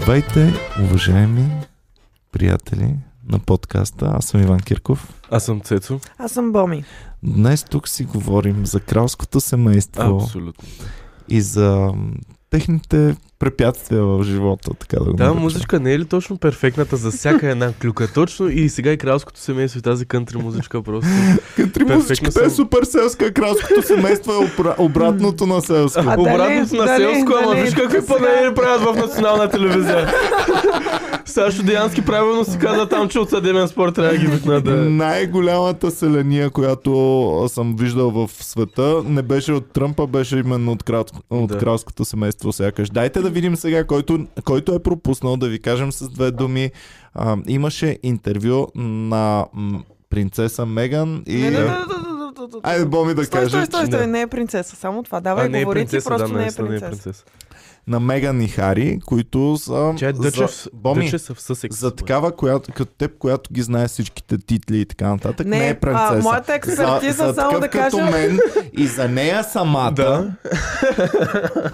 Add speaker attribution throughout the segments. Speaker 1: Здравейте, уважаеми приятели на подкаста. Аз съм Иван Кирков.
Speaker 2: Аз съм Цецо.
Speaker 3: Аз съм Боми.
Speaker 1: Днес тук си говорим за кралското семейство
Speaker 2: Абсолютно.
Speaker 1: и за м, техните препятствия в живота, така да го
Speaker 2: Та
Speaker 1: наречем.
Speaker 2: музичка не е ли точно перфектната за всяка една клюка? Точно и сега и кралското семейство и тази кънтри музичка просто.
Speaker 1: Кънтри
Speaker 2: Перфектно
Speaker 1: музичката е
Speaker 2: съм.
Speaker 1: супер селска, кралското семейство е обра- обратното на селско.
Speaker 3: А, дали-
Speaker 2: Обратното на
Speaker 3: дали-
Speaker 2: селско, ама
Speaker 3: дали-
Speaker 2: виж какви
Speaker 3: сега-
Speaker 2: панели правят в национална телевизия. Сашо Деянски правилно си каза там, че от съдебен спорт трябва да ги викнат да...
Speaker 1: Най-голямата селения, която а, съм виждал в света, не беше от Тръмпа, беше именно от, крал... от
Speaker 2: Да.
Speaker 1: кралското семейство. Сякаш. Дайте да видим сега, който, който е пропуснал, да ви кажем с две думи. А, имаше интервю на м, принцеса Меган и...
Speaker 3: Не, не, не, не, не,
Speaker 1: а,
Speaker 3: не, не, не.
Speaker 1: Айде, Боми да
Speaker 3: Стой,
Speaker 1: каже
Speaker 3: стой, стой,
Speaker 1: да.
Speaker 3: стой, не е принцеса. Само това. Давай,
Speaker 2: не е
Speaker 3: говори ти,
Speaker 2: принцеса, да,
Speaker 3: просто не е
Speaker 2: наистина
Speaker 3: принцеса.
Speaker 1: на Меган и Хари, които са...
Speaker 2: Тя е
Speaker 1: за-
Speaker 2: дъчев,
Speaker 1: Боми,
Speaker 2: дъчеса в Съсекс.
Speaker 1: за такава, която, като теб, която ги знае всичките титли и така нататък, не,
Speaker 3: Не,
Speaker 1: е принцеса.
Speaker 3: а, моята експертиза,
Speaker 1: за, за такъв
Speaker 3: само да
Speaker 1: като
Speaker 3: кажа-
Speaker 1: мен и за нея самата
Speaker 2: Да,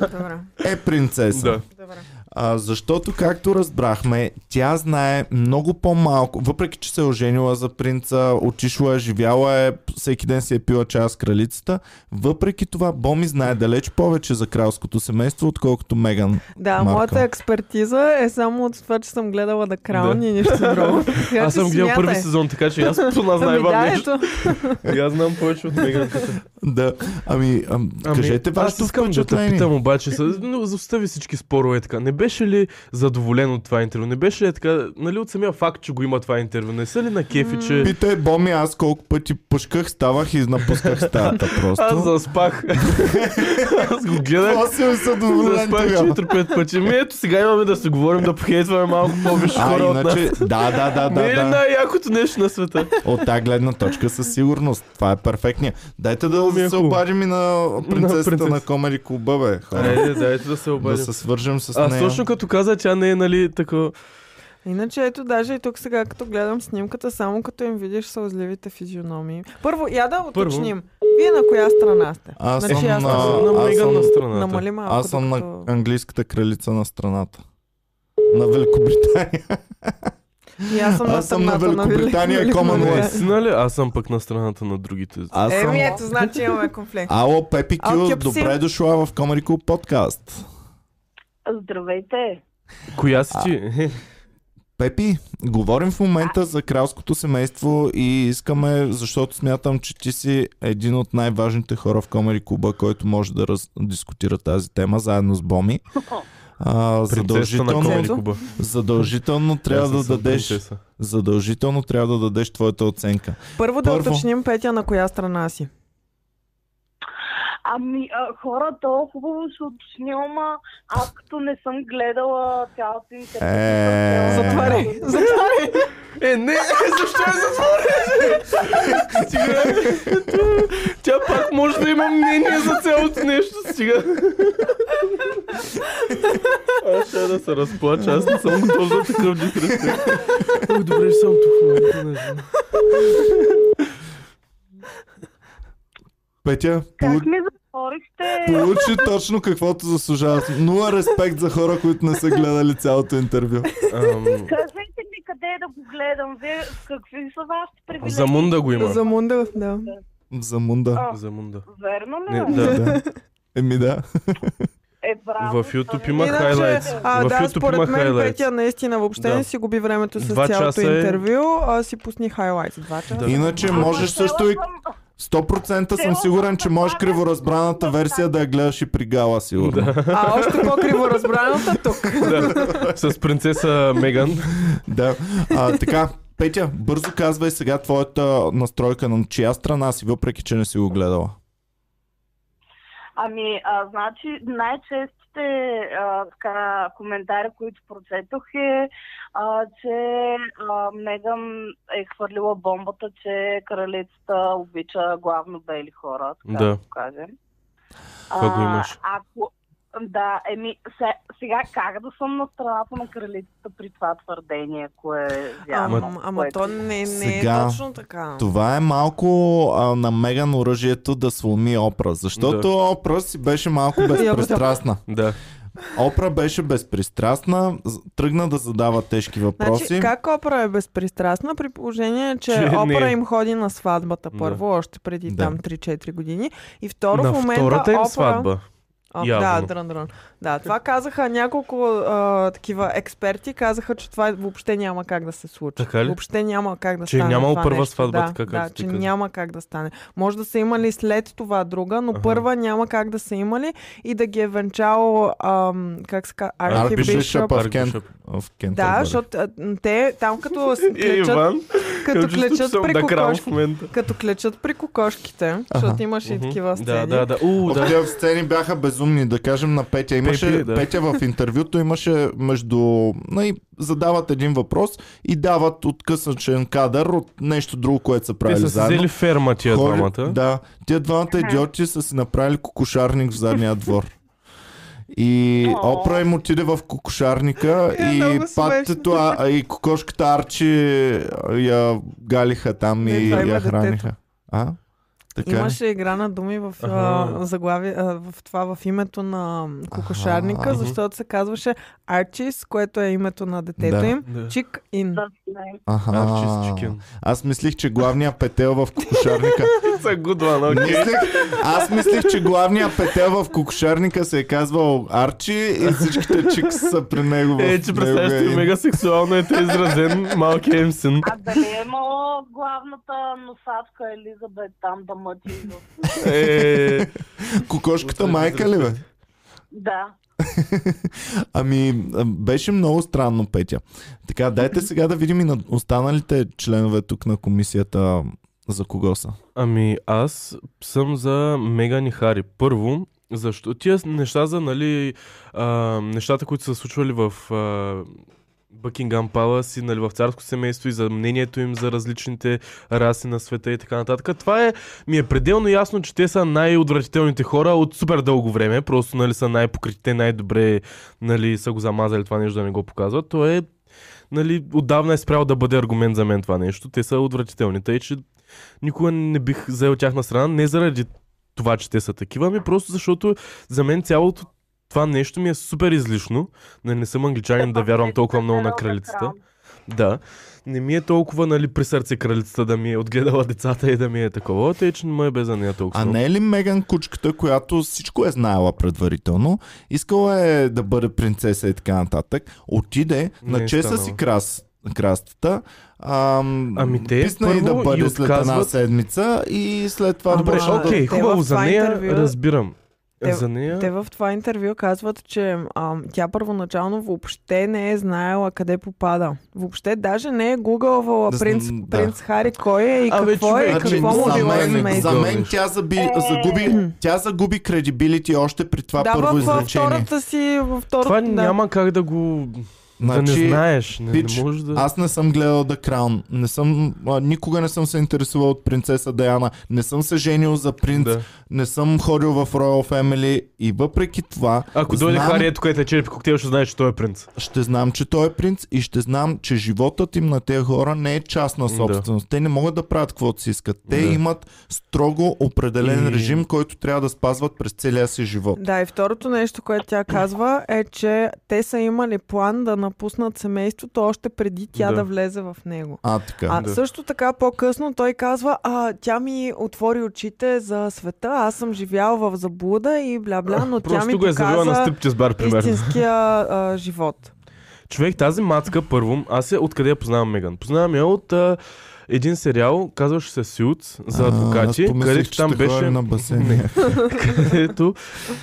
Speaker 3: Добре,
Speaker 1: е принцеса.
Speaker 2: да.
Speaker 3: добре.
Speaker 1: А, защото, както разбрахме, тя знае много по-малко, въпреки че се е оженила за принца, отишла е, живяла е, всеки ден си е пила чая с кралицата, въпреки това Боми знае далеч повече за кралското семейство, отколкото Меган.
Speaker 3: Да,
Speaker 1: Марка.
Speaker 3: моята експертиза е само от това, че съм гледала да краун и нищо друго. Така че
Speaker 2: Аз съм гледал
Speaker 3: смятай.
Speaker 2: първи сезон, така че аз познавам
Speaker 3: Ами да,
Speaker 2: най-вам нещо.
Speaker 3: ето.
Speaker 2: И аз знам повече от Меганката.
Speaker 1: Да, ами, ам, кажете
Speaker 2: аз
Speaker 1: вашето
Speaker 2: искам да те
Speaker 1: впечатление.
Speaker 2: питам обаче, с- но застави всички спорове така. Не беше ли задоволен от това интервю? Не беше ли така, нали от самия факт, че го има това интервю? Не са ли на кефи, че
Speaker 1: Питай е Боми аз колко пъти пъшках, ставах и напусках стаята просто.
Speaker 2: аз заспах? аз го гледах.
Speaker 1: Това си ми са доволен
Speaker 2: Заспах
Speaker 1: тогава.
Speaker 2: 4-5 пъти. Ми ето сега имаме да се говорим, да похейтваме малко повече
Speaker 1: А,
Speaker 2: хора от нас.
Speaker 1: иначе, да, да, да,
Speaker 2: Не е
Speaker 1: да,
Speaker 2: ли
Speaker 1: да.
Speaker 2: най-якото нещо на света?
Speaker 1: От тази гледна точка със сигурност. Това е перфектния. Дайте да
Speaker 2: Ми е
Speaker 1: се
Speaker 2: хубаво.
Speaker 1: обадим и на принцесата
Speaker 2: принцеса.
Speaker 1: на Комери Клуба, бе. Хора.
Speaker 2: Айде, дайте Е, да
Speaker 1: Е,
Speaker 2: се
Speaker 1: Да
Speaker 2: обадим.
Speaker 1: се свържем с
Speaker 2: Аз
Speaker 1: нея.
Speaker 2: точно като каза, тя не е, нали, така...
Speaker 3: Иначе ето даже и тук сега, като гледам снимката, само като им видиш сълзливите физиономии. Първо, я да
Speaker 2: Първо.
Speaker 3: уточним. Вие на коя страна сте?
Speaker 1: Аз
Speaker 3: Значи
Speaker 1: съм
Speaker 3: аз
Speaker 1: на-
Speaker 3: съм-
Speaker 2: на
Speaker 1: аз
Speaker 2: Меган
Speaker 1: съм-
Speaker 2: на страната.
Speaker 3: Намали малко.
Speaker 1: Аз съм на
Speaker 3: докато-
Speaker 1: английската кралица на страната. На Великобритания.
Speaker 3: И аз съм на
Speaker 1: Аз
Speaker 3: нали?
Speaker 1: съм на
Speaker 3: страната на
Speaker 1: Великобритания,
Speaker 3: Велик-
Speaker 2: Ами,
Speaker 1: Commonwealth.
Speaker 3: Великобритания.
Speaker 2: Наистина ли? нали? Аз съм пък на страната на другите.
Speaker 1: Аз съм...
Speaker 3: Нали? Еми, ето, значи имаме конфликт.
Speaker 1: Ало, Пепи
Speaker 3: Ал,
Speaker 1: Кю,
Speaker 3: Кюпси.
Speaker 1: добре дошла в Комери Клуб подкаст.
Speaker 4: Здравейте!
Speaker 2: Коя си ти?
Speaker 1: Пепи, говорим в момента за кралското семейство и искаме, защото смятам, че ти си един от най-важните хора в Комери Клуба, който може да раз... дискутира тази тема заедно с Боми. А,
Speaker 2: Принцесата на
Speaker 1: задължително,
Speaker 2: Комери Куба.
Speaker 1: задължително трябва да
Speaker 2: Аз съм
Speaker 1: дадеш
Speaker 2: принцеса.
Speaker 1: задължително трябва да дадеш твоята оценка.
Speaker 3: Първо да
Speaker 1: Първо.
Speaker 3: уточним, Петя, на коя страна си.
Speaker 4: Ами, а, хора, то хубаво ще уточня, ама аз като не съм гледала цялото интервю.
Speaker 1: Е.
Speaker 3: Затваряй, затваряй.
Speaker 2: Е, не, защо я затвориш? Стига. Тя пак може да има мнение за цялото нещо, стига. Аз ще да се разплача, аз не съм готов за такъв дисреспект. Ой, добре, че съм тук в момента, не знам.
Speaker 1: Петя,
Speaker 4: Как
Speaker 1: пол-
Speaker 4: ми затворихте?
Speaker 1: получи точно каквото заслужава. Нула респект за хора, които не са гледали цялото интервю.
Speaker 2: Ам,
Speaker 4: Кажете ми къде е да го гледам. Вие какви са вашите привилегии?
Speaker 2: За Мунда го има.
Speaker 3: За Мунда, да.
Speaker 1: За мунда.
Speaker 4: А,
Speaker 2: За Мунда.
Speaker 4: Верно ли?
Speaker 2: Не,
Speaker 4: е?
Speaker 2: да.
Speaker 1: Да. Еми да.
Speaker 4: Е, браво.
Speaker 2: В YouTube има
Speaker 4: Ма,
Speaker 3: Иначе,
Speaker 2: хайлайтс.
Speaker 3: а,
Speaker 2: В
Speaker 3: да,
Speaker 2: YouTube има
Speaker 3: според мен
Speaker 2: хайлайтс.
Speaker 3: Петя наистина въобще
Speaker 2: Да.
Speaker 3: не си губи времето с
Speaker 2: Два
Speaker 3: цялото
Speaker 2: часа е.
Speaker 3: интервю, а си пусни хайлайт. Два часа.
Speaker 2: Да.
Speaker 1: Иначе
Speaker 4: ама
Speaker 1: можеш
Speaker 4: цела
Speaker 1: също и
Speaker 4: съм-
Speaker 1: 100% съм сигурен, че можеш
Speaker 3: е
Speaker 1: криворазбраната версия да я гледаш и при гала, сигурно. Да,
Speaker 3: А още по-криво разбраната тук.
Speaker 2: Да. С принцеса Меган.
Speaker 1: да. А, така, Петя, бързо казвай сега твоята настройка на чия страна си, въпреки че не си го гледала.
Speaker 4: Ами, а, значи, най-честите а, така, коментари, които прочетох е, а, че а, Меган е хвърлила бомбата, че кралицата обича главно бели хора, така
Speaker 2: Да.
Speaker 4: да го кажем.
Speaker 2: Това го имаш.
Speaker 4: А, ако... Да, еми, се- сега как да съм на страната на кралицата при това твърдение, ако е вярно?
Speaker 3: Ама, ама
Speaker 4: което-
Speaker 3: то не, не е
Speaker 1: Сега,
Speaker 3: точно така.
Speaker 1: Това е малко а, на Меган оръжието да сломи Опра, защото
Speaker 2: Да.
Speaker 3: Ами,
Speaker 1: Опра си беше малко безпристрастна.
Speaker 2: Да.
Speaker 1: Опра беше безпристрастна, з- тръгна да задава тежки въпроси.
Speaker 3: Значи, как Опра е безпристрастна при положение, че,
Speaker 2: Че не е.
Speaker 3: Опра им ходи на сватбата
Speaker 2: Да.
Speaker 3: първо, още преди
Speaker 1: Да.
Speaker 3: там 3-4 години. И второ,
Speaker 2: На
Speaker 3: в момента
Speaker 2: втората им
Speaker 3: Опра...
Speaker 2: сватба.
Speaker 3: А, да,
Speaker 2: Явно.
Speaker 3: дрън, дрън. Да, това казаха няколко а, такива експерти, казаха, че това въобще няма как да се случи.
Speaker 2: Така ли?
Speaker 3: Въобще няма как да
Speaker 2: Че е
Speaker 3: стане.
Speaker 2: нямало
Speaker 3: това
Speaker 2: първа
Speaker 3: нещо.
Speaker 2: сватба,
Speaker 3: да,
Speaker 2: така
Speaker 3: да,
Speaker 2: както ти
Speaker 3: че
Speaker 2: каза.
Speaker 3: няма как да стане. Може да са имали след това друга, но
Speaker 2: Аха.
Speaker 3: първа няма как да са имали и да ги е венчал, ам, как се казва,
Speaker 1: Архибишъп
Speaker 3: архибишъп.
Speaker 1: в, Кен...
Speaker 2: Архибишъп.
Speaker 1: в
Speaker 3: Да,
Speaker 1: Кентърбъри.
Speaker 3: защото а, м, те там като с-
Speaker 2: Е,
Speaker 3: клечат, като
Speaker 2: към чувството, че
Speaker 3: клечат
Speaker 2: съм
Speaker 3: при
Speaker 2: да крал в
Speaker 3: кокошки.
Speaker 2: момента.
Speaker 3: Като клечат при кокошките, защото имаше и
Speaker 2: Мгм.
Speaker 3: такива
Speaker 2: Да,
Speaker 3: сцени.
Speaker 2: да, да. У, да.
Speaker 1: Такива сцени бяха безумни, да кажем на Петя. Имаше,
Speaker 2: Пепи, да.
Speaker 1: Петя в интервюто имаше между... Най- задават един въпрос и дават откъсъчен кадър от нещо друго, което са
Speaker 2: Те
Speaker 1: правили
Speaker 2: са си
Speaker 1: заедно.
Speaker 2: взели ферма тия
Speaker 1: Хори-
Speaker 2: двамата.
Speaker 1: Да, тия двамата идиоти са си направили кокошарник в задния двор. И
Speaker 4: О.
Speaker 1: Опра им отиде в кокошарника
Speaker 3: Е,
Speaker 1: и
Speaker 3: много
Speaker 1: патето, а, а и кокошката Арчи а, я галиха там
Speaker 3: Не,
Speaker 1: и
Speaker 3: това има
Speaker 1: я
Speaker 3: детето.
Speaker 1: храниха. А? Така е? ли?
Speaker 3: Имаше игра на думи в
Speaker 2: Аха.
Speaker 3: а, заглавие, а, в това в името на кокошарника,
Speaker 1: Аха.
Speaker 3: защото се казваше Арчис, което е името на детето
Speaker 1: Да.
Speaker 3: им.
Speaker 2: Да.
Speaker 3: Чик Ин.
Speaker 4: Да, не.
Speaker 1: Аха.
Speaker 2: Арчис Чикен.
Speaker 1: Аз мислих, че главният петел в кокошарника.
Speaker 2: Са гудван, окей.
Speaker 1: мислих, аз мислих, че главният петел в кокошарника се е казвал Арчи и всичките чикс са при него. в
Speaker 2: Е, че представяш
Speaker 1: неговия
Speaker 2: ти
Speaker 1: им.
Speaker 2: мега сексуално е те изразен малкия им син.
Speaker 4: А дали е имала главната носатка Елизабет там да мъти? в-
Speaker 2: Е,
Speaker 1: Кокошката майка ли бе?
Speaker 4: Да.
Speaker 1: Ами, а, беше много странно, Петя. Така, дайте сега да видим и на останалите членове тук на комисията за кого са.
Speaker 2: Ами аз съм за Меган и Хари. Първо, защо? Тия неща за, нали, а, нещата, които са се случвали в а, Бъкингам Палас и нали, в царско семейство и за мнението им за различните раси на света и така нататък. Това е, ми е пределно ясно, че те са най-отвратителните хора от супер дълго време. Просто нали, са най-покритите, най-добре нали, са го замазали това нещо да не го показват. То е нали, отдавна е спрял да бъде аргумент за мен това нещо. Те са отвратителни. Тъй, че никога не бих взел тяхна страна, не заради това, че те са такива, ами просто защото за мен цялото това нещо ми е супер излишно. Нали, Не, не съм англичанин да вярвам толкова Е, много на кралицата. Да. Не ми е толкова, нали, при сърце кралицата да ми е отгледала децата и да ми е такова. Тъй, че не ме е без за нея толкова.
Speaker 1: А не е ли Меган кучката, която всичко е знаела предварително, искала е да бъде принцеса и така нататък, отиде,
Speaker 2: Не е
Speaker 1: начеса
Speaker 2: станала.
Speaker 1: си крас, крастата, ам,
Speaker 2: Ами те
Speaker 1: писна и да
Speaker 2: първо
Speaker 1: бъде
Speaker 2: и
Speaker 1: след една
Speaker 2: отказват.
Speaker 1: седмица и след това
Speaker 3: Ама-
Speaker 2: Добре,
Speaker 1: почна да...
Speaker 2: окей,
Speaker 3: те
Speaker 2: хубаво,
Speaker 3: в
Speaker 2: за
Speaker 3: това
Speaker 2: нея
Speaker 3: интервю-
Speaker 2: разбирам.
Speaker 3: Те-
Speaker 2: за нея...
Speaker 3: Те в това интервю казват, че а, тя първоначално въобще не е знаела къде попада. Въобще даже не е гугълвала
Speaker 1: Да, с-
Speaker 3: принц,
Speaker 1: да.
Speaker 3: принц Хари кой е и
Speaker 2: Абе,
Speaker 3: какво е и
Speaker 2: човек,
Speaker 1: Значи,
Speaker 3: какво му
Speaker 1: за,
Speaker 3: било
Speaker 1: мен, за
Speaker 3: семейство.
Speaker 1: мен тя, заби, загуби, тя загуби кредибилити още при това
Speaker 3: Да,
Speaker 1: първо
Speaker 3: във- във
Speaker 1: изречение.
Speaker 3: втората си, във втората...
Speaker 2: Това
Speaker 3: да.
Speaker 2: няма как да го... да не знаеш. Не,
Speaker 1: Пич,
Speaker 2: не можеш да...
Speaker 1: Значи, Аз не съм гледал The Crown. Не съм, а, никога не съм се интересувал от принцеса Даяна. Не съм се женил за принц. Да.
Speaker 2: Да.
Speaker 1: Не съм ходил в Royal Family. И въпреки това,
Speaker 2: Ако
Speaker 1: знам,
Speaker 2: дойде Хари, ето където е черпи коктейл, ще знаеш, че той е принц.
Speaker 1: ще знам, че той е принц и ще знам, че животът им на тези хора не е частна
Speaker 2: Да.
Speaker 1: собственост. Те не могат да правят каквото си искат. Те
Speaker 2: Да.
Speaker 1: имат строго определен
Speaker 2: И-
Speaker 1: режим, който трябва да спазват през целия си живот.
Speaker 3: Да, и второто нещо, което тя казва, е, че те са имали план да напуснат семейството още преди тя да,
Speaker 2: Да.
Speaker 3: влезе в него.
Speaker 1: А, така.
Speaker 3: А
Speaker 2: Да.
Speaker 3: също така по-късно той казва, а тя ми отвори очите за света, аз съм живял в заблуда и бля-бля, но тя ми
Speaker 2: Просто го е завела на
Speaker 3: показа
Speaker 2: стриптиз бар, примерно.
Speaker 3: истинския а, живот.
Speaker 2: Човек, тази мацка, първо, аз е откъде я познавам Меган? Познавам я от а, един сериал, казваше се Сюц, за
Speaker 1: А,
Speaker 2: адвокати,
Speaker 1: аз помислих,
Speaker 2: където
Speaker 1: че
Speaker 2: там
Speaker 1: ще ходим
Speaker 2: беше,
Speaker 1: на басейн.
Speaker 2: където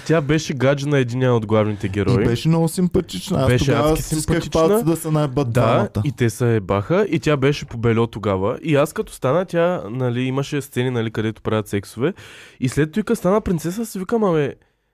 Speaker 2: тя беше гадже на един от главните
Speaker 1: И
Speaker 2: герои.
Speaker 1: беше много симпатична. Аз
Speaker 2: Беше
Speaker 1: тогава
Speaker 2: адски
Speaker 1: стисках
Speaker 2: симпатична.
Speaker 1: палца да се наебат
Speaker 2: Да,
Speaker 1: двамата. Е,
Speaker 2: и те се ебаха и тя беше по бельо тогава. И аз като стана, тя нали, имаше сцени, нали, където правят сексове. И след това стана принцеса, си викам, абе,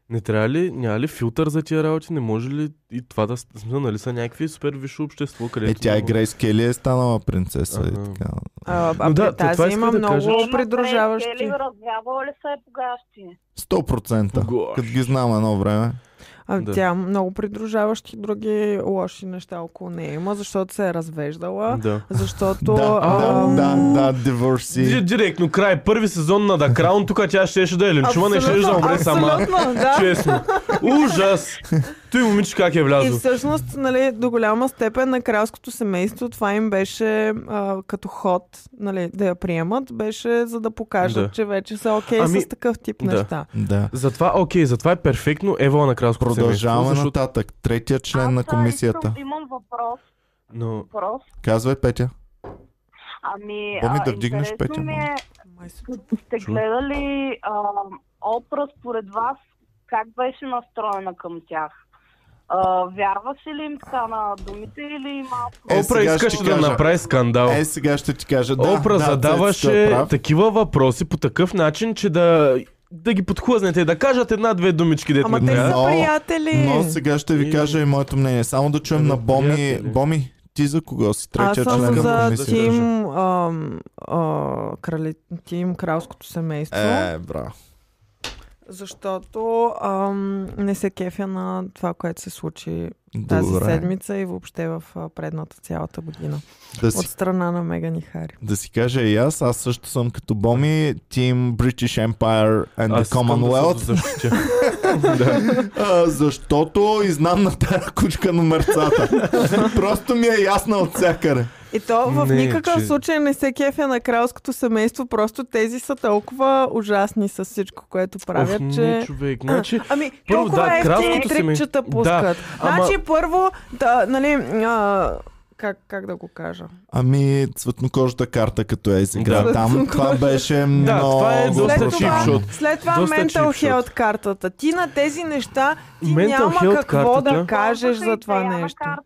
Speaker 2: не трябва ли, няма ли филтър за тия работи, не може ли и това да с- в смисъл, нали, са някакви супер висше общество, където...
Speaker 1: Е, тя е
Speaker 2: не може-
Speaker 1: Грейс Кели е станала принцеса и
Speaker 2: Ага.
Speaker 1: така.
Speaker 3: А, а
Speaker 2: Но да,
Speaker 3: при
Speaker 2: това
Speaker 3: тази
Speaker 2: исках
Speaker 3: има
Speaker 2: да кажа,
Speaker 3: много
Speaker 4: Ема, Грейс
Speaker 3: придружаващи.
Speaker 4: Келли развявала ли са е погащи?
Speaker 1: 100%.
Speaker 2: Гош.
Speaker 1: Като ги знам едно време.
Speaker 3: А,
Speaker 2: Да.
Speaker 3: Тя много придружаващи други лоши неща около нея има, защото се е развеждала,
Speaker 2: Да.
Speaker 3: защото...
Speaker 1: Да, да,
Speaker 3: ам,
Speaker 1: да, да, диворси.
Speaker 2: Ди- Директно, край, първи сезон на The Crown, тук тя щеше да е линчува, не щеше да
Speaker 3: абсолютно,
Speaker 2: умре сама.
Speaker 3: Абсолютно, да.
Speaker 2: Честно. Ужас! Той момиче как е
Speaker 3: И
Speaker 2: влязъл.
Speaker 3: всъщност, нали, до голяма степен на кралското семейство това им беше а, като ход, нали, да я приемат, беше за да покажат,
Speaker 2: Да.
Speaker 3: че вече са окей
Speaker 2: Ами,
Speaker 3: с такъв тип
Speaker 2: да.
Speaker 3: неща.
Speaker 1: Да.
Speaker 2: Затова, окей, затова е перфектно Евала на кралското
Speaker 1: Продължаваме
Speaker 2: семейство, защото-
Speaker 1: нататък. Третия член
Speaker 4: Аз,
Speaker 1: на
Speaker 4: а,
Speaker 3: е
Speaker 1: комисията.
Speaker 4: Искам, имам въпрос.
Speaker 2: Но...
Speaker 4: въпрос.
Speaker 1: Казвай, Петя.
Speaker 4: Ами,
Speaker 1: Помни
Speaker 4: а,
Speaker 1: да вдигнеш
Speaker 4: интересно
Speaker 1: петя,
Speaker 4: ми
Speaker 1: моля.
Speaker 4: е,
Speaker 3: Май се
Speaker 4: сте
Speaker 2: Чува.
Speaker 4: гледали а, опра според вас, как беше настроена към тях? А, вярваше ли им така на думите или малко?
Speaker 1: Е,
Speaker 2: Опра
Speaker 1: сега ще
Speaker 2: искаше
Speaker 1: ти
Speaker 2: да
Speaker 1: кажа.
Speaker 2: направи скандал.
Speaker 1: Е, сега ще ти кажа. Да,
Speaker 2: Опра
Speaker 1: да,
Speaker 2: задаваше
Speaker 1: Цеци, ти е прав.
Speaker 2: такива въпроси по такъв начин, че да, да ги подхлъзнете, да кажат една-две думички, дет
Speaker 3: Ама
Speaker 2: не
Speaker 3: те
Speaker 2: трябва.
Speaker 3: са
Speaker 1: Но-
Speaker 3: приятели.
Speaker 1: Но сега ще ви
Speaker 2: И-
Speaker 1: кажа и моето мнение. Само да чуем
Speaker 2: Да,
Speaker 1: на
Speaker 2: да,
Speaker 1: Боми.
Speaker 2: приятели.
Speaker 1: Боми, ти за кого си?
Speaker 3: Аз
Speaker 1: Третия
Speaker 3: съм
Speaker 1: член на
Speaker 3: за
Speaker 1: комисията.
Speaker 3: тим, ам, а, крали, тим кралското семейство,
Speaker 1: Е, браво.
Speaker 3: защото ам, не се кефя на това, което се случи тази
Speaker 1: Добре.
Speaker 3: седмица и въобще в а, предната цялата година.
Speaker 1: Да
Speaker 3: От
Speaker 1: си,
Speaker 3: страна на Меган и Хари.
Speaker 1: да си кажа и аз, аз също съм като Боми, Team British Empire and
Speaker 2: Аз
Speaker 1: the
Speaker 2: искам да се
Speaker 1: Commonwealth,
Speaker 2: защитя.
Speaker 1: а, защото и знам на тая кучка на мърцата. Просто ми е ясна от всякъде.
Speaker 3: И то в
Speaker 2: Не,
Speaker 3: никакъв
Speaker 2: че-
Speaker 3: случай не се кефя на кралското семейство, просто тези са толкова ужасни с всичко, което
Speaker 2: Оф,
Speaker 3: правят, че...
Speaker 2: не, човек, значи...
Speaker 3: Ами,
Speaker 2: Първо,
Speaker 3: толкова
Speaker 2: да,
Speaker 3: ефтини
Speaker 2: кралското
Speaker 3: трикчета
Speaker 2: семейство-
Speaker 3: пускат.
Speaker 2: ама-
Speaker 3: Значи първо, да, нали, а, как, как да го кажа?
Speaker 1: Ами, цветнокожата карта като е сега.
Speaker 2: Да.
Speaker 1: Там това беше много
Speaker 2: Да, това е доста
Speaker 3: След
Speaker 1: брутално.
Speaker 2: чип
Speaker 3: това,
Speaker 2: шот.
Speaker 3: след това
Speaker 2: Доста чип
Speaker 3: Mental
Speaker 2: шот.
Speaker 3: Health картата. Ти на тези неща ти
Speaker 2: Mental
Speaker 3: няма
Speaker 2: health
Speaker 3: какво да
Speaker 2: картата?
Speaker 3: кажеш
Speaker 4: Пробваха и
Speaker 3: за това
Speaker 4: Даяна
Speaker 3: нещо.
Speaker 4: Картата.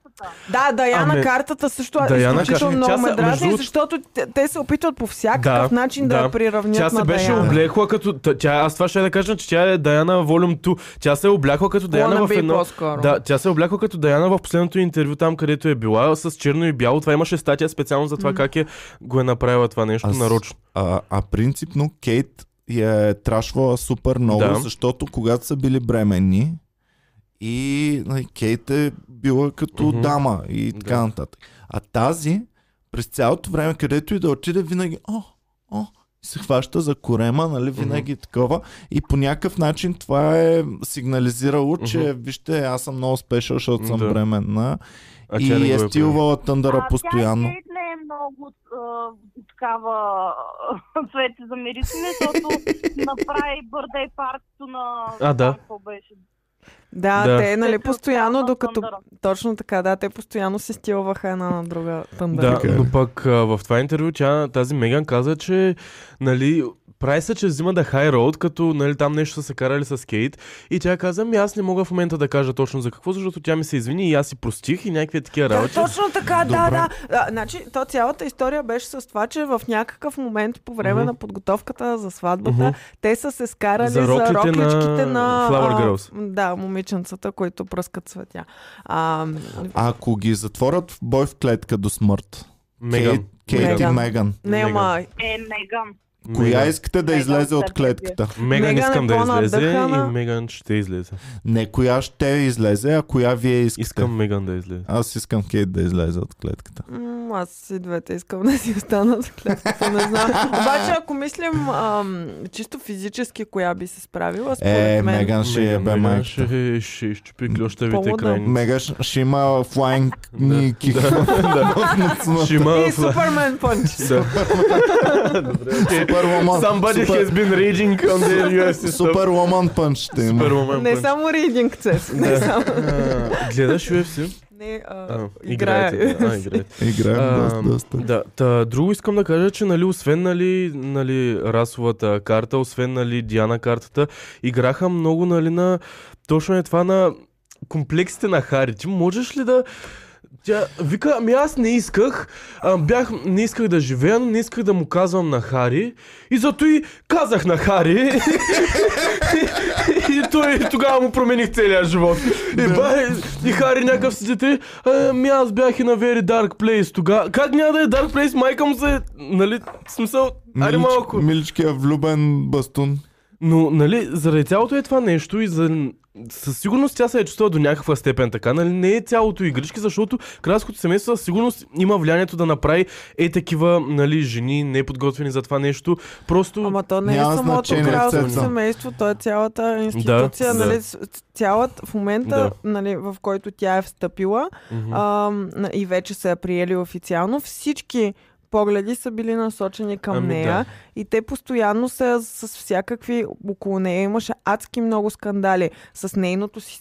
Speaker 3: Да, Даяна
Speaker 2: Ами,
Speaker 3: картата също е
Speaker 2: Даяна
Speaker 3: изключително
Speaker 2: картата-
Speaker 3: много
Speaker 2: тя
Speaker 3: ме
Speaker 2: се- между
Speaker 3: дразни,
Speaker 2: другото-
Speaker 3: защото те, те се опитват по всякакъв
Speaker 2: Да,
Speaker 3: начин да,
Speaker 2: да.
Speaker 3: я приравнят
Speaker 2: Тя се
Speaker 3: на
Speaker 2: беше
Speaker 3: Даяна.
Speaker 2: облекла като... та- Тя, аз това ще да кажа, че тя е Даяна Волюм 2. Тя се е облекла като Даяна в
Speaker 3: Wannabe
Speaker 2: едно...
Speaker 3: по-скоро.
Speaker 2: Да, тя се е облякла като Даяна в последното интервю там, където е била с черно и бяло. Това имаше статия специално за това как е го е направила това нещо
Speaker 1: Аз-
Speaker 2: нарочно.
Speaker 1: А, а принципно Кейт я е трашвала супер много, да.
Speaker 2: Да.
Speaker 1: защото когато са били бременни и нали, Кейт е била като mm-hmm.
Speaker 2: Мгм.
Speaker 1: дама и така да.
Speaker 2: Да.
Speaker 1: нататък. А тази през цялото време, където и да отиде, винаги о, о, се хваща за корема, нали, винаги mm-hmm. такова. И по някакъв начин това е сигнализирало, че
Speaker 2: Мгм.
Speaker 1: вижте, аз съм много спешъл, защото съм
Speaker 2: Да.
Speaker 1: бременна.
Speaker 2: А тя не
Speaker 1: и
Speaker 2: го
Speaker 1: е
Speaker 2: правила.
Speaker 1: стилвала тъндъра
Speaker 4: А,
Speaker 1: постоянно.
Speaker 4: Тя Кейт не е много а, такава цвете за мирисане, защото направи бърдей партито на...
Speaker 2: А, да.
Speaker 4: Какво беше?
Speaker 3: Да,
Speaker 2: Да.
Speaker 3: те, нали,
Speaker 4: Те се
Speaker 3: постоянно,
Speaker 4: отстояват
Speaker 3: докато...
Speaker 4: тъндъра.
Speaker 3: Точно така, да, те постоянно се стилваха една на друга тъндър.
Speaker 2: Да,
Speaker 1: Така е.
Speaker 2: но пък а, в това интервю тя, тази Меган каза, че нали, прави се, че взима да хай роуд, като нали, там нещо са се карали с Кейт. И тя каза, ми аз не мога в момента да кажа точно за какво, защото тя ми се извини и аз си простих и някакви такива
Speaker 3: Да,
Speaker 2: работи.
Speaker 3: точно така, да,
Speaker 1: Добре.
Speaker 3: да. А, значи, то цялата история беше с това, че в някакъв момент по време
Speaker 2: Мгм.
Speaker 3: на подготовката за сватбата,
Speaker 2: Мгм.
Speaker 3: те са се скарали за,
Speaker 2: За роклите на
Speaker 3: рокличките на,
Speaker 2: Flower
Speaker 3: а,
Speaker 2: Girls.
Speaker 3: да, момиченцата, които пръскат светя. А,
Speaker 1: Ако ги затворят в бой в клетка до смърт,
Speaker 2: Меган.
Speaker 1: Кейт, Кейт
Speaker 2: Меган.
Speaker 1: и
Speaker 3: Меган.
Speaker 1: Меган,
Speaker 3: не,
Speaker 2: Меган.
Speaker 3: ама
Speaker 4: Е, Меган.
Speaker 1: коя е-
Speaker 2: Меган.
Speaker 1: искате да
Speaker 4: Меган,
Speaker 1: излезе от
Speaker 4: след
Speaker 1: клетката?
Speaker 2: Меган
Speaker 3: Меган е
Speaker 2: искам да излезе
Speaker 3: по-надъхана.
Speaker 2: и Меган ще излезе.
Speaker 1: Не коя ще излезе, а коя вие искате.
Speaker 2: Искам Меган да излезе.
Speaker 1: Аз искам Кейт да излезе от клетката.
Speaker 3: М, Аз и двете искам да си остана за клетката, не знам. Обаче, ако мислим ам, чисто физически, коя би се справила, според
Speaker 1: Е,
Speaker 3: мен...
Speaker 1: Меган ще е бе
Speaker 2: Меган
Speaker 1: майката.
Speaker 2: ще, ще изчупи клющавите
Speaker 3: Повода.
Speaker 2: крайници.
Speaker 1: Мега ще ще има флайнг ники.
Speaker 2: Ще има...
Speaker 3: И Супермен Пънч.
Speaker 1: Супервоман.
Speaker 2: Somebody has been raging on the US
Speaker 1: Супервоман пънч ще има.
Speaker 3: Не само ридинг, Цес. Не само...
Speaker 2: Гледаш UFC?
Speaker 3: Не, а,
Speaker 2: А,
Speaker 3: играе.
Speaker 2: играете, да. А, играете.
Speaker 1: Играем доста,
Speaker 2: Ам,
Speaker 1: доста.
Speaker 2: Да, та, друго искам да кажа, че нали, освен нали, нали, расовата карта, освен нали, Диана картата, играха много нали, на точно е това на комплексите на Хари. Ти можеш ли да тя вика, ами аз не исках, а, бях, не исках да живея, но не исках да му казвам на Хари и зато и казах на Хари и той тогава му промених целия живот. И, бай, и Хари някакъв си дете, ами аз бях и на Very Dark Place тогава. Как няма да е Dark Place, майка му се, нали, е- в смисъл, аре
Speaker 1: Милич-
Speaker 2: малко.
Speaker 1: Миличкия влюбен бастун.
Speaker 2: Но, нали, заради цялото е това нещо и за... със сигурност тя се е чувствала до някаква степен така, нали, не е цялото игрички, защото кралското семейство със сигурност има влиянието да направи е такива, нали, жени, неподготвени за това нещо, просто...
Speaker 3: Ама то не е
Speaker 1: Няма
Speaker 3: самото
Speaker 1: значение,
Speaker 3: кралско
Speaker 1: Цецо.
Speaker 3: семейство, то е цялата институция,
Speaker 2: Да,
Speaker 3: нали,
Speaker 2: да.
Speaker 3: с- цялата в момента, нали, в който тя е встъпила
Speaker 2: Мгм.
Speaker 3: ам, и вече са я приели официално, всички погледи са били насочени към
Speaker 2: Ами
Speaker 3: нея
Speaker 2: да.
Speaker 3: и те постоянно са с всякакви, около нея имаше адски много скандали с нейното си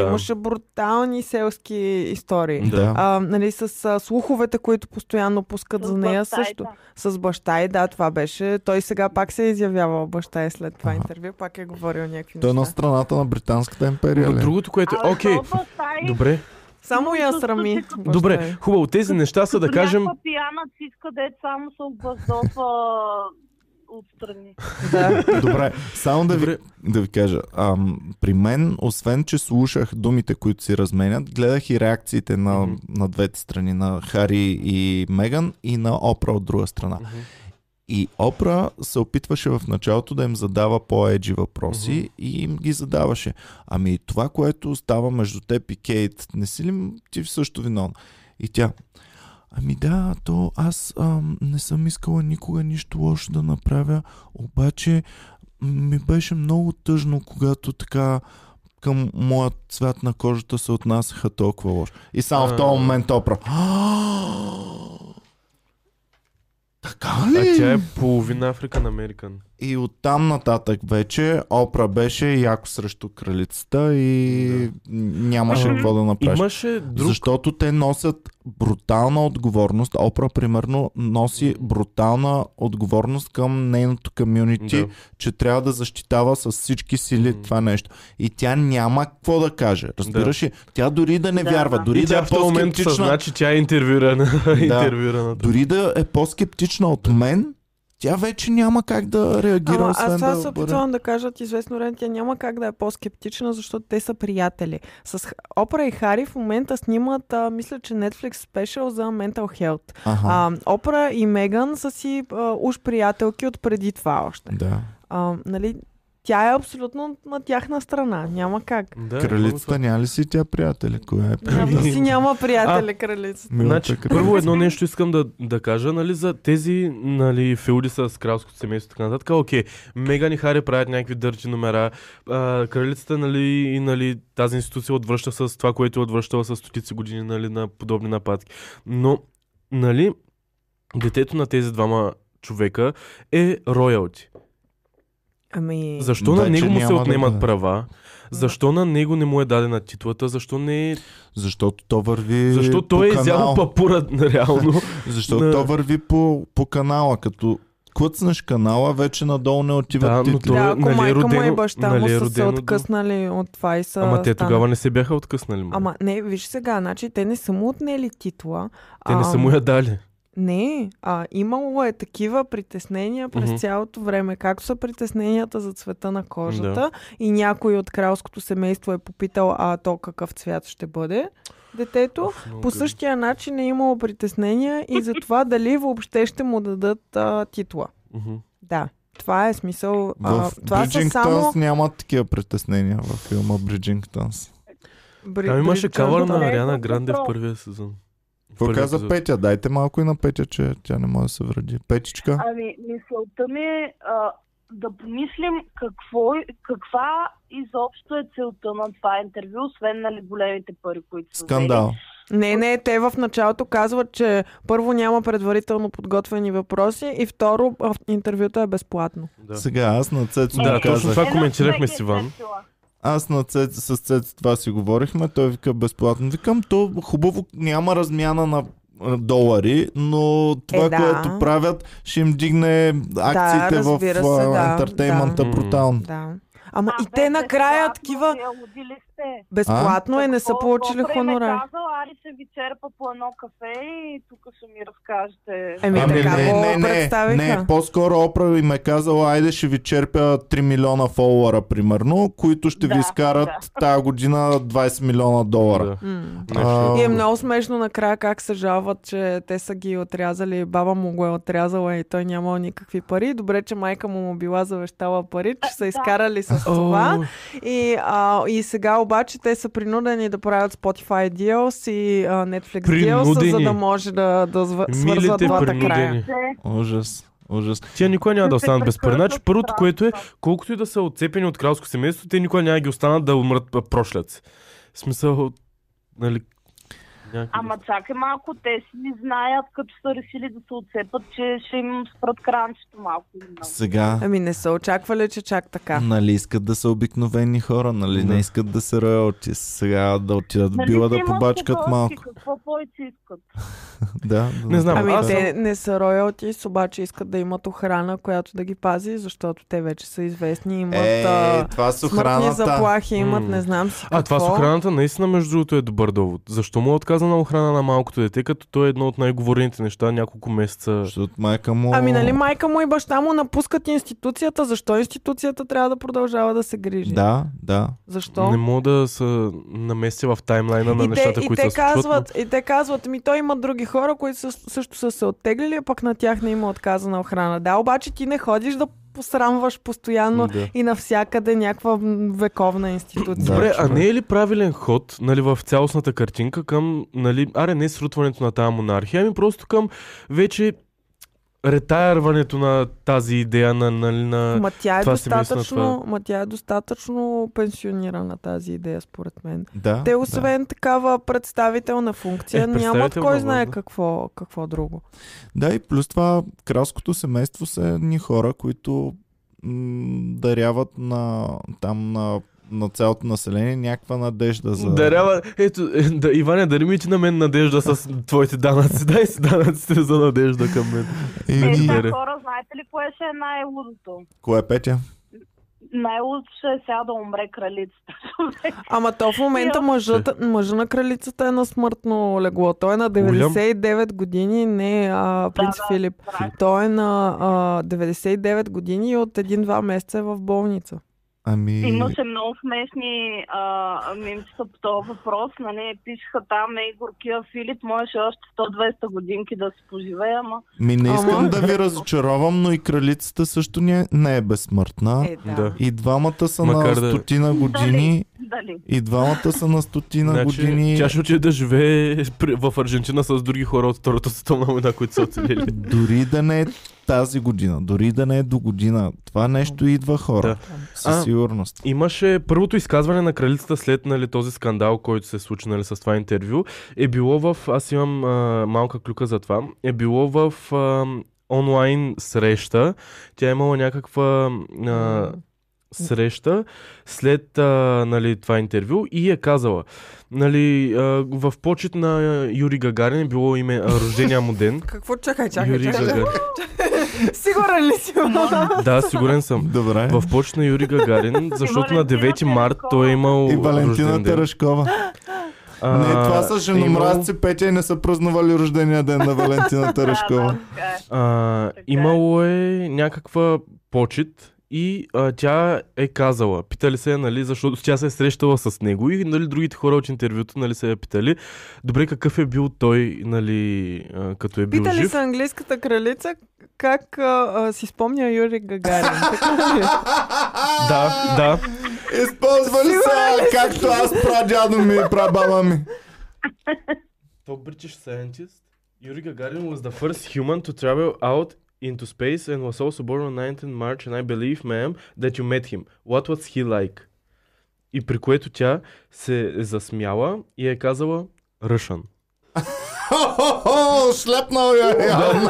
Speaker 2: Да.
Speaker 3: имаше брутални селски истории.
Speaker 2: Да.
Speaker 1: Да.
Speaker 3: А, нали, с а, слуховете, които постоянно пускат
Speaker 4: С
Speaker 3: за нея
Speaker 4: баща и
Speaker 3: също.
Speaker 4: да.
Speaker 3: С баща и да, това беше. Той сега пак се е изявявал баща и след това
Speaker 1: Аха.
Speaker 3: интервю, пак е говорил някакви
Speaker 1: Той е на
Speaker 3: неща.
Speaker 1: страната на Британската империя. нали?
Speaker 2: Но
Speaker 1: Ли?
Speaker 2: другото, което...
Speaker 4: Ама
Speaker 2: Окей,
Speaker 4: то баща и
Speaker 2: добре,
Speaker 3: Само я срами. баща
Speaker 2: добре,
Speaker 3: й.
Speaker 2: хубаво, тези неща са да
Speaker 4: като
Speaker 2: кажем...
Speaker 4: Някаква пияна цицка, дето само се обаздосва отстрани.
Speaker 3: Да.
Speaker 1: Добре, само да ви,
Speaker 2: Добре.
Speaker 1: да ви кажа. Ам, при мен, освен че слушах думите, които си разменят, гледах и реакциите на,
Speaker 2: Мгм.
Speaker 1: на двете страни, на Хари и Меган и на Опра от друга страна.
Speaker 2: Мгм.
Speaker 1: И Опра се опитваше в началото да им задава по-еджи въпроси
Speaker 2: Мгм.
Speaker 1: и им ги задаваше. Ами това, което става между теб и Кейт, не си ли ти също виновна? И тя, ами да, то аз ам, не съм искала никога нищо лошо да направя, обаче ми беше много тъжно, когато така към моят цвят на кожата се отнасяха толкова лошо. И само в
Speaker 2: А.
Speaker 1: този момент Опра. Така ли?
Speaker 2: А тя е половина Африкан Американ.
Speaker 1: И оттам нататък вече Опра беше яко срещу кралицата и нямаше
Speaker 2: Ага.
Speaker 1: какво да направиш.
Speaker 2: Имаше друг...
Speaker 1: Защото те носят брутална отговорност. Опра, примерно, носи брутална отговорност към нейното комюнити,
Speaker 2: Да.
Speaker 1: че трябва да защитава с всички сили
Speaker 2: М.
Speaker 1: това нещо. И тя няма какво да каже. Разбираш ли? Тя дори да не
Speaker 4: Да.
Speaker 1: вярва, дори
Speaker 2: И
Speaker 1: да
Speaker 2: тя
Speaker 1: е
Speaker 2: в този момент
Speaker 1: по-скептична,
Speaker 2: съзна, че тя е интервюирана. интервюирана.
Speaker 1: дори да е по-скептична от мен, тя вече няма как да реагира,
Speaker 3: Ама
Speaker 1: освен
Speaker 3: аз това се
Speaker 1: да бъде.
Speaker 3: опитвам да кажа от известно време, тя няма как да е по-скептична, защото те са приятели. С Х- Опра и Хари в момента снимат, а, мисля, че Netflix спешъл за Mental Health.
Speaker 1: Аха.
Speaker 3: А, Опра и Меган са си а, уж приятелки от преди това още.
Speaker 1: Да.
Speaker 3: А, нали, тя е абсолютно на тяхна страна. Няма как.
Speaker 2: Да,
Speaker 1: Кралицата няма ли си тя приятели? Коя е
Speaker 3: Няма
Speaker 1: приятели?
Speaker 3: си няма приятели, кралица.
Speaker 2: Значи, първо едно нещо искам да, да кажа, нали, за тези нали, филди с кралското семейство и така нататък. Окей, Меган и Хари правят някакви дърти номера. А, кралицата, нали, и, нали, тази институция отвръща с това, което е отвръщала с стотици години, нали, на подобни нападки. Но, нали, детето на тези двама човека е роялти.
Speaker 3: Ами,
Speaker 2: Защо на
Speaker 1: Вече
Speaker 2: него му се
Speaker 1: няма да
Speaker 2: отнемат
Speaker 1: бъде.
Speaker 2: права? Защо на него не му е дадена титлата? Защо не е
Speaker 1: Защото то върви
Speaker 2: Защо
Speaker 1: по
Speaker 2: той е
Speaker 1: канал.
Speaker 2: изял папура, реално.
Speaker 1: Защото
Speaker 2: Да.
Speaker 1: то върви по, по канала. Като клъцнеш канала, вече надолу не отиват
Speaker 2: Да, но
Speaker 1: титли.
Speaker 2: то-
Speaker 3: да, ако
Speaker 2: нали е
Speaker 3: майка му и
Speaker 2: родено-
Speaker 3: баща му
Speaker 2: нали е
Speaker 3: са се
Speaker 2: родено до-
Speaker 3: откъснали от това и са
Speaker 2: Ама те
Speaker 3: станали-
Speaker 2: тогава не се бяха откъснали. Ма.
Speaker 3: Ама не, виж сега, значи те не са му отнели титла.
Speaker 2: те не са му я дали.
Speaker 3: Не, а, имало е такива притеснения през
Speaker 2: Мгм.
Speaker 3: цялото време, както са притесненията за цвета на кожата
Speaker 2: Да.
Speaker 3: и някой от кралското семейство е попитал, а то какъв цвят ще бъде детето. По същия начин е имало притеснения и за това дали въобще ще му дадат а, титла.
Speaker 2: Мгм.
Speaker 3: Да, това е смисъл. А,
Speaker 1: В
Speaker 3: това са само...
Speaker 1: Бриджингтънс няма такива притеснения в филма Бриджингтънс.
Speaker 3: Бри...
Speaker 2: Там Ами имаше
Speaker 3: Бриджингтън,
Speaker 2: кавър на
Speaker 3: да.
Speaker 2: Ариана
Speaker 4: Е,
Speaker 2: Гранде в
Speaker 4: Петро.
Speaker 2: първия сезон. В
Speaker 1: Какво
Speaker 2: първия
Speaker 1: каза
Speaker 2: епизод.
Speaker 1: Петя? Дайте малко и на Петя, че тя не може да се вреди. Петичка?
Speaker 4: Ами, мисълта ми е а, да помислим какво, е, каква изобщо е целта на това интервю, освен нали, големите пари, които са взели.
Speaker 1: Скандал.
Speaker 3: Не, не, те в началото казват, че първо няма предварително подготвени въпроси и второ а, интервюто е безплатно.
Speaker 2: Да.
Speaker 1: Сега аз на Цецо
Speaker 2: Да,
Speaker 1: му
Speaker 2: точно
Speaker 1: казах.
Speaker 2: това
Speaker 4: Една
Speaker 2: коментирахме
Speaker 4: човек
Speaker 2: с
Speaker 4: е
Speaker 2: Иван.
Speaker 4: търсила.
Speaker 1: Аз на Цец, с Цец това си говорихме, той вика безплатно. Викам, то хубаво няма размяна на а, долари, но това,
Speaker 3: Е, да.
Speaker 1: което правят, ще им дигне акциите в
Speaker 3: разбира се, да,
Speaker 1: ентертеймента
Speaker 2: да.
Speaker 1: брутално.
Speaker 3: Да. Ама
Speaker 4: А, е
Speaker 3: и
Speaker 4: бе,
Speaker 3: те накрая
Speaker 4: безплатно,
Speaker 3: такива...
Speaker 4: вие лудили сте.
Speaker 3: Безплатно е, не са
Speaker 4: Какво-
Speaker 3: получили
Speaker 4: какво време
Speaker 3: хонорар.
Speaker 4: казала, Ари се ви черпа по едно кафе и тук ще ми разкажете.
Speaker 3: Еми,
Speaker 1: Ами
Speaker 3: така
Speaker 1: не,
Speaker 3: го
Speaker 1: не, не,
Speaker 3: представиха.
Speaker 1: не, по-скоро Опра ви ме казала, айде ще ви черпя 3 милиона фолуара, примерно, които ще ви
Speaker 4: Да,
Speaker 1: изкарат тази година 20 милиона долара.
Speaker 2: Да.
Speaker 3: М.
Speaker 1: А,
Speaker 2: Нещо.
Speaker 3: И е много смешно накрая как се жалват, че те са ги отрязали, баба му го е отрязала и той нямал никакви пари. Добре, че майка му му била завещала пари, че са изкарали с това.
Speaker 2: О,
Speaker 3: И, а, и сега обаче те са принудени да правят Spotify Deals и а, Netflix Deals, за
Speaker 2: Принудени.
Speaker 3: да може да, да зв- свързват
Speaker 2: Милите
Speaker 3: двата края.
Speaker 2: принудени.
Speaker 4: Те-
Speaker 1: Ужас, ужас.
Speaker 2: Тя никога няма да
Speaker 4: те
Speaker 2: останат без пари.
Speaker 4: прекършват
Speaker 2: Значи първото,
Speaker 4: страната.
Speaker 2: което е, колкото и да са отцепени от кралско семейство, те никога няма да ги останат да умрат а, прошляци. В смисъл, нали... някакви-
Speaker 4: Ама чакай малко, те си не знаят, като са решили да се отцепат, че ще им спрат кранчето малко. или много.
Speaker 1: Сега,
Speaker 3: Ами не са очаквали, че чак така.
Speaker 1: нали искат да са обикновени хора, нали не
Speaker 2: Да.
Speaker 1: искат да са роялти. Сега да отидат в
Speaker 4: Нали
Speaker 1: била да
Speaker 4: си имат
Speaker 1: побачкат
Speaker 4: купонки,
Speaker 1: малко.
Speaker 4: Какво повече искат?
Speaker 1: Да, да.
Speaker 2: Не знам,
Speaker 3: Ами
Speaker 2: аз
Speaker 3: те не са роялтис, обаче искат да имат охрана, която да ги пази, защото те вече са известни, имат
Speaker 1: Е,
Speaker 3: а,
Speaker 1: това с
Speaker 3: смъртни
Speaker 1: охраната.
Speaker 3: заплахи, имат
Speaker 2: М.
Speaker 3: не знам си какво.
Speaker 2: А, това с охраната наистина, между другото, е добър довод. Защо му е отказана охрана на малкото дете, като той е едно от най-говорените неща няколко месеца?
Speaker 1: Защото майка му...
Speaker 3: Ами нали майка му и баща му напускат институцията, защо институцията трябва да продължава да се грижи?
Speaker 1: Да, да.
Speaker 3: Защо?
Speaker 2: Не мога да се наместя в таймлайна на
Speaker 3: и
Speaker 2: нещата,
Speaker 3: те, и
Speaker 2: които
Speaker 3: те
Speaker 2: се случват. но-
Speaker 3: казват, и те казват, ми той има други хора, които са, също са се оттеглили, а пък на тях не има отказана охрана. Да, обаче ти не ходиш да посрамваш постоянно
Speaker 2: Да.
Speaker 3: и навсякъде някаква м, вековна институция.
Speaker 1: Да,
Speaker 2: Добре, а
Speaker 1: човек.
Speaker 2: не е ли правилен ход нали, в цялостната картинка към, нали, аре не срутването на тази монархия, ами просто към вече ретайрването на тази идея на... Нали, на...
Speaker 3: Ма тя е
Speaker 2: това си мисля,
Speaker 3: достатъчно, ма тя е достатъчно пенсионирана тази идея, според мен.
Speaker 1: Да,
Speaker 3: Те,
Speaker 1: да.
Speaker 3: освен такава представителна функция,
Speaker 2: Е,
Speaker 3: нямат
Speaker 2: представителна
Speaker 3: кой знае
Speaker 2: власт, да.
Speaker 3: какво, какво друго.
Speaker 1: Да, и плюс това кралското семейство са едни хора, които м- даряват на, там на, на цялото население някаква надежда за...
Speaker 2: Дарява, ето, е, да, Иване, дари ми ти на мен надежда с твоите данъци. Дай си данъците за надежда към мен.
Speaker 4: Те,
Speaker 1: И,
Speaker 2: да.
Speaker 4: тия
Speaker 2: добре.
Speaker 4: Е, хора, знаете ли кое ще е най-лудото?
Speaker 1: кое е Петя?
Speaker 4: Най-лудо ще е сега да умре кралицата.
Speaker 3: Ама то в момента
Speaker 4: Йо.
Speaker 3: мъжът, мъжа на кралицата е на смъртно легло. Той е на 99 години, не а, принц
Speaker 4: да.
Speaker 3: Филип. Той е на а, 99 години и от 1-2 месеца е в болница.
Speaker 1: Ами...
Speaker 4: Имаше много смешни а, мимчета по този въпрос. Нали, пишеха там, ей, горкия Филип, можеше още 120 годинки да си поживее, ама...
Speaker 1: Ми не искам
Speaker 3: Ама-
Speaker 1: да ви разочаровам, но и кралицата също не, не е безсмъртна.
Speaker 3: Е, да.
Speaker 2: Да.
Speaker 1: И двамата са
Speaker 2: Макар
Speaker 1: на
Speaker 2: да-
Speaker 1: стотина години.
Speaker 4: Дали?
Speaker 1: И двамата са на стотина години.
Speaker 2: Значи, Тя ще отиде е да живее при- в Аржентина с други хора от Втората световна война, които са оцелели.
Speaker 1: Дори да не е тази година, дори да не е до година. Това нещо идва хора.
Speaker 2: Да.
Speaker 1: Със
Speaker 2: А,
Speaker 1: сигурност.
Speaker 2: Имаше първото изказване на кралицата след нали, този скандал, който се случи нали, с това интервю, е било в, аз имам а, малка клюка за това, е било в а, онлайн среща. Тя е имала някаква а, среща след а, нали, това интервю и е казала, нали, а, в почет на а, Юри Гагарин е било име а, рождения му ден.
Speaker 3: Какво? Чакай,
Speaker 2: Юри Гагарин.
Speaker 3: Сигурен ли си?
Speaker 2: Да, сигурен съм.
Speaker 1: Добре.
Speaker 2: В почет на Юри Гагарин, защото на
Speaker 4: Валентина
Speaker 2: 9 март той е имал
Speaker 1: И
Speaker 2: рожден
Speaker 1: Валентина
Speaker 2: ден.
Speaker 1: Терешкова.
Speaker 2: А,
Speaker 1: Не, това
Speaker 2: е
Speaker 1: са
Speaker 2: имал-
Speaker 1: женомразци, Петя и не са празнували рождения ден на Валентина Терешкова.
Speaker 4: Да, да,
Speaker 2: А,
Speaker 4: Така е.
Speaker 2: имало е някаква почет и а, тя е казала, питали се, я, нали, защото тя се е срещала с него и нали, другите хора от интервюто нали, се я питали, добре какъв е бил той, нали, а, като е бил
Speaker 3: Питали
Speaker 2: жив.
Speaker 3: са английската кралица как а, а, си спомня Юрий Гагарин. Така ли?
Speaker 2: Да, да.
Speaker 1: Използвали са, както аз прадядо ми и прабаба ми.
Speaker 2: Top British scientist Yuri Gagarin was the first human to travel out into space and was also born on 19 March and I believe, ma'am, that you met him. What was he like? И при което тя се е засмяла и е казала Ръшън.
Speaker 1: Хо-хо-хо, шлепнал я. явно.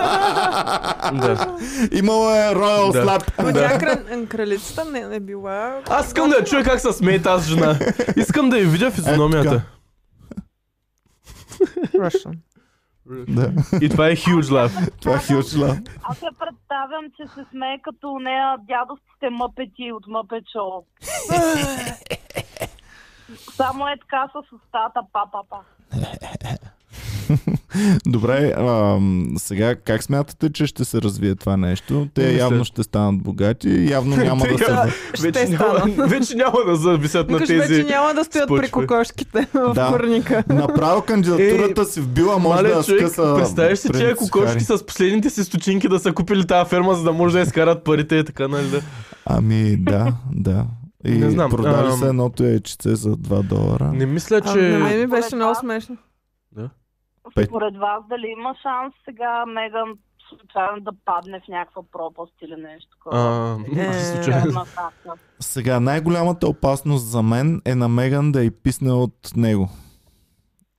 Speaker 2: Да.
Speaker 1: Имало е Royal
Speaker 2: Да.
Speaker 1: Slap.
Speaker 3: Ама тя крал- кралицата не, не била...
Speaker 2: Аз искам да я чуя как се смее тази жена. Искам да я видя
Speaker 1: Е,
Speaker 2: физиономията.
Speaker 1: така.
Speaker 3: Russian.
Speaker 1: Да.
Speaker 2: И това е huge love.
Speaker 1: Това е huge love.
Speaker 4: Аз се представям, че се смее като нея дядовците мъпети от Мъпет Шоу. Само е така с устата, па-па-па.
Speaker 1: Добре, ам, сега как смятате, че ще се развие това нещо? Те
Speaker 2: Мисля-
Speaker 1: явно ще станат богати, явно няма да
Speaker 2: Трябва-
Speaker 1: са...
Speaker 2: вече,
Speaker 3: Ще
Speaker 2: няма, вече няма да зависят на
Speaker 3: Викаш, вече
Speaker 2: тези.
Speaker 3: няма да стоят при
Speaker 2: спочве.
Speaker 3: кокошките в
Speaker 1: Да.
Speaker 3: курника.
Speaker 1: Направо кандидатурата си вбила, може
Speaker 2: Е, Мале,
Speaker 1: да я
Speaker 2: човек,
Speaker 1: скъса...
Speaker 2: представяш си, че
Speaker 1: принц
Speaker 2: ако кошки
Speaker 1: Хари.
Speaker 2: с последните си стотинки да са купили тази ферма, за да може да изкарат парите и така, нали? Да.
Speaker 1: Ами да, да. И
Speaker 2: Не знам,
Speaker 1: продали
Speaker 2: ам,
Speaker 1: се едното яйчице за 2 долара.
Speaker 2: Не мисля,
Speaker 3: А, на мен
Speaker 2: че...
Speaker 3: ми беше
Speaker 4: Според
Speaker 3: много
Speaker 4: вас-
Speaker 3: смешно.
Speaker 1: Пет.
Speaker 4: Според вас дали има шанс сега Меган случайно да падне в някаква пропаст или нещо такова?
Speaker 2: А,
Speaker 3: Е.
Speaker 2: случайно.
Speaker 4: Една хапка.
Speaker 1: Сега най-голямата опасност за мен е на Меган да й писне от него.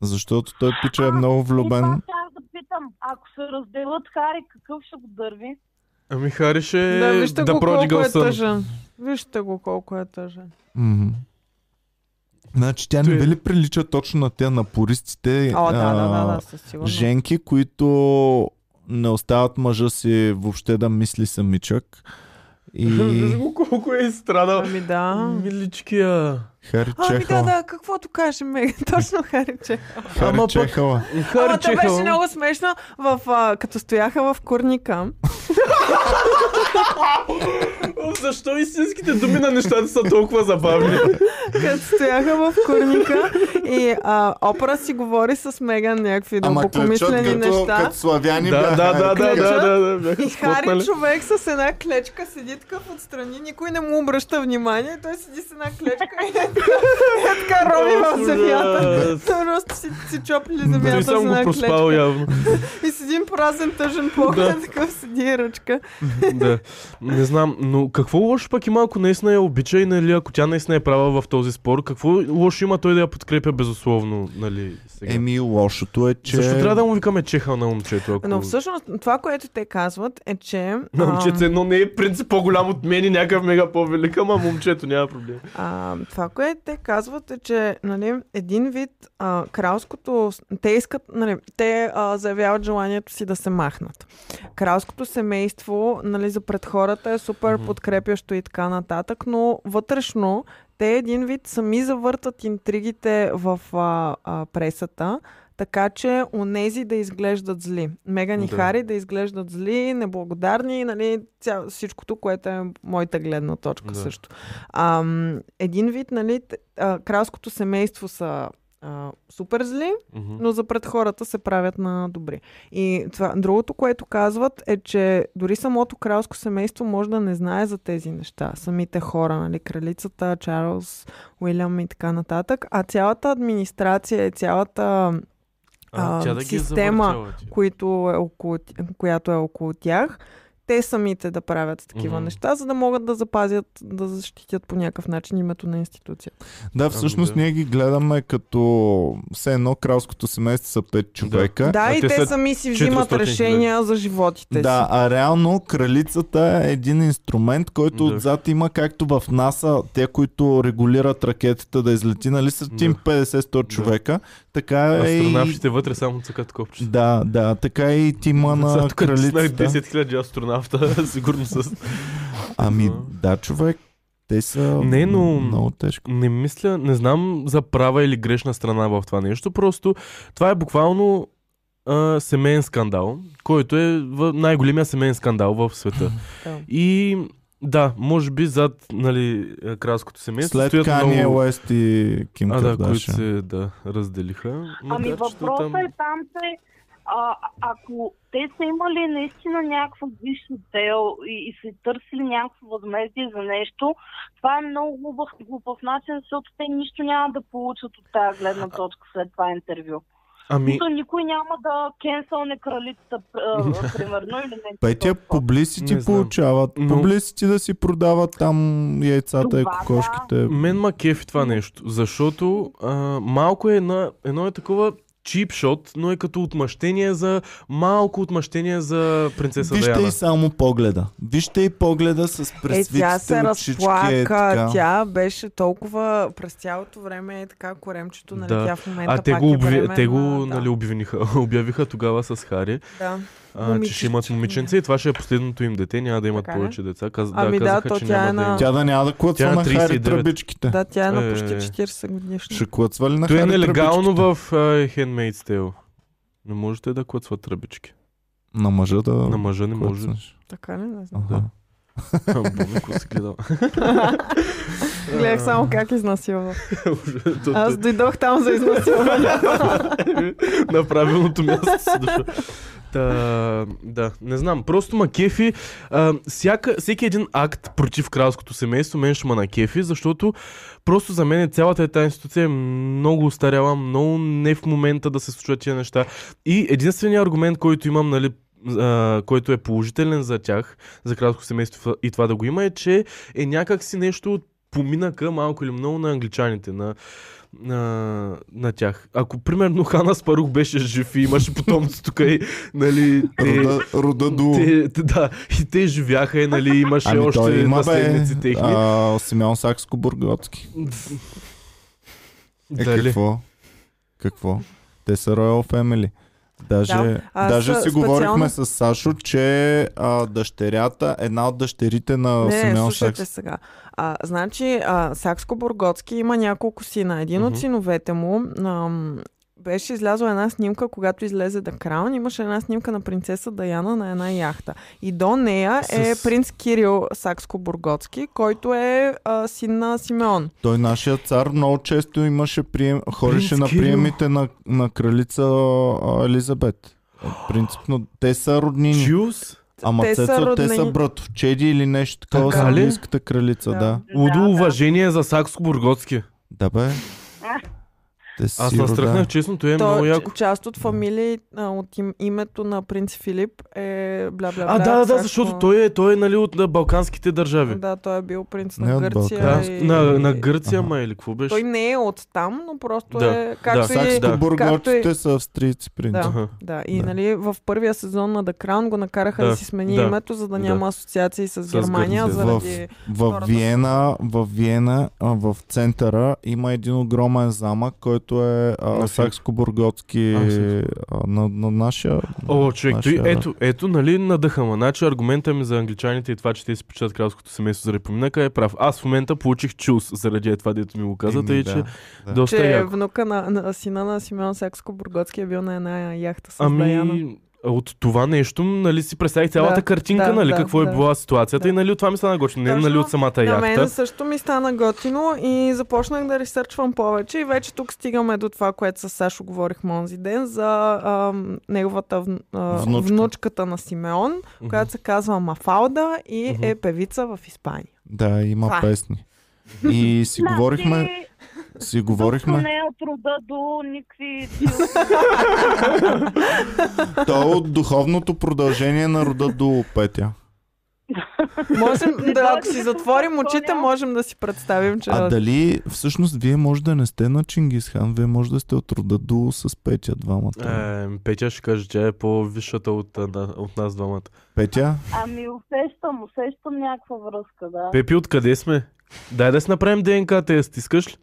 Speaker 1: Защото той пича е много
Speaker 4: И това
Speaker 1: влюбен.
Speaker 4: щях да питам, ако се разделят Хари, какъв ще го дърви?
Speaker 2: Ами Хари ще
Speaker 3: Да, вижте
Speaker 2: да
Speaker 3: го колко
Speaker 2: продигал
Speaker 3: е
Speaker 2: съм.
Speaker 3: тъжен. Вижте го колко е тъжен.
Speaker 1: Мгм. Значи тя
Speaker 2: Той
Speaker 1: не
Speaker 2: е-
Speaker 1: бе ли прилича точно на те на пористите
Speaker 3: О, да, да, да,
Speaker 1: Е, а,
Speaker 3: да, със сигурност.
Speaker 1: женки, които не остават мъжа си въобще да мисли самичък.
Speaker 2: Виж
Speaker 1: И
Speaker 2: го колко е изстрадал.
Speaker 3: Ами да.
Speaker 2: Миличкия.
Speaker 1: Хари
Speaker 3: Ами да,
Speaker 1: Чехала.
Speaker 3: да, каквото каже Мега, точно хариче.
Speaker 1: Хари
Speaker 2: Ама пък-
Speaker 1: Чехала.
Speaker 3: Ама
Speaker 2: Хари
Speaker 3: то беше
Speaker 2: Чехал.
Speaker 3: много смешно, в, а, като стояха в курника.
Speaker 2: Защо истинските думи на нещата са толкова забавни?
Speaker 3: Като стояха в курника и а, опера си говори с Меган някакви
Speaker 1: Ама клечат
Speaker 3: дълбокомислени
Speaker 1: като,
Speaker 3: неща.
Speaker 1: като славяни
Speaker 2: Да,
Speaker 1: бяха.
Speaker 2: да, да, да, да, да, да, бяха
Speaker 3: И Хари
Speaker 2: спотнали.
Speaker 3: човек с една клечка седи такъв отстрани, никой не му обръща внимание, той седи с една клечка и е така- е така роби в земята.
Speaker 2: Ужас.
Speaker 3: Просто си, си чопили
Speaker 2: Той
Speaker 3: земята с
Speaker 2: съм го
Speaker 3: една
Speaker 2: проспал
Speaker 3: клечка.
Speaker 2: явно.
Speaker 3: И с един празен тъжен поглед, такъв седи и ръчка.
Speaker 2: да. Не знам, но какво лошо пък има, ако наистина я обича и нали, ако тя наистина е права в този спор, какво лошо има той да я подкрепя безусловно, нали, сега?
Speaker 1: Еми, лошото е, че...
Speaker 2: Защо трябва да му викаме чехал на момчето? Ако...
Speaker 3: Но всъщност това, което те казват е, че...
Speaker 2: На момчето
Speaker 3: ам,
Speaker 2: едно не е принцип по-голям от мен и някакъв мега по-велик, ама момчето няма проблем.
Speaker 3: А, това, което те казват е, че нали, един вид а, кралското... Те искат... Нали, те а, заявяват желанието си да се махнат. Кралското семейство нали, за пред хората е супер
Speaker 2: Мгм.
Speaker 3: подкрепящо и така нататък, но вътрешно те един вид сами завъртат интригите в а, а, пресата, така че онези да изглеждат зли. Меган и
Speaker 2: Да.
Speaker 3: Хари да изглеждат зли, неблагодарни, нали, ця, всичкото, което е моята гледна точка
Speaker 2: Да.
Speaker 3: също. А, един вид, нали, т- а, кралското семейство са а, супер зли, но за пред хората се правят на добри. И това, другото, което казват е, че дори самото кралско семейство може да не знае за тези неща. Самите хора, нали, кралицата, Чарлз, Уилям и така нататък. А цялата администрация и цялата А, тя да ги е система. които е около, т- която е около тях, те самите да правят такива
Speaker 2: Мгм.
Speaker 3: mm-hmm. неща, за да могат да запазят, да защитят по някакъв начин името на институцията.
Speaker 1: Да, всъщност
Speaker 2: Ами да.
Speaker 1: ние ги гледаме като все едно кралското семейство са пет човека.
Speaker 3: Да,
Speaker 2: А
Speaker 3: и
Speaker 2: те
Speaker 3: те,
Speaker 2: са
Speaker 3: сами си взимат
Speaker 2: 400
Speaker 3: решения за животите
Speaker 1: Да,
Speaker 3: си.
Speaker 1: а реално кралицата е един инструмент, който
Speaker 2: Да.
Speaker 1: да. отзад има както в НАСА, те, които регулират ракетата да излети, нали са
Speaker 2: Да.
Speaker 1: тим 50-100
Speaker 2: Да.
Speaker 1: човека, така е и...
Speaker 2: Астронавтите вътре само цъкат копче.
Speaker 1: Да, да, така е и тима на
Speaker 2: Тук натиснах
Speaker 1: кралицата.
Speaker 2: 10 000 астронавта, сигурно с
Speaker 1: Ами
Speaker 2: Ага.
Speaker 1: да, човек, те са
Speaker 2: Не, но-
Speaker 1: много тежко.
Speaker 2: Не мисля, не знам за права или грешна страна в това нещо. Просто това е буквално а, семейен скандал, който е в- най-големия семейен скандал в света.
Speaker 3: Да.
Speaker 2: И да, може би зад нали, а, кралското семейство
Speaker 1: След
Speaker 2: стоят
Speaker 1: Кanye
Speaker 2: много...
Speaker 1: West и Ким
Speaker 2: А, да, които
Speaker 1: Кардашиан.
Speaker 2: се да, разделиха.
Speaker 4: Ами
Speaker 2: Макар, че
Speaker 4: въпросът
Speaker 2: там-
Speaker 4: е там, че а, ако те са имали наистина някаква висша цел и, и са търсили някакво възмездие за нещо, това е много глупав, глупав начин, защото те нищо няма да получат от тази гледна точка след това интервю.
Speaker 2: Ами,
Speaker 4: Ми... Никой няма да кенсълне кралицата, а, примерно, или нещо.
Speaker 1: Петя
Speaker 4: такова.
Speaker 1: публисити
Speaker 2: Не знам.
Speaker 1: получават.
Speaker 2: Но-
Speaker 1: Публисити да си продават там яйцата и
Speaker 4: Това да.
Speaker 1: кокошките.
Speaker 2: мен ма кефи това нещо, защото а, малко е на, едно е такова чипшот, но е като отмъщение за малко отмъщение за принцеса
Speaker 1: Вижте
Speaker 2: Даяна.
Speaker 1: и само погледа. Вижте и погледа с
Speaker 3: Е,
Speaker 1: пресвитите
Speaker 3: тя се
Speaker 1: очички. Е,
Speaker 3: разплака,
Speaker 1: така.
Speaker 3: тя беше толкова през цялото време е така коремчето, нали,
Speaker 2: Да.
Speaker 3: тя в момента
Speaker 2: А те
Speaker 3: пак
Speaker 2: го,
Speaker 3: е
Speaker 2: обви...
Speaker 3: бременна,
Speaker 2: те го
Speaker 3: да.
Speaker 2: нали, обвиниха, обявиха тогава с Хари,
Speaker 3: да.
Speaker 2: а, че ще имат
Speaker 3: Момиченце.
Speaker 2: момиченце и това ще е последното им дете, няма да имат
Speaker 3: Така ли?
Speaker 2: повече деца. Каз...
Speaker 3: Ами
Speaker 2: да,
Speaker 3: да,
Speaker 2: казаха,
Speaker 3: то
Speaker 2: че
Speaker 3: тя
Speaker 2: няма
Speaker 3: е
Speaker 2: да
Speaker 3: на-
Speaker 2: има.
Speaker 1: Тя да няма да
Speaker 2: Тя
Speaker 1: клъцва
Speaker 2: е
Speaker 1: на Хари
Speaker 2: 39.
Speaker 1: тръбичките.
Speaker 3: да, тя е на
Speaker 2: Е.
Speaker 3: почти 40 годишна.
Speaker 1: Ще клъцва ли на
Speaker 2: То е
Speaker 1: Хари
Speaker 2: нелегално
Speaker 1: тръбичките?
Speaker 2: в uh, Handmaid's Tale. Не можете да клъцват тръбички.
Speaker 1: На мъжа да...
Speaker 2: На мъжа не може.
Speaker 1: клъцнеш.
Speaker 3: Така ли? Не знам.
Speaker 1: Аха.
Speaker 2: Да. А, Боми, ако си гледал.
Speaker 3: Гледах само как изнасилва.
Speaker 2: Ужас, то-
Speaker 3: Аз дойдох там за изнасилване.
Speaker 2: На правилното място си дошъл. Та, да, не знам, просто ма кефи. А, всяка, всеки един акт против кралското семейство мен ще ма на кефи, защото просто за мен е цялата тази институция е много устаряла, много не в момента да се случват тия неща. И единственият аргумент, който имам, нали, а, който е положителен за тях, за кралско семейство и това да го има, е, че е някакси нещо от поминъка малко или много на англичаните, на, на, на тях. Ако, примерно, Хана Спарух беше жив и имаше потомство тук и, нали, те,
Speaker 1: Рода, рода до...
Speaker 2: те, те, да, и те живяха, и, нали, имаше
Speaker 1: Ами
Speaker 2: още
Speaker 1: той има бе,
Speaker 2: наследници техни.
Speaker 1: а, Симеон Сакско-Бурготски. Е,
Speaker 2: Дали?
Speaker 1: какво? Какво? Те са Royal Family. Даже,
Speaker 3: Да.
Speaker 1: да,
Speaker 3: Аз
Speaker 1: даже си
Speaker 3: специално-
Speaker 1: говорихме с Сашо, че а, дъщерята, една от дъщерите на
Speaker 3: Не,
Speaker 1: Симеон
Speaker 3: слушайте
Speaker 1: Сакс.
Speaker 3: сега. А, значи, а, Сакско-Бурготски има няколко сина. Един
Speaker 2: Мгм.
Speaker 3: от синовете му ам, беше излязла една снимка, когато излезе да Краун. Имаше една снимка на принцеса Даяна на една яхта. И до нея е
Speaker 2: С-
Speaker 3: принц Кирил Сакско-Бурготски, който е а, син на Симеон.
Speaker 1: Той, нашия цар, много често имаше прием, ходеше
Speaker 2: Принц
Speaker 1: на
Speaker 2: Кирил.
Speaker 1: приемите на, на кралица а, Елизабет. Принципно, те са роднини.
Speaker 2: Чиус?
Speaker 1: Ама
Speaker 3: Те
Speaker 1: те,
Speaker 3: са
Speaker 1: са, те са
Speaker 3: роднини.
Speaker 1: братовчеди или нещо такова с
Speaker 2: Така ли?
Speaker 1: английската кралица, да.
Speaker 3: Да.
Speaker 1: Да,
Speaker 2: Лудо
Speaker 4: Да, да.
Speaker 2: уважение за Сакско-Бурготски.
Speaker 1: бе. Те си
Speaker 2: Аз
Speaker 1: рода.
Speaker 2: настръхнах, честно, той е
Speaker 3: То,
Speaker 2: много
Speaker 3: ч-
Speaker 2: яко.
Speaker 3: част от фамилии а, от им, името на принц Филип е бла-бла-бла.
Speaker 2: А, да, да, да,
Speaker 3: Сакско-
Speaker 2: защото той е, той е нали, от на балканските държави.
Speaker 3: Да, той е бил принц
Speaker 1: Не
Speaker 3: на
Speaker 1: от
Speaker 3: Гърция.
Speaker 2: Да,
Speaker 1: Балкан.
Speaker 3: и...
Speaker 2: на, на Гърция,
Speaker 1: Аха.
Speaker 2: ма или какво беше?
Speaker 3: Той не е от там, но просто
Speaker 2: Да,
Speaker 3: е както
Speaker 2: да.
Speaker 3: и...
Speaker 2: Сакско-
Speaker 1: Сакско бурготците
Speaker 3: както
Speaker 1: са австрийци, принцип.
Speaker 2: Аха.
Speaker 3: Да, и
Speaker 1: е, Да.
Speaker 3: нали в първия сезон на The Crown го накараха да,
Speaker 2: Да,
Speaker 3: си смени
Speaker 2: да,
Speaker 3: името, за да няма
Speaker 2: да.
Speaker 3: асоциации с,
Speaker 2: С
Speaker 3: Германия,
Speaker 2: Гърция.
Speaker 3: заради...
Speaker 1: В
Speaker 3: хората.
Speaker 1: Виена, в Виена, а, в центъра има един огромен замък, който е
Speaker 2: На
Speaker 1: а,
Speaker 2: Фин.
Speaker 1: сакско-бурготски
Speaker 2: А, Фин.
Speaker 1: а, на, на нашия...
Speaker 2: О, човек, той,
Speaker 1: нашия-
Speaker 2: ето, ето, нали, надъха ма. Значи аргумента ми за англичаните и това, че те си печат кралското семейство заради поминъка е прав. Аз в момента получих чулс заради е това, дето ми го каза,
Speaker 1: Еми,
Speaker 2: тъй,
Speaker 1: да,
Speaker 2: че
Speaker 1: да.
Speaker 2: доста
Speaker 3: Че е
Speaker 2: яко.
Speaker 3: внука на, на сина на Симеон Сакско-Бурготски е бил на една яхта с Даяна.
Speaker 2: Ами, от това нещо, нали, си представих цялата
Speaker 3: Да,
Speaker 2: картинка,
Speaker 3: да,
Speaker 2: нали,
Speaker 3: да,
Speaker 2: какво
Speaker 3: да.
Speaker 2: е била ситуацията
Speaker 3: Да.
Speaker 2: и нали, от това ми стана гочно. Не,
Speaker 3: Точно.
Speaker 2: нали, от самата
Speaker 3: На мен
Speaker 2: яхта.
Speaker 3: също ми стана готино и започнах да ресърчвам повече и вече тук стигаме до това, което с Сашо говорихме онзи ден за ам, неговата вн- а,
Speaker 1: Внучка.
Speaker 3: внучката на Симеон,
Speaker 2: Мгм.
Speaker 3: която се казва Мафалда и
Speaker 2: Мгм.
Speaker 3: е певица в Испания.
Speaker 1: Да, има
Speaker 3: Това е.
Speaker 1: песни. И си
Speaker 4: Значи,
Speaker 1: говорихме, си
Speaker 4: Говорихме.
Speaker 1: говорихме,
Speaker 4: Не е от рода до никакви... дил.
Speaker 1: то е от духовното продължение на рода до петя.
Speaker 3: Можем
Speaker 4: Не
Speaker 3: да, ако
Speaker 4: дойде
Speaker 3: си
Speaker 4: да
Speaker 3: затворим
Speaker 4: представя,
Speaker 3: очите,
Speaker 4: няма.
Speaker 3: можем да си представим, че...
Speaker 1: А дали всъщност вие може да не сте на Чингисхан, вие може да сте от рода до с Петя двамата.
Speaker 2: Е, Петя ще каже, че е по-висшата от, а, на- от нас двамата.
Speaker 1: Петя?
Speaker 4: Ами усещам, усещам някаква връзка, да.
Speaker 2: Пепи, откъде сме? Дай да си направим ДНК тест, искаш ли?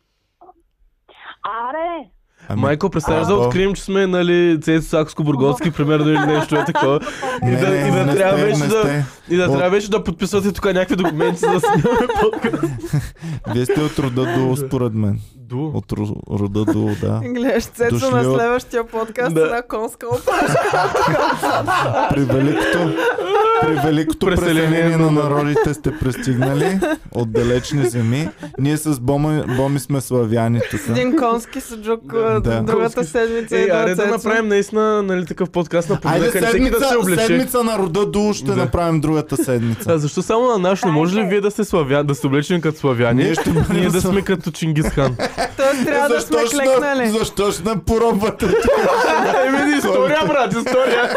Speaker 4: Аре,
Speaker 1: Ами,
Speaker 2: Майко, представяш да
Speaker 1: Ало.
Speaker 2: открием, че сме, нали, Цецо Сакско-Бурготски, примерно, или нещо е такова.
Speaker 1: не,
Speaker 2: и да-
Speaker 1: не,
Speaker 2: и да
Speaker 1: не
Speaker 2: трябва
Speaker 1: сте,
Speaker 2: вече
Speaker 1: не
Speaker 2: да-
Speaker 1: сте.
Speaker 2: И да
Speaker 1: О.
Speaker 2: трябва беше да подписвате тук някакви документи, за да снимаме подкаст.
Speaker 1: Вие сте от рода до, според мен.
Speaker 2: Ду.
Speaker 1: От ро- рода до, да.
Speaker 3: Гледаш Цецо
Speaker 1: Дошли
Speaker 3: на
Speaker 1: от-
Speaker 3: следващия подкаст
Speaker 2: Да.
Speaker 3: да. на конска опашка.
Speaker 1: При великото, при великото
Speaker 2: Преселение
Speaker 1: преселение на
Speaker 2: на
Speaker 1: народите сте пристигнали от далечни земи. Ние с Боми, Боми сме славяни тук.
Speaker 3: Един конски суджук
Speaker 1: Да.
Speaker 2: Да.
Speaker 3: да. другата
Speaker 2: Конски.
Speaker 3: седмица
Speaker 2: Е,
Speaker 3: и
Speaker 2: аре да направим наистина, нали, такъв подкаст на
Speaker 1: Айде
Speaker 2: понеделник, нали, всеки да
Speaker 1: седмица,
Speaker 2: се облече.
Speaker 1: седмица на рода до ще
Speaker 2: Да.
Speaker 1: направим другата седмица.
Speaker 2: А защо само на наш не може ли вие да сте славяни, да сте облечени като славяни,
Speaker 1: Ние ще бъдем
Speaker 2: ние да
Speaker 1: слав-
Speaker 2: сме като Чингисхан?
Speaker 3: Тоест трябва да сме
Speaker 1: защо, ще, на-
Speaker 3: клекнали.
Speaker 1: защо ще не поробвате?
Speaker 2: Еми, история, брат, история.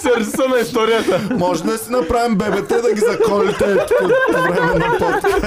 Speaker 2: Сърчица на историята.
Speaker 1: Може да си направим бебете да ги заколите е тук по време на подкаст.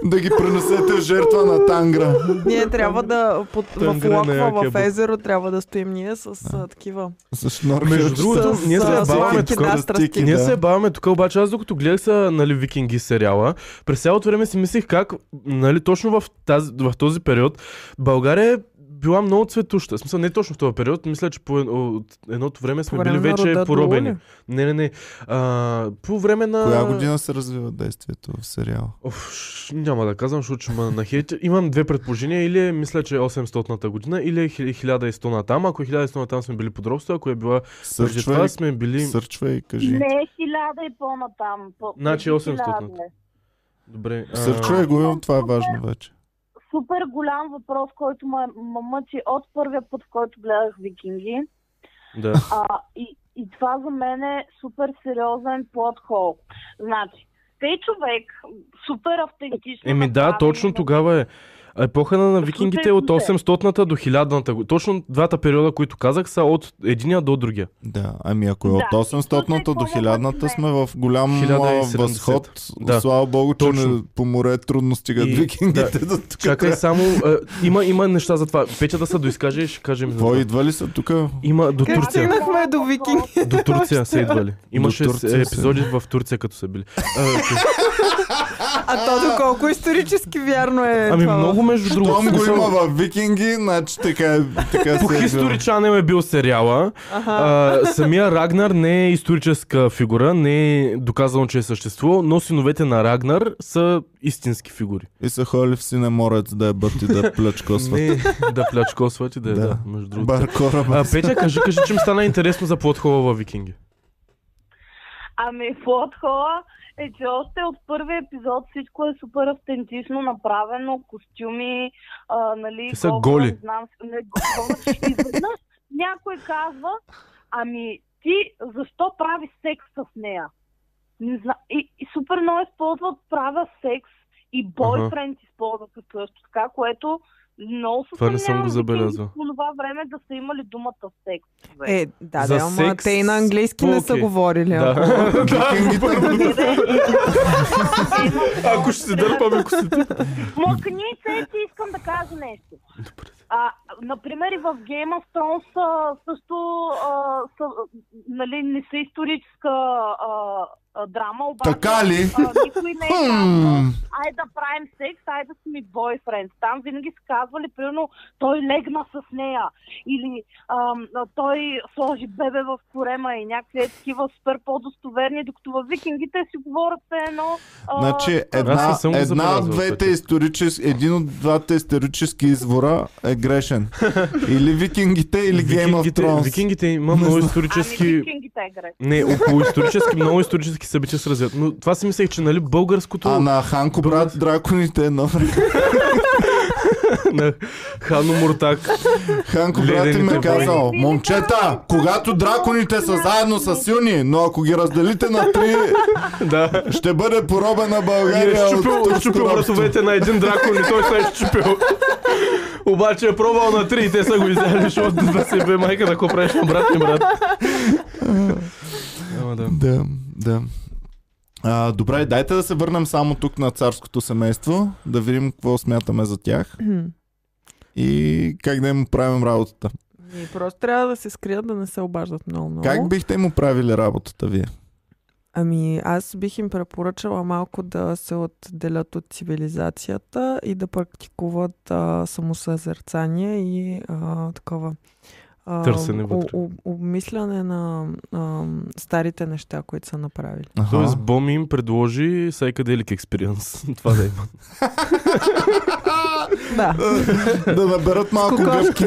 Speaker 1: да ги пренесете в жертва на Тангра.
Speaker 3: Ние трябва да под, в
Speaker 2: Тангрена е
Speaker 3: локва, в
Speaker 2: кебаб. с
Speaker 3: езеро трябва да стоим ние с а, такива.
Speaker 1: С
Speaker 2: Между
Speaker 1: норкерчета.
Speaker 2: другото,
Speaker 3: с,
Speaker 2: ние се
Speaker 3: а,
Speaker 2: разбавяме
Speaker 3: сламки
Speaker 2: тук.
Speaker 3: на страсти.
Speaker 1: Стики,
Speaker 2: Ние
Speaker 1: да.
Speaker 2: се баваме тук, обаче аз докато гледах са, нали, викинги сериала, през цялото време си мислих как, нали, точно в, тази, в този период България е била много цветуща. В смисъл, не точно в този период, мисля, че по ед- от едното време
Speaker 3: По
Speaker 2: сме
Speaker 3: време
Speaker 2: били
Speaker 3: на
Speaker 2: вече
Speaker 3: рода
Speaker 2: поробени.
Speaker 3: Долу
Speaker 2: Не, не, не. А, по време на...
Speaker 1: Коя година се развива действието в сериала?
Speaker 2: Оф, ш- няма да казвам, защото ще ме нахейт. Имам две предположения. Или е, мисля, че е 800-та година, или е хи- 1100 на там. Ако е 1100 на там сме били подробства, ако е била преди
Speaker 1: Сърчва
Speaker 2: това
Speaker 1: и,
Speaker 2: сме били...
Speaker 1: сърчва и кажи.
Speaker 4: Не, е хиляда и по-натам. По- е.
Speaker 2: Значи 800.
Speaker 4: 1000.
Speaker 2: Добре. а,
Speaker 1: Сърчва и го, това е важно вече.
Speaker 4: супер голям въпрос, който ме ме мъчи от първия път, в който гледах Викинги.
Speaker 2: Да.
Speaker 4: А, и, и това за мен е супер сериозен подхол. Значи, те човек, супер автентично.
Speaker 2: Еми да,
Speaker 4: направен,
Speaker 2: точно тогава е. Епоха на, на викингите е от 800-та до 1000-та година. Точно двата периода, които казах, са от единия до другия.
Speaker 1: Да, ами ако е
Speaker 4: Да,
Speaker 1: от
Speaker 4: и
Speaker 1: 800-та до
Speaker 4: слушай,
Speaker 1: 1000-та сме в голям а,
Speaker 2: 1070.
Speaker 1: възход.
Speaker 2: Да.
Speaker 1: Слава богу, че
Speaker 2: Точно.
Speaker 1: не, по море трудно стигат
Speaker 2: И-
Speaker 1: викингите до тук.
Speaker 2: Чакай само, е, има, има неща за това. Петя да се доизкаже и ще кажем. за
Speaker 1: Какво
Speaker 2: това.
Speaker 1: идва ли са тук?
Speaker 2: Има до
Speaker 3: Как
Speaker 2: Турция.
Speaker 3: стигнахме до викинги?
Speaker 2: До Турция са идвали. Имаше
Speaker 1: Турция
Speaker 2: с-
Speaker 1: са.
Speaker 2: епизоди в Турция, като са били. Е, А,
Speaker 3: А то доколко исторически вярно е
Speaker 2: Ами
Speaker 3: това?
Speaker 2: много между другото.
Speaker 1: Том го
Speaker 2: смисъл,
Speaker 1: има в викинги, значи така, така
Speaker 2: По
Speaker 1: се е
Speaker 2: History
Speaker 1: бил.
Speaker 2: Channel е бил сериала.
Speaker 3: Аха.
Speaker 2: А, самия Рагнар не е историческа фигура, не е доказано, че е съществувал, но синовете на Рагнар са истински фигури.
Speaker 1: И са холи в синеморец да е бът и да плечкосват.
Speaker 2: Не е да плячкосват и да е,
Speaker 1: Да.
Speaker 2: да, между другото.
Speaker 1: Бар кораба.
Speaker 2: А, Петя, кажи, кажи, че ми стана интересно за плотхова във Викинги.
Speaker 4: Ами, подхола е, че още от първи епизод всичко е супер автентично направено, костюми, а, нали...
Speaker 2: Те са
Speaker 4: колко,
Speaker 2: голи.
Speaker 4: Не знам, не, голи. И изведнъж някой казва, ами ти защо прави секс с нея? Не знам. И, и супер много използват правя секс и бойфренд използват също така, което много се
Speaker 2: Това не съм
Speaker 4: съмнявам,
Speaker 2: го забелязал.
Speaker 4: че По това време да са имали думата секс. човек.
Speaker 3: Е, да,
Speaker 2: За
Speaker 3: да, ама
Speaker 2: секс
Speaker 3: те и на английски не са
Speaker 2: по-окей.
Speaker 3: говорили. ако-
Speaker 1: Викингите.
Speaker 2: Ако ще се дърпаме косите.
Speaker 4: Мъкни се, ти искам да кажа нещо. А, например, и в Game of Thrones а, също а, са, а, нали, не са историческа а, а, драма, обаче
Speaker 1: Така ли?
Speaker 4: а, никой не е казал,
Speaker 1: Хм.
Speaker 4: ай да правим секс, ай да сме бойфренд. Там винаги са казвали, примерно, той легна с нея или ам, а, той сложи бебе в корема и някакви е такива супер по-достоверни, докато във викингите си говорят все едно... а,
Speaker 1: Значи
Speaker 2: Аз не
Speaker 1: една,
Speaker 2: съм го
Speaker 1: една от
Speaker 2: забелязал,
Speaker 1: двете
Speaker 2: Петя.
Speaker 1: исторически, един от двата исторически извора е грешен. Или викингите, или Game of
Speaker 2: Викингите,
Speaker 1: Thrones.
Speaker 2: викингите има много
Speaker 4: Ами
Speaker 2: исторически...
Speaker 4: викингите е грешно.
Speaker 2: Не, около исторически, много исторически събития се развиват. Но това си мислех, че нали българското...
Speaker 1: А на Ханко брат драконите едно време.
Speaker 2: на Хано Муртак.
Speaker 1: Ханко брат им е
Speaker 2: Ледените
Speaker 1: казал,
Speaker 4: войни.
Speaker 1: момчета, когато драконите са заедно са силни, но ако ги разделите на три,
Speaker 2: да.
Speaker 1: ще бъде поробена
Speaker 2: И е
Speaker 1: България от
Speaker 2: щупил,
Speaker 1: турско
Speaker 2: щупил
Speaker 1: робство.
Speaker 2: вратовете на един дракон и той се е щупил. Обаче е пробвал на три и те са го изяли, защото да се бе майка, да го правиш на брат ми, брат. Ама да.
Speaker 1: Да, да. А, добре, дайте да се върнем само тук на царското семейство, да видим какво смятаме за тях и как да им правим работата.
Speaker 3: И просто трябва да се скрият, да не се обаждат много много.
Speaker 1: Как бихте му правили работата вие?
Speaker 3: Ами аз бих им препоръчала малко да се отделят от цивилизацията и да практикуват а, самосъзерцание и а, такова а,
Speaker 2: Търсене вътре.
Speaker 3: о- о- обмисляне на а, старите неща, които са направили.
Speaker 1: Аха.
Speaker 2: Тоест, Боми им предложи Psychedelic Experience. Това да има.
Speaker 3: Да,
Speaker 1: да наберат малко гъбки,
Speaker 3: кокошки,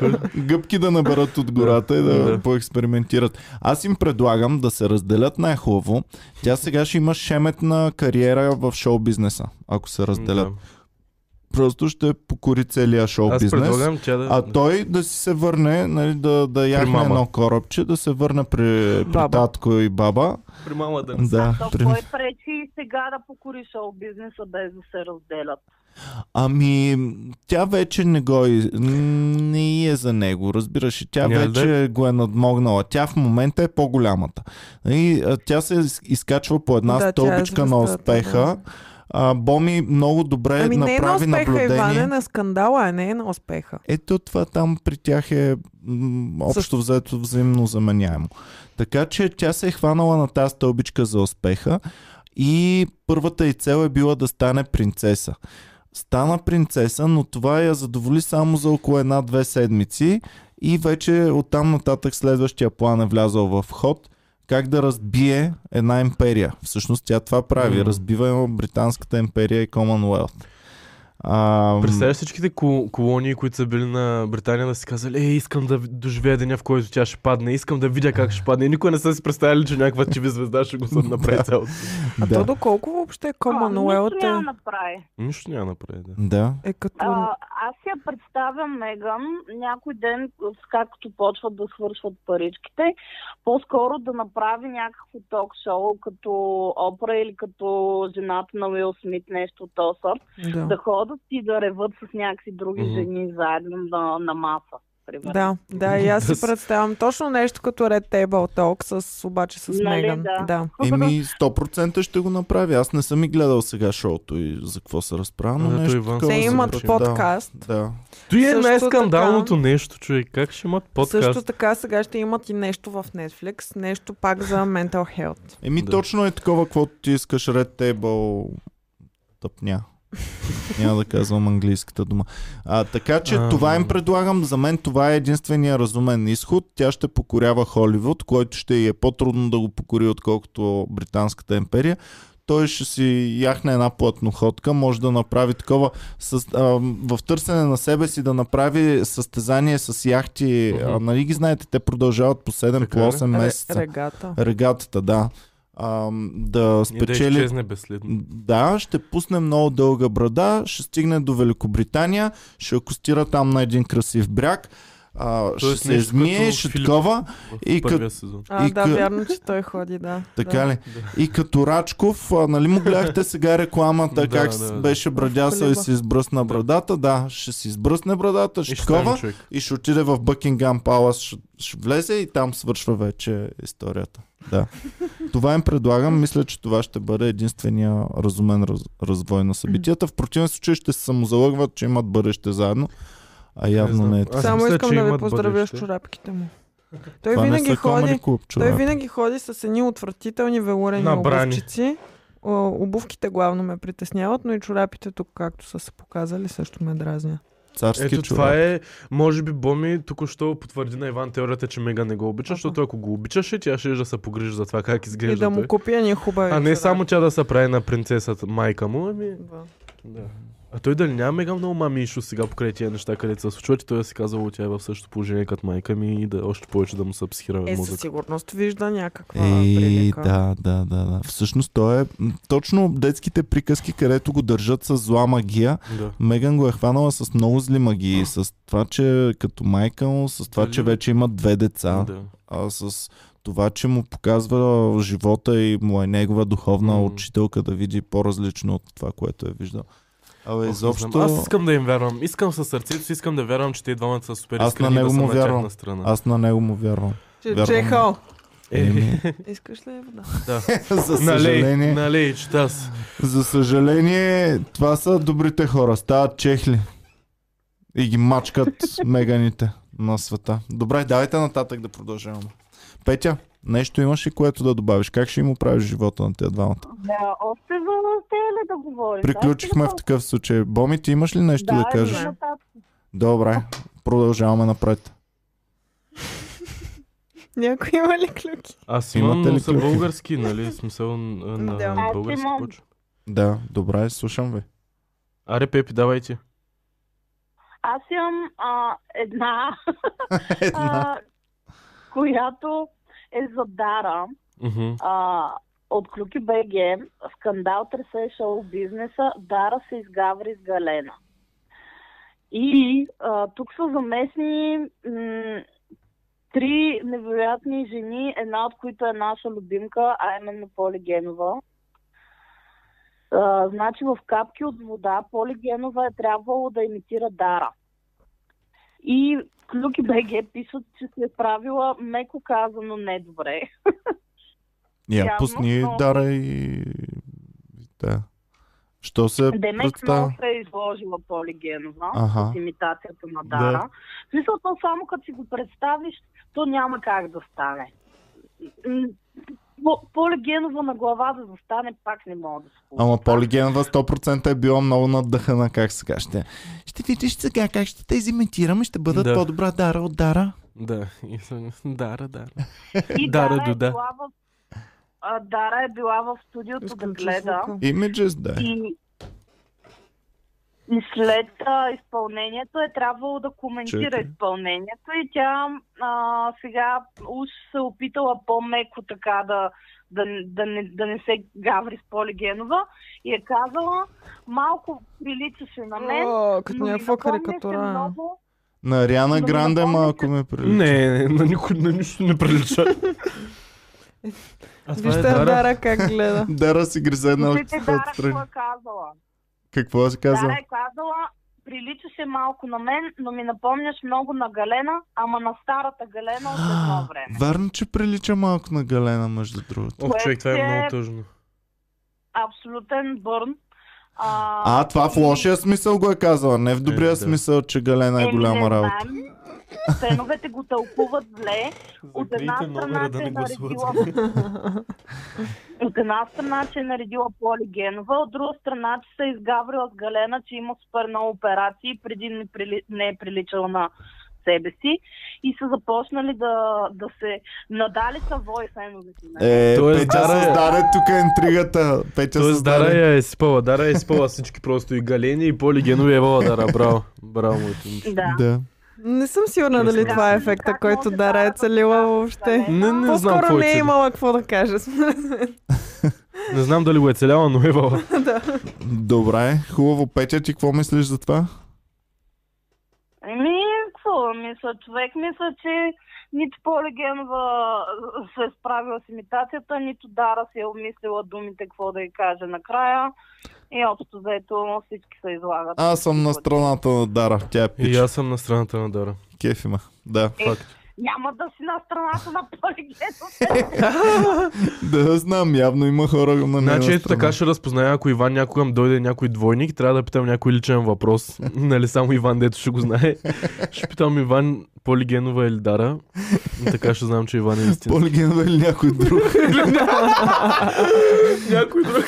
Speaker 1: гъб, гъбки да наберат от гората и да
Speaker 2: Да.
Speaker 1: поекспериментират. Аз им предлагам да се разделят най-хубаво. Тя сега ще има шеметна кариера в шоу бизнеса, ако се разделят. Просто ще покори целия шоу
Speaker 2: Аз
Speaker 1: бизнес.
Speaker 2: предлагам тя да...
Speaker 1: А той да си се върне, нали, да, да яхне
Speaker 2: мама.
Speaker 1: едно корабче, да се върне при, при
Speaker 3: Баба.
Speaker 1: татко и баба.
Speaker 2: При мама да...
Speaker 1: Да,
Speaker 4: То
Speaker 1: при...
Speaker 4: кой пречи и сега да покори шоу бизнеса без да се разделят?
Speaker 1: Ами, тя вече не го и... не е за него, разбираш. и Тя
Speaker 2: Няма
Speaker 1: вече
Speaker 2: да
Speaker 1: го е надмогнала. Тя в момента е по-голямата. И а, тя се из- изкачва по една
Speaker 3: Да, тя е
Speaker 1: стълбичка на
Speaker 3: звездата,
Speaker 1: успеха.
Speaker 3: да.
Speaker 1: А, Боми много добре
Speaker 3: Ами не е на
Speaker 1: направи
Speaker 3: успеха,
Speaker 1: наблюдение.
Speaker 3: Иване, на скандала, а не е на успеха.
Speaker 1: Ето това там при тях е м, общо
Speaker 3: Също.
Speaker 1: взето взаимно заменяемо. Така че тя се е хванала на тази стълбичка за успеха и първата й цел е била да стане принцеса. Стана принцеса, но това я задоволи само за около една-две седмици и вече оттам нататък следващия план е влязъл в ход как да разбие една империя. Всъщност тя това прави.
Speaker 2: М.
Speaker 1: Разбива британската империя и Commonwealth. А,
Speaker 2: Представяш всичките кол- колонии, които са били на Британия, да си казали, е, искам да ви- доживея деня, в който тя ще падне, искам да видя как ще падне. И никой не са си представили, че някаква чиви звезда ще го са направи цялото.
Speaker 3: А
Speaker 1: да.
Speaker 3: то доколко въобще
Speaker 4: Ами, Нищо няма да
Speaker 3: Commonwealth
Speaker 4: направи.
Speaker 2: Нищо няма да направи, да.
Speaker 1: Да.
Speaker 3: е, е като...
Speaker 4: А, аз я представям Меган някой ден, с както почват да свършват паричките, по-скоро да направи някакво ток-шоу, като Опра или като жената на Уил Смит, нещо от този сорт, да
Speaker 3: Да.
Speaker 4: ходят и да реват с някакви други
Speaker 2: Мгм.
Speaker 4: жени заедно на, на маса. примерно.
Speaker 3: Да, да, и аз
Speaker 2: Да
Speaker 3: си
Speaker 2: с-
Speaker 3: представям точно нещо като Red Table Talk, с, обаче с
Speaker 4: Нали,
Speaker 3: Меган.
Speaker 4: да.
Speaker 3: Да.
Speaker 1: Еми, 100% ще го направи. Аз не съм и гледал сега шоуто и за какво се разправя, но
Speaker 2: Да, той
Speaker 1: нещо
Speaker 2: Иван
Speaker 1: такова
Speaker 3: Те
Speaker 1: се
Speaker 3: имат
Speaker 1: случи.
Speaker 3: подкаст.
Speaker 1: Да, да.
Speaker 2: Той е
Speaker 3: Също
Speaker 2: най-скандалното
Speaker 3: така-
Speaker 2: нещо, човек. Как ще имат подкаст?
Speaker 3: Също така сега ще имат и нещо в Netflix, нещо пак за mental health.
Speaker 1: Еми,
Speaker 2: Ами Да.
Speaker 1: точно е такова, каквото ти искаш. Red Table тъпня. Няма да казвам английската дума. А, така че
Speaker 2: А.
Speaker 1: това им предлагам. За мен това е единствения разумен изход. Тя ще покорява Холивуд, който ще й е по-трудно да го покори, отколкото Британската империя. Той ще си яхне една платноходка, може да направи такова с, а, в търсене на себе си да направи състезание с яхти.
Speaker 2: Мгм.
Speaker 1: А, нали ги знаете, те продължават по 7-8
Speaker 2: Така е. ли?
Speaker 3: Ре-
Speaker 1: месеца
Speaker 3: Регата.
Speaker 1: регатата, да. А, да
Speaker 2: И да
Speaker 1: спечели.
Speaker 2: изчезне безследно.
Speaker 1: Да, ще пусне много дълга брада, ще стигне до Великобритания, ще акустира там на един красив бряг, а, ще
Speaker 2: Тоест
Speaker 1: се
Speaker 2: нещо
Speaker 1: измие,
Speaker 2: като
Speaker 1: ще
Speaker 2: Филип.
Speaker 1: такова,
Speaker 2: В
Speaker 1: И
Speaker 2: първия сезон.
Speaker 3: А,
Speaker 1: И
Speaker 3: да,
Speaker 1: къ-
Speaker 3: вярно, че той ходи, да.
Speaker 1: така
Speaker 3: да.
Speaker 1: ли? И като Рачков, а, нали му гледахте сега рекламата,
Speaker 2: Да,
Speaker 1: как
Speaker 2: да,
Speaker 1: с-
Speaker 2: да.
Speaker 1: беше брадясал и
Speaker 3: Колеба.
Speaker 1: си избръсна брадата, да, ще си избръсне брадата, ще
Speaker 2: И ще стане
Speaker 1: такова
Speaker 2: човек.
Speaker 1: и ще отиде в Бъкингам Палас, ще, ще влезе и там свършва вече историята. Да. Това им предлагам. Мисля, че това ще бъде единствения разумен раз, развой на събитията. В противен случай ще се самозалъгват, че имат бъдеще заедно. А явно не,
Speaker 2: знам.
Speaker 1: е
Speaker 2: Аз
Speaker 1: така.
Speaker 3: Само
Speaker 2: мисля,
Speaker 3: искам
Speaker 2: че
Speaker 3: да ви
Speaker 2: имат
Speaker 3: поздравя с
Speaker 2: бъдеще.
Speaker 3: чорапките му. Той
Speaker 1: Това не
Speaker 3: винаги
Speaker 1: са
Speaker 3: ходи,
Speaker 1: ходи, клуб,
Speaker 3: той
Speaker 1: човек.
Speaker 3: винаги ходи с едни отвратителни велурени
Speaker 2: Набрани.
Speaker 3: обувчици. О, Обувките главно ме притесняват, но и чорапите тук, както са се показали, също ме дразня.
Speaker 1: Царски
Speaker 2: Ето
Speaker 1: човек.
Speaker 2: това е, може би Боми току-що потвърди на Иван теорията, че Мега не го обича,
Speaker 3: Ага.
Speaker 2: защото ако го обичаше, тя ще е да се погрижи за това как изглежда.
Speaker 3: И да му
Speaker 2: той.
Speaker 3: купя ни хубави.
Speaker 2: а не
Speaker 3: чорапи.
Speaker 2: само тя да се прави на принцесата, майка му, ами...
Speaker 3: Да.
Speaker 2: Да. А той дали няма мега много мами ишу сега покрай тия неща, където се случват и той да си казал, тя е в същото положение като майка ми и да още повече да му се психира
Speaker 3: Е, със
Speaker 2: мозъка.
Speaker 3: сигурност вижда някаква
Speaker 1: Ей,
Speaker 3: прилика.
Speaker 1: Е, да, да, да, да. Всъщност той е м, точно детските приказки, където го държат с зла магия,
Speaker 2: Да.
Speaker 1: Меган го е хванала с много зли магии, с това, че като майка му, с това, че
Speaker 2: Дали?
Speaker 1: вече има две деца,
Speaker 2: Нали? да.
Speaker 1: а с това, че му показва живота и му е негова духовна
Speaker 2: М.
Speaker 1: учителка да види по-различно от това, което е виждал. Абе,
Speaker 2: Ох, не знам.
Speaker 1: изобщо...
Speaker 2: Аз искам да им вярвам. Искам със сърцето си, искам да вярвам, че те двамата са супер
Speaker 1: Аз на
Speaker 2: искрени и
Speaker 1: него
Speaker 2: да
Speaker 1: му
Speaker 2: съм на
Speaker 1: вярвам.
Speaker 2: тяхна страна. Е,
Speaker 1: Аз на него му вярвам.
Speaker 3: Че,
Speaker 1: Вярвам.
Speaker 3: чехал.
Speaker 1: Еми,
Speaker 3: Искаш ли вода?
Speaker 1: за
Speaker 2: нали? Налей,
Speaker 1: съжаление,
Speaker 2: налей, че нали, аз.
Speaker 1: за съжаление, това са добрите хора. Стават чехли. И ги мачкат меганите на света. Добре, давайте нататък да продължаваме. Петя, нещо имаш ли което да добавиш? Как ще им оправиш живота на тези двамата?
Speaker 4: Да, още за те ли да говориш?
Speaker 1: Приключихме в такъв случай. Боми, ти имаш ли нещо да,
Speaker 4: да,
Speaker 1: кажеш?
Speaker 4: Да,
Speaker 1: Добре, продължаваме напред.
Speaker 3: Някой има ли клюки?
Speaker 2: Аз
Speaker 1: Имате
Speaker 2: имам
Speaker 1: ли
Speaker 2: но са
Speaker 1: клюки?
Speaker 2: български, нали? в Смисъл на,
Speaker 3: Да.
Speaker 2: на
Speaker 4: Аз
Speaker 2: български
Speaker 4: имам.
Speaker 2: почва.
Speaker 1: Да, добре, слушам ви.
Speaker 2: Аре, Пепи, давайте.
Speaker 4: Аз имам а, една,
Speaker 1: Една.
Speaker 4: а, която е за Дара.
Speaker 2: Мгм.
Speaker 4: а, от Клюки БГ, скандал тресе шоу бизнеса, Дара се изгаври с Галена. И а, тук са замесени м- три невероятни жени, една от които е наша любимка, а именно Полигенова. А, значи в капки от вода Полигенова е трябвало да имитира Дара. И Клюки БГ пишат, че се е правила, меко казано, недобре.
Speaker 1: Я
Speaker 4: явно,
Speaker 1: пусни
Speaker 4: но-
Speaker 1: Дара и... Да. Що се
Speaker 4: Демек
Speaker 1: представя?
Speaker 4: много се е изложила полигенова
Speaker 1: Аха.
Speaker 4: с имитацията на Дара.
Speaker 2: Да.
Speaker 4: Да. В смисъл, то само като си го представиш, то няма как да стане. М, по- Полигенова на глава да застане, пак не мога да се получи.
Speaker 1: Ама полигенва 100% е била много надъхана, как сега ще. Ще видиш сега как ще те изимитирам и ще бъдат
Speaker 2: Да.
Speaker 1: по-добра дара от дара.
Speaker 2: Да, и съм- дара, дара.
Speaker 4: И
Speaker 2: Дара
Speaker 4: Дара, е
Speaker 2: Дуда.
Speaker 4: била в... а, Дара е била в студиото да
Speaker 3: Изключи
Speaker 4: гледа.
Speaker 3: звука.
Speaker 1: Имиджес, да. е.
Speaker 4: И, и след а, изпълнението е трябвало да коментира
Speaker 1: Чакай.
Speaker 4: изпълнението и тя а, сега уж се опитала по-меко така да, да, да, не, да не се гаври с Полигенова и е казала малко приличаше на мен,
Speaker 3: О,
Speaker 4: но
Speaker 3: като
Speaker 4: ми
Speaker 3: някаква
Speaker 4: напомняше
Speaker 3: карикатура. е.
Speaker 4: много
Speaker 1: На Риана
Speaker 4: Но ми
Speaker 1: Гранде
Speaker 4: напомня,
Speaker 1: малко ме прилича.
Speaker 2: Не, не, на никой на нищо не прилича. А това е
Speaker 3: Вижте
Speaker 2: дара.
Speaker 3: Дара как гледа.
Speaker 1: Дара си гризе една
Speaker 4: Попитай
Speaker 1: очица
Speaker 4: Дара какво
Speaker 1: отстрани.
Speaker 4: е казала.
Speaker 1: Какво си казал?
Speaker 4: Дара е казала, приличаше малко на мен, но ми напомняш много на Галена, ама на старата Галена от едно време.
Speaker 1: Вярно, че прилича малко на Галена, между другото.
Speaker 2: Ох, човек, това е
Speaker 4: Което е-
Speaker 2: много тъжно.
Speaker 4: абсолютен бърн. А,
Speaker 1: А, това в лошия смисъл го е казала, не в добрия
Speaker 2: да.
Speaker 1: смисъл, че Галена е
Speaker 4: Еми,
Speaker 1: голяма
Speaker 4: не
Speaker 1: работа.
Speaker 4: знаем. Феновете го тълкуват зле. От една страна, че е наредила... От една страна, че е наредила Поли Генова, от друга страна, че се е изгаврила с Галена, че има супер много операции, преди не, прили... не е приличала на себе си и са започнали да, да се надали са вой феновете. нали? на нея.
Speaker 1: Е,
Speaker 2: Тоест,
Speaker 1: Петя
Speaker 2: Дара е-
Speaker 1: създаде тук интригата. Петя
Speaker 2: Тоест Дара
Speaker 1: създаде...
Speaker 2: я е изпъла, Дара е изпъла всички просто и Галени и Полигенови е вала Дара, браво, браво моето момиче.
Speaker 4: Да.
Speaker 1: Да.
Speaker 3: Не съм сигурна
Speaker 2: Честно.
Speaker 3: дали това е
Speaker 4: Да,
Speaker 3: ефекта,
Speaker 4: как
Speaker 3: който
Speaker 4: може
Speaker 3: Дара
Speaker 4: Дара
Speaker 3: е
Speaker 4: да
Speaker 3: целила
Speaker 4: прави
Speaker 3: въобще.
Speaker 4: това нещо?
Speaker 2: Не, не знам
Speaker 3: По-скоро
Speaker 2: какво е
Speaker 3: не е
Speaker 2: целила.
Speaker 3: имала какво да каже.
Speaker 2: Не знам дали го е целяла, но е вала.
Speaker 1: Добре, хубаво. Петя, ти какво мислиш за това?
Speaker 4: Еми, Ами, какво да мисля? Човек мисля, че нито Полигенова се е справила с имитацията, нито Дара си е обмислила думите, какво да й каже накрая. И общо заето всички се излагат.
Speaker 1: Аз съм на страната на Дара. Тя е
Speaker 2: И
Speaker 1: пич.
Speaker 2: аз съм на страната на Дара.
Speaker 1: Кеф има. Да.
Speaker 2: Факт.
Speaker 4: Няма да си на страната на Полигенова.
Speaker 1: Да, знам, явно има хора на нейна
Speaker 2: Значи ето
Speaker 1: страна.
Speaker 2: така ще разпозная, ако Иван някога му дойде някой двойник, трябва да питам някой личен въпрос. нали само Иван, дето ще го знае. ще питам Иван Полигенова или Дара. И така ще знам, че Иван е истина.
Speaker 1: Полигенова или някой друг.
Speaker 2: някой друг.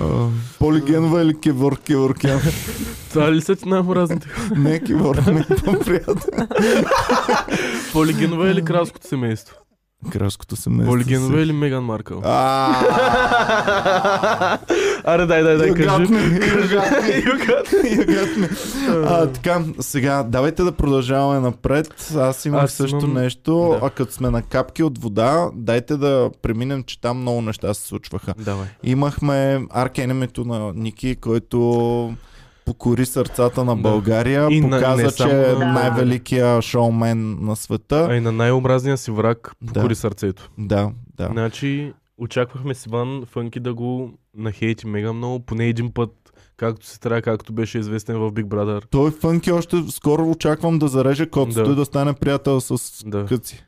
Speaker 1: А, Полигенова или Кевор, Кевор, Кевор.
Speaker 2: Това ли са ти най-мразните?
Speaker 1: Не, Кевор, не е по-приятел.
Speaker 2: Полигенова или кралското семейство?
Speaker 1: Кралското семейство.
Speaker 2: Полигенова
Speaker 1: си.
Speaker 2: или Меган Маркъл?
Speaker 1: А,
Speaker 2: Аре, дай, дай, дай, Е, кажи.
Speaker 1: Югатме, югатме, югатме. А, така, сега, давайте да продължаваме напред. Аз имам
Speaker 2: Аз
Speaker 1: също
Speaker 2: имам-
Speaker 1: нещо,
Speaker 2: да.
Speaker 1: а като сме на капки от вода, дайте да преминем, че там много неща се случваха.
Speaker 2: Давай.
Speaker 1: Имахме аркенемето на Ники, който покори сърцата на
Speaker 2: Да.
Speaker 1: България,
Speaker 2: И на-
Speaker 1: показа,
Speaker 2: не само
Speaker 1: че е
Speaker 2: на-
Speaker 1: най-великия шоумен на света.
Speaker 2: А и на най-омразния си враг
Speaker 1: Да.
Speaker 2: покори сърцето.
Speaker 1: Да, да.
Speaker 2: Значи, очаквахме с Иван Фънки да го нахейти мега много, поне един път, както се трябва, както беше известен в Big Brother.
Speaker 1: Той Фънки още скоро очаквам да зареже котството
Speaker 2: Да.
Speaker 1: и да стане приятел с
Speaker 2: Да.
Speaker 1: къци.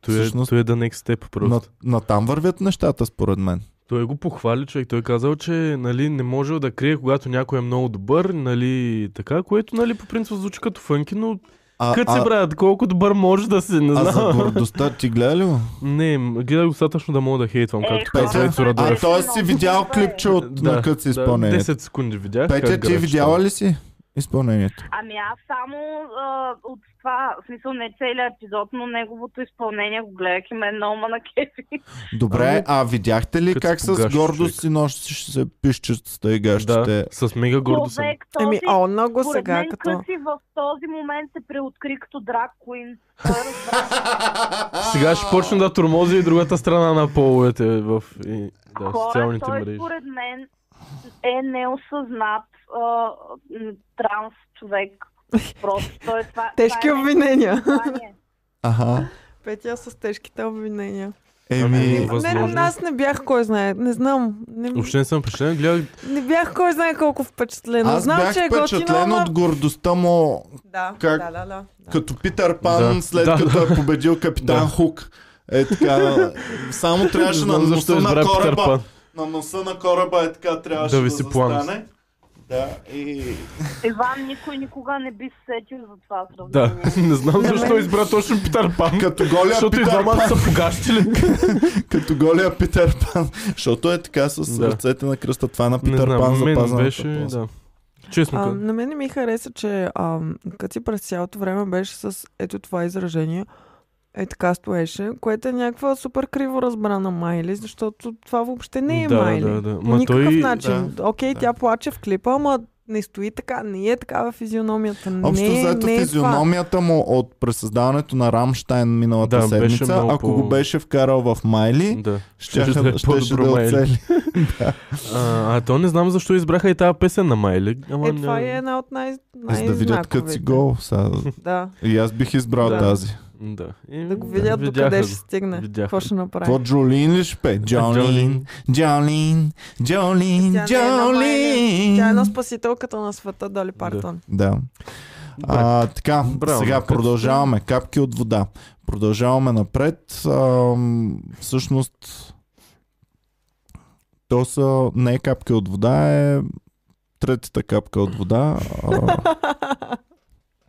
Speaker 2: Той е,
Speaker 1: Всъщност-
Speaker 2: той е the next step просто.
Speaker 1: На, на там вървят нещата, според мен.
Speaker 2: Той го похвали човек. Той е казал, че нали, не можел да крие, когато някой е много добър, нали, така, което нали, по принцип звучи като Фънки, но
Speaker 1: А,
Speaker 2: кът се
Speaker 1: а,
Speaker 2: брат, колко добър може да си, не
Speaker 1: а за
Speaker 2: знам.
Speaker 1: гордостта ти гледа ли го?
Speaker 2: Не, м, гледах достатъчно да мога да хейтвам,
Speaker 4: Е,
Speaker 2: както
Speaker 4: хора,
Speaker 2: казва Ецо
Speaker 4: това е
Speaker 1: А
Speaker 2: Радоев.
Speaker 1: той си видял клипче е от
Speaker 2: Да,
Speaker 1: на къци
Speaker 2: да,
Speaker 1: изпълнението.
Speaker 2: 10 секунди видях.
Speaker 1: Петя, ти
Speaker 2: как грачи
Speaker 1: видяла ли си изпълнението?
Speaker 4: Ами аз само а, от това, в смисъл не целият епизод, но неговото изпълнение го гледах и ме е много ма на кефи.
Speaker 1: Добре, а видяхте ли
Speaker 2: Ами, като
Speaker 1: как
Speaker 2: се
Speaker 1: с
Speaker 2: погаща
Speaker 1: гордост
Speaker 2: човек.
Speaker 1: и нощи ще се пищат и
Speaker 2: Да,
Speaker 1: гащите?
Speaker 2: с мега гордо съм.
Speaker 4: Човек, този,
Speaker 3: Еми, Ами, о, много
Speaker 4: според
Speaker 3: сега,
Speaker 4: мен,
Speaker 3: като...
Speaker 4: Къси в този момент се преоткри като драг Куин.
Speaker 2: Сега ще почне да тормози и другата страна на половете в и, да,
Speaker 4: Хора,
Speaker 2: социалните
Speaker 4: той
Speaker 2: мрежи.
Speaker 4: според мен е неосъзнат а, м, транс човек. Просто той е това.
Speaker 3: Тежки
Speaker 4: това е
Speaker 3: обвинения.
Speaker 4: обвинение.
Speaker 1: Аха.
Speaker 3: Петя с тежките обвинения.
Speaker 1: Еми,
Speaker 2: Ами,
Speaker 3: Не,
Speaker 2: Възможно.
Speaker 3: аз не бях кой знае. Не знам. Не,
Speaker 2: Въобще не съм впечатлен, гледах
Speaker 3: не бях кой знае колко впечатлена.
Speaker 1: аз
Speaker 3: знам,
Speaker 1: бях
Speaker 3: че е готино,
Speaker 1: впечатлен
Speaker 3: ама...
Speaker 1: от гордостта му,
Speaker 3: Да,
Speaker 1: Как-
Speaker 3: да, да, да. да.
Speaker 1: като Питър Пан,
Speaker 2: Да.
Speaker 1: след
Speaker 2: Да,
Speaker 1: като е победил капитан
Speaker 2: Да.
Speaker 1: Хук. Е така, само трябваше
Speaker 2: Не
Speaker 1: на
Speaker 2: знам защо
Speaker 1: носа на
Speaker 2: избра Питър
Speaker 1: кораба
Speaker 2: Пан.
Speaker 1: на носа на кораба е така, трябваше
Speaker 2: Да
Speaker 1: да,
Speaker 2: ви
Speaker 1: ви
Speaker 2: си
Speaker 1: застане. Да, и...
Speaker 4: Иван никой никога не би се сетил за това
Speaker 2: Да,
Speaker 4: сравнение.
Speaker 2: не знам защо избра точно Питър Пан.
Speaker 1: Като голия
Speaker 2: Защото и
Speaker 1: Питър
Speaker 2: двамата
Speaker 1: Пан.
Speaker 2: са погащили.
Speaker 1: Като голия Питър Пан. Защото е така с
Speaker 2: Да.
Speaker 1: ръцете на кръста. Това е на
Speaker 2: Не
Speaker 1: Питър Пан
Speaker 2: знам, мен
Speaker 1: запазената
Speaker 2: беше...
Speaker 1: поза.
Speaker 2: Да. Честно
Speaker 3: А,
Speaker 2: казвам.
Speaker 3: на мен не ми хареса, че ам, Кати през цялото време беше с ето това изражение. Е така стоеше, което е някаква супер криво разбрана Майли, защото това въобще не е
Speaker 2: Да,
Speaker 3: Майли.
Speaker 2: да, да.
Speaker 3: По
Speaker 2: Ма
Speaker 3: никакъв
Speaker 2: той-
Speaker 3: начин. Да, Окей,
Speaker 1: да.
Speaker 3: тя плаче в клипа, ама не стои така, не е такава физиономията. Не,
Speaker 1: Общо взето
Speaker 3: не е това.
Speaker 1: физиономията му от пресъздаването на Рамштайн миналата
Speaker 2: Да, беше
Speaker 1: седмица,
Speaker 2: много
Speaker 1: ако
Speaker 2: по-
Speaker 1: го беше вкарал в Майли,
Speaker 2: Да.
Speaker 1: щеше
Speaker 2: да е
Speaker 1: да, щеше
Speaker 2: по-добро
Speaker 1: да
Speaker 2: Майли.
Speaker 1: оцели.
Speaker 2: А, а то не знам защо избраха и тази песен на Майли. Ама
Speaker 3: Е, това
Speaker 2: ня-
Speaker 3: е една от най-
Speaker 1: Аз
Speaker 3: най-
Speaker 1: да видят като си гол. Сега.
Speaker 3: Да,
Speaker 1: И аз бих избрал
Speaker 3: Да.
Speaker 1: тази.
Speaker 2: Да. И,
Speaker 3: да го видят докъде ще стигне.
Speaker 2: Видяха
Speaker 3: Какво
Speaker 2: го.
Speaker 3: ще направи?
Speaker 1: Какво Джолин ли ще пее? Джолин, Джолин, Джолин,
Speaker 3: Тя не е на
Speaker 1: Джолин.
Speaker 3: Тя е на спасителката на света, Доли Партон.
Speaker 1: Да. А, така,
Speaker 2: Браво,
Speaker 1: сега
Speaker 2: като-
Speaker 1: продължаваме. Капки от вода. Продължаваме напред. Ам, всъщност, то са не е капки от вода, е третата капка от вода. А,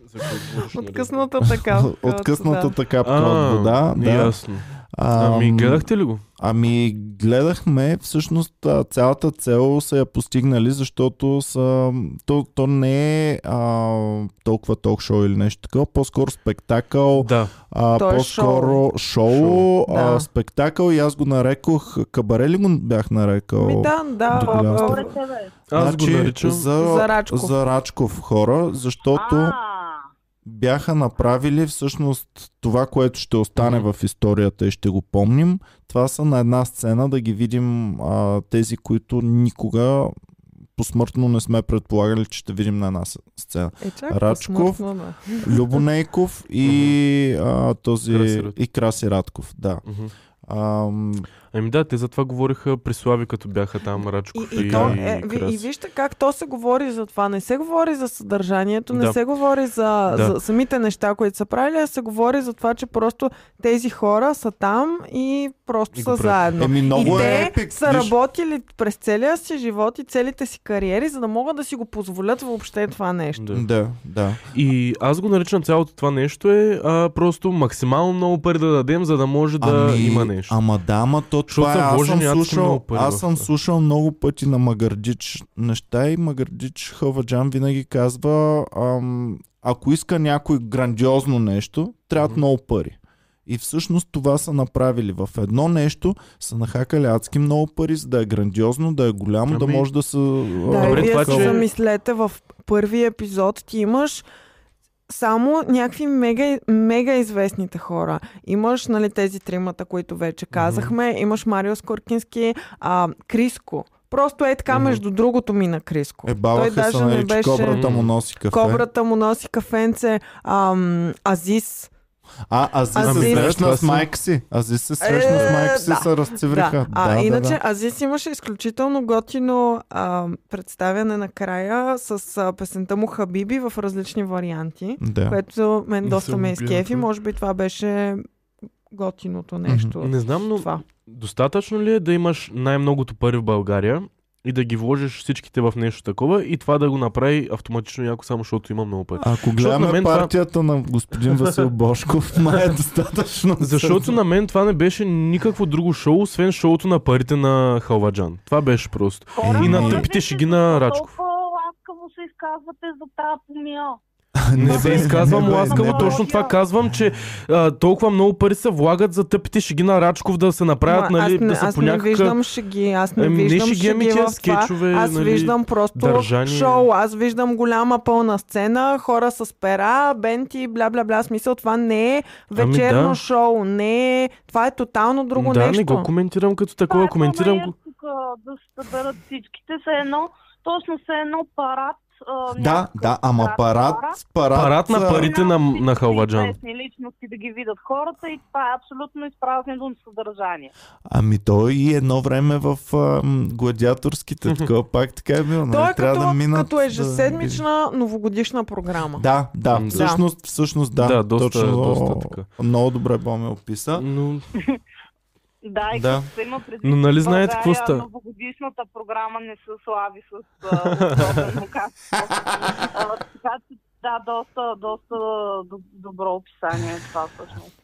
Speaker 2: За какво говориш, нали?
Speaker 3: Откъсната така.
Speaker 1: откъснатата капка
Speaker 2: А,
Speaker 1: от вода. Да.
Speaker 2: Ясно.
Speaker 1: Ам,
Speaker 2: Ами гледахте ли го?
Speaker 1: Ами, гледахме, всъщност а, цялата цел са я постигнали, защото са, то, то не е а, толкова ток-шоу или нещо такова, по-скоро спектакъл,
Speaker 2: Да.
Speaker 1: а,
Speaker 3: То е
Speaker 1: по-скоро шоу,
Speaker 2: Шоу,
Speaker 1: а,
Speaker 3: да.
Speaker 1: спектакъл и аз го нарекох, кабаре ли го бях нарекал?
Speaker 3: Ми Ами да, да.
Speaker 1: До голяма
Speaker 3: а,
Speaker 1: степен.
Speaker 4: Според е тебе.
Speaker 2: Аз го наричам.
Speaker 1: значи за,
Speaker 3: За Рачков.
Speaker 1: за Рачков хора, защото
Speaker 4: А,
Speaker 1: бяха направили всъщност това, което ще остане
Speaker 2: Мгм.
Speaker 1: в историята и ще го помним. Това са на една сцена да ги видим а, тези, които никога посмъртно не сме предполагали, че ще видим на една с- сцена.
Speaker 3: Е, чак,
Speaker 1: Рачков.
Speaker 3: смъртно, да.
Speaker 1: Любонейков и а, този
Speaker 2: Краси Радков.
Speaker 1: и Краси Радков, да.
Speaker 2: Мгм.
Speaker 1: Ам,
Speaker 2: Ами да, те за това говориха при Слави, като бяха там Рачков
Speaker 3: И,
Speaker 2: и,
Speaker 3: и, то, е, ви,
Speaker 2: Краси.
Speaker 3: и вижте как то се говори за това. Не се говори за съдържанието, не
Speaker 2: Да.
Speaker 3: се говори за,
Speaker 2: Да.
Speaker 3: за самите неща, които са правили, а се говори за това, че просто тези хора са там и просто
Speaker 2: И го
Speaker 3: са
Speaker 2: правят.
Speaker 3: заедно.
Speaker 1: еми
Speaker 3: И
Speaker 1: много е
Speaker 3: те
Speaker 1: епик.
Speaker 3: са
Speaker 1: виж.
Speaker 3: работили през целия си живот и целите си кариери, за да могат да си го позволят въобще това нещо.
Speaker 2: Да.
Speaker 1: Да, да.
Speaker 2: И аз го наричам цялото това нещо е а, просто максимално много пари да дадем, за да може да
Speaker 1: Ами,
Speaker 2: има нещо.
Speaker 1: Ама да, ама то това е,
Speaker 2: са
Speaker 1: аз съм
Speaker 2: вложени адски много
Speaker 1: слушал,
Speaker 2: пари в
Speaker 1: аз съм
Speaker 2: това.
Speaker 1: слушал много пъти на Магардич неща и Магардич Хаваджан винаги казва, ам, ако иска някой грандиозно нещо, трябват
Speaker 2: Мгм.
Speaker 1: много пари. И всъщност това са направили. В едно нещо са нахакали адски много пари, за да е грандиозно, да е голямо, да
Speaker 2: Ами-
Speaker 1: може да се...
Speaker 3: Да,
Speaker 2: Добре,
Speaker 3: и вие
Speaker 2: това,
Speaker 3: се
Speaker 2: че-
Speaker 3: замислете, в първи епизод ти имаш само някакви мега, мега известните хора. Имаш нали, тези тримата, които вече казахме. Имаш Марио Скоркински, а, Криско. Просто е така,
Speaker 2: Мгм.
Speaker 3: между другото ми на Криско.
Speaker 1: Е, бабаха се, нали, беше... кобрата му носи кафе.
Speaker 3: Кобрата му носи кафенце, ам, Азис.
Speaker 1: А, Ази
Speaker 3: Азис.
Speaker 1: се
Speaker 2: Това
Speaker 1: срещна с
Speaker 2: са-
Speaker 1: майка си. Ази се срещна с майка си,
Speaker 3: Е, да.
Speaker 1: се разцевриха.
Speaker 3: Да. А,
Speaker 1: да,
Speaker 3: иначе
Speaker 1: да.
Speaker 3: Азис имаше изключително готино а, представяне накрая с а, песента му Хабиби в различни варианти.
Speaker 1: Да.
Speaker 3: което мен
Speaker 2: Не
Speaker 3: доста
Speaker 2: съм
Speaker 3: ме
Speaker 2: го гледал
Speaker 3: изкефи.
Speaker 2: това.
Speaker 3: Може би това беше готиното нещо.
Speaker 2: Не знам, но
Speaker 3: Това.
Speaker 2: достатъчно ли е да имаш най-многото пари в България и да ги вложиш всичките в нещо такова и това да го направи автоматично яко, само защото има много пари?
Speaker 1: Ако
Speaker 2: на
Speaker 1: гледаме
Speaker 2: мен
Speaker 1: партията на господин Васил Бошков, май е достатъчно.
Speaker 2: Защото на мен това не беше никакво друго шоу, освен шоуто на парите на Халваджан. Това беше просто.
Speaker 4: хора,
Speaker 1: И на
Speaker 4: може
Speaker 2: тъпите
Speaker 4: би
Speaker 2: шеги на
Speaker 4: защо
Speaker 2: Рачков.
Speaker 4: Толкова ласкаво се изказвате за тази помия.
Speaker 2: Не се
Speaker 1: бе, не
Speaker 2: изказвам
Speaker 1: бе, не
Speaker 2: ласкаво,
Speaker 1: бе.
Speaker 2: точно това казвам, че а, толкова много пари се влагат за тъпите шеги на Рачков да се направят,
Speaker 3: Ма,
Speaker 2: нали,
Speaker 3: аз не,
Speaker 2: да са
Speaker 3: аз
Speaker 2: по
Speaker 3: не
Speaker 2: някакъв...
Speaker 3: виждам шеги, аз не
Speaker 2: Еми, не
Speaker 3: виждам
Speaker 2: шеги, ами
Speaker 3: шеги
Speaker 2: тия
Speaker 3: в това.
Speaker 2: скетчове,
Speaker 3: аз
Speaker 2: нали,
Speaker 3: виждам просто
Speaker 2: държание.
Speaker 3: шоу, аз виждам голяма пълна сцена, хора с пера, бенти, бла-бла-бла. Смисъл, това не е
Speaker 2: Ами
Speaker 3: вечерно
Speaker 2: да.
Speaker 3: шоу, не е... Това е тотално друго
Speaker 2: да,
Speaker 3: нещо.
Speaker 2: не го коментирам като такова,
Speaker 4: Това е
Speaker 2: коментирам
Speaker 4: по-наезд
Speaker 2: го.
Speaker 4: тук, Да се съберат всичките, се едно, точно се едно парад. а,
Speaker 1: Да,
Speaker 4: някакъв
Speaker 1: да, ама парад, парад,
Speaker 2: Парад на
Speaker 1: а,
Speaker 2: пари. Парите на- на
Speaker 4: Всички
Speaker 2: Халваджан.
Speaker 4: Известни личности да ги видят хората и това е абсолютно изпразнено съдържание.
Speaker 1: Ами той и едно време в ам, гладиаторските, такова пак така е било. нали?
Speaker 3: Той е
Speaker 1: Трябва
Speaker 3: като,
Speaker 1: да минат,
Speaker 3: като
Speaker 1: да-
Speaker 3: ежеседмична новогодишна програма.
Speaker 1: Да, да,
Speaker 2: М,
Speaker 1: всъщност, всъщност да.
Speaker 2: Да, доста-
Speaker 1: точно,
Speaker 2: доста така.
Speaker 1: Много добре Боми описа.
Speaker 2: Но
Speaker 4: Да, и
Speaker 1: Да.
Speaker 4: да. се има предвид,
Speaker 2: Но нали
Speaker 4: че
Speaker 2: знаете какво
Speaker 4: България
Speaker 2: ста-
Speaker 4: Новогодишната програма не се слави с а, особено качество. А, Така че, да, доста, доста д- добро описание е това всъщност.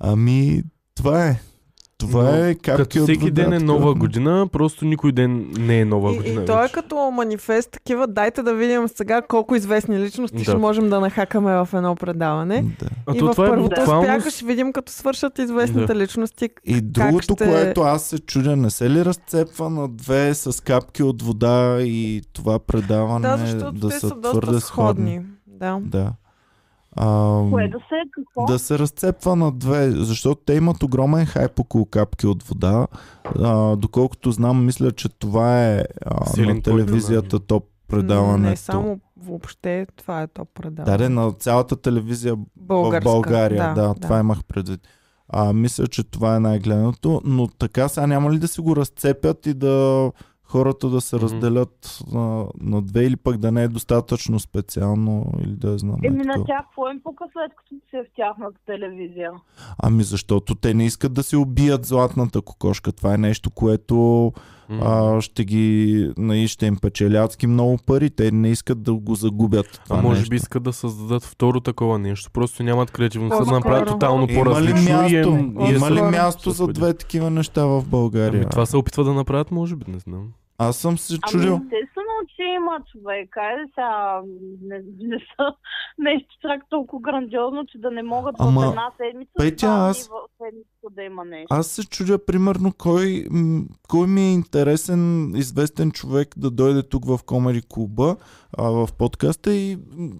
Speaker 1: Ами, това е. Това
Speaker 2: Но
Speaker 1: е капки
Speaker 2: Като
Speaker 1: от
Speaker 2: всеки
Speaker 1: вода,
Speaker 2: ден е
Speaker 1: такива.
Speaker 2: нова година, просто никой ден не е нова
Speaker 3: И,
Speaker 2: година.
Speaker 3: и той е
Speaker 2: вече.
Speaker 3: като манифест такива, дайте да видим сега колко известни личности да.
Speaker 2: Да.
Speaker 3: ще можем да нахакаме в едно предаване.
Speaker 1: Да.
Speaker 2: А
Speaker 3: и
Speaker 2: то
Speaker 3: в
Speaker 2: това е
Speaker 3: първото
Speaker 2: буквално...
Speaker 3: спяка ще видим като свършат известните да. личности.
Speaker 1: И другото,
Speaker 3: Е, ще-
Speaker 1: което аз се чудя, не се ли разцепва на две с капки от вода и това предаване
Speaker 3: Да, защото
Speaker 1: да
Speaker 3: те
Speaker 1: са,
Speaker 3: са
Speaker 1: твърде
Speaker 3: доста
Speaker 1: сходни?
Speaker 3: сходни. Да.
Speaker 1: Да. А,
Speaker 4: Кое да се, е какво?
Speaker 1: да се разцепва на две, защото те имат огромен хайп около капки от вода. А, доколкото знам, мисля, че това е а,
Speaker 2: Силен
Speaker 1: на
Speaker 2: пойнт,
Speaker 1: телевизията топ предаването.
Speaker 3: Не само въобще, това е топ предаване.
Speaker 1: Да, да, на цялата телевизия в България. Да, да, това е- имах предвид. А, мисля, че това е най-гледаното, но така сега няма ли да си го разцепят и да хората да се
Speaker 2: Мгм.
Speaker 1: разделят на, на две или пък да не е достатъчно специално или да я знам. е
Speaker 4: Еми на
Speaker 1: такова.
Speaker 4: тях, какво им пука след като си е в тяхната телевизия?
Speaker 1: Ами защото те не искат да си убият златната кокошка. Това е нещо, което
Speaker 2: М.
Speaker 1: а, ще ги нали, ще им печели адски много пари. Те не искат да го загубят. Това
Speaker 2: А може
Speaker 1: нещо.
Speaker 2: би искат да създадат второ такова нещо. Просто нямат креативността да
Speaker 3: По-скоро.
Speaker 2: направят тотално
Speaker 1: Има ли
Speaker 2: по-различно. и е-
Speaker 1: място,
Speaker 2: и
Speaker 1: има
Speaker 2: е
Speaker 1: ли
Speaker 2: съвсем
Speaker 1: място за
Speaker 2: подходящо.
Speaker 1: две такива неща в България?
Speaker 2: Ами, това се опитва да направят, може би, не знам.
Speaker 1: Аз съм се
Speaker 4: Ами
Speaker 1: чудил.
Speaker 4: естествено, че има човек. Айде сега, не, не са нещо чак толкова грандиозно, че да не могат
Speaker 1: Ама,
Speaker 4: в една седмица,
Speaker 1: Петя,
Speaker 4: два дни
Speaker 1: аз-
Speaker 4: в седмица да има нещо.
Speaker 1: Аз се чудя, примерно, кой, м, кой ми е интересен, известен човек да дойде тук в Комери клуба, а, в подкаста и,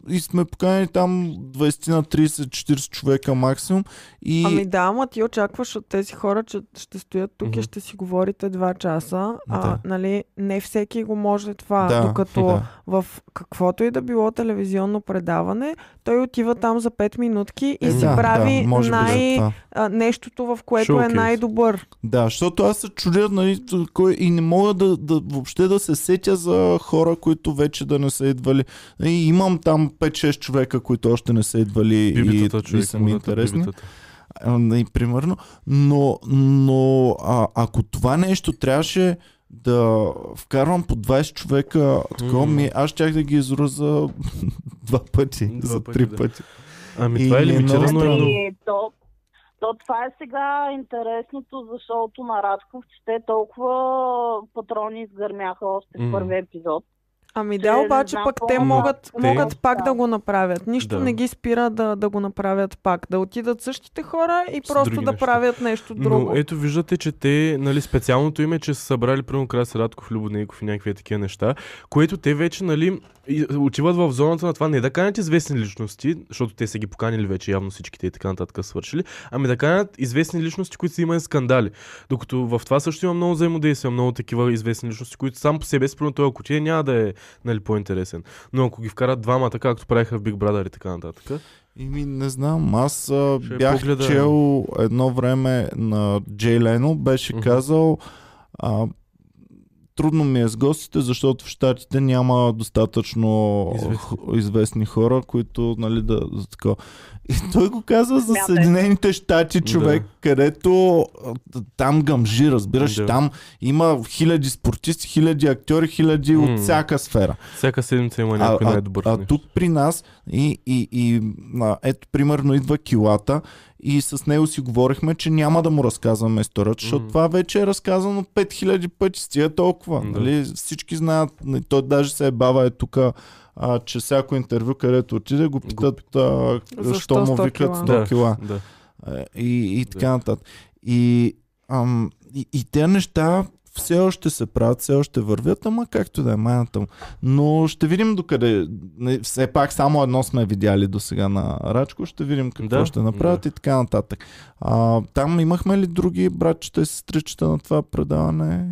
Speaker 1: и сме поканени там 20 на 30, 40 човека максимум. И...
Speaker 3: Ами да, ама ти очакваш от тези хора, че ще стоят тук
Speaker 2: Мгм.
Speaker 3: и ще си говорите два часа. А,
Speaker 1: Да.
Speaker 3: нали, не всеки го може това.
Speaker 1: да,
Speaker 3: докато
Speaker 1: да.
Speaker 3: в каквото и да било телевизионно предаване, той отива там за 5 минутки и
Speaker 1: Е,
Speaker 3: си
Speaker 1: да,
Speaker 3: прави
Speaker 1: да, може би за
Speaker 3: най-
Speaker 1: това.
Speaker 3: а, нещото, в което е
Speaker 2: Showcase.
Speaker 3: най-добър.
Speaker 1: Да, защото аз се чудя нали, кой, и не мога да, да, въобще да се сетя за хора, които вече да не са идвали. И имам там 5-6 човека, които още не са идвали
Speaker 2: Бибитата,
Speaker 1: и,
Speaker 2: човек,
Speaker 1: и са
Speaker 2: му
Speaker 1: ми
Speaker 2: дадат
Speaker 1: интересни.
Speaker 2: бибитата.
Speaker 1: А, и примерно. Но, но а, ако това нещо трябваше да вкарвам по 20 човека, такова
Speaker 2: М.
Speaker 1: ми, е, аз щях да ги изруза два пъти,
Speaker 2: Два
Speaker 1: за
Speaker 2: пъти,
Speaker 1: три
Speaker 2: да.
Speaker 1: пъти.
Speaker 2: Ами,
Speaker 1: И
Speaker 2: това е
Speaker 1: не е
Speaker 2: лимитирано.
Speaker 1: много
Speaker 2: е много.
Speaker 4: И Ами, то, то това е сега интересното за шоуто на Радков, че те толкова патрони изгърмяха още в
Speaker 2: М.
Speaker 4: първи епизод.
Speaker 3: Ами
Speaker 4: Е,
Speaker 3: да,
Speaker 4: не
Speaker 3: обаче
Speaker 4: знам
Speaker 3: пък
Speaker 4: какво
Speaker 3: те
Speaker 4: да
Speaker 3: могат,
Speaker 2: правя.
Speaker 3: могат
Speaker 4: Те-
Speaker 3: пак да го направят. Нищо
Speaker 2: Да.
Speaker 3: не ги спира да, да го направят пак. Да отидат същите хора и
Speaker 2: С
Speaker 3: просто
Speaker 2: други
Speaker 3: да
Speaker 2: неща.
Speaker 3: правят нещо друго.
Speaker 2: Но е, ето виждате, че те, нали, специалното име, че са събрали примерно Краси Радков, Любодейков и някакви такива неща, което те вече, нали, и- отиват в зоната на това не да канят известни личности, защото те са ги поканили вече явно всичките и така нататък са свършили, ами да канят известни личности, които са имали скандали. Докато в това също има много взаимодействия, много такива известни личности, които сам по себе си, примерно той ако отиде, няма да е нали, по-интересен. Но ако ги вкарат двамата, както правиха в Big Brother и така нататък.
Speaker 1: Ими, не знам, аз а,
Speaker 2: Ще
Speaker 1: бях
Speaker 2: погледа.
Speaker 1: чел едно време на Джей Лено, беше
Speaker 2: Мгм.
Speaker 1: казал а, трудно ми е с гостите, защото в Штатите няма достатъчно
Speaker 2: Известни.
Speaker 1: известни, известни хора, които, нали, да, за такова. И той го казва за
Speaker 4: Смятай.
Speaker 1: Съединените щати, човек, да. където а, там гъмжи, разбираш, да.
Speaker 2: Да.
Speaker 1: там има хиляди спортисти, хиляди актьори, хиляди mm. от
Speaker 2: М.
Speaker 1: всяка сфера.
Speaker 2: Всяка седмица има
Speaker 1: А,
Speaker 2: някой
Speaker 1: а,
Speaker 2: най-добър. в
Speaker 1: а
Speaker 2: нещо.
Speaker 1: тук при нас и, и, и а, ето примерно идва килата и с него си говорихме, че няма да му разказваме историята, защото
Speaker 2: Мгм.
Speaker 1: това вече е разказано 5000 пъти, стига толкова.
Speaker 2: Да.
Speaker 1: Нали? Всички знаят, н- той даже се е бава е тук, а, че всяко интервю, където отиде, го питат а,
Speaker 3: Защо
Speaker 1: защо му
Speaker 3: 100
Speaker 1: викат
Speaker 3: кила?
Speaker 1: 100
Speaker 2: Да.
Speaker 1: кила
Speaker 2: Да.
Speaker 1: а, Е, и, и така нататък. И, ам, и, и те неща все още се правят, все още вървят, ама както да е майната му. Но ще видим докъде. Не, Все пак само едно сме видяли до сега на Рачко, ще видим какво да,
Speaker 2: Да,
Speaker 1: ще направят да. и така нататък. А, там имахме ли други братчета и сестричета на това предаване?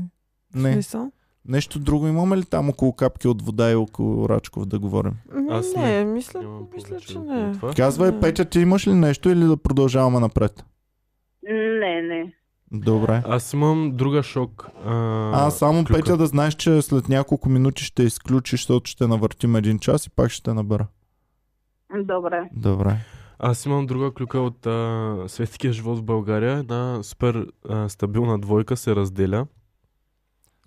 Speaker 1: Не.
Speaker 3: Смисъл?
Speaker 1: Нещо друго имаме ли там около капки от вода и около Рачков да говорим?
Speaker 3: М,
Speaker 2: Аз
Speaker 3: не,
Speaker 2: не.
Speaker 3: мисля,
Speaker 2: Нямам
Speaker 3: мисля,
Speaker 2: повече
Speaker 3: че
Speaker 2: от
Speaker 3: не.
Speaker 2: това.
Speaker 1: Казвай,
Speaker 3: Не.
Speaker 1: Петя, ти имаш ли нещо или да продължаваме напред?
Speaker 4: Не, не.
Speaker 1: Добре.
Speaker 2: Аз имам друга шок. А,
Speaker 1: А, само
Speaker 2: клюка.
Speaker 1: Петя да знаеш, че след няколко минути ще изключиш, защото ще навъртим един час и пак ще те набера.
Speaker 4: Добре.
Speaker 1: Добре.
Speaker 2: Аз имам друга клюка от а, светския живот в България. Една супер а, стабилна двойка се разделя.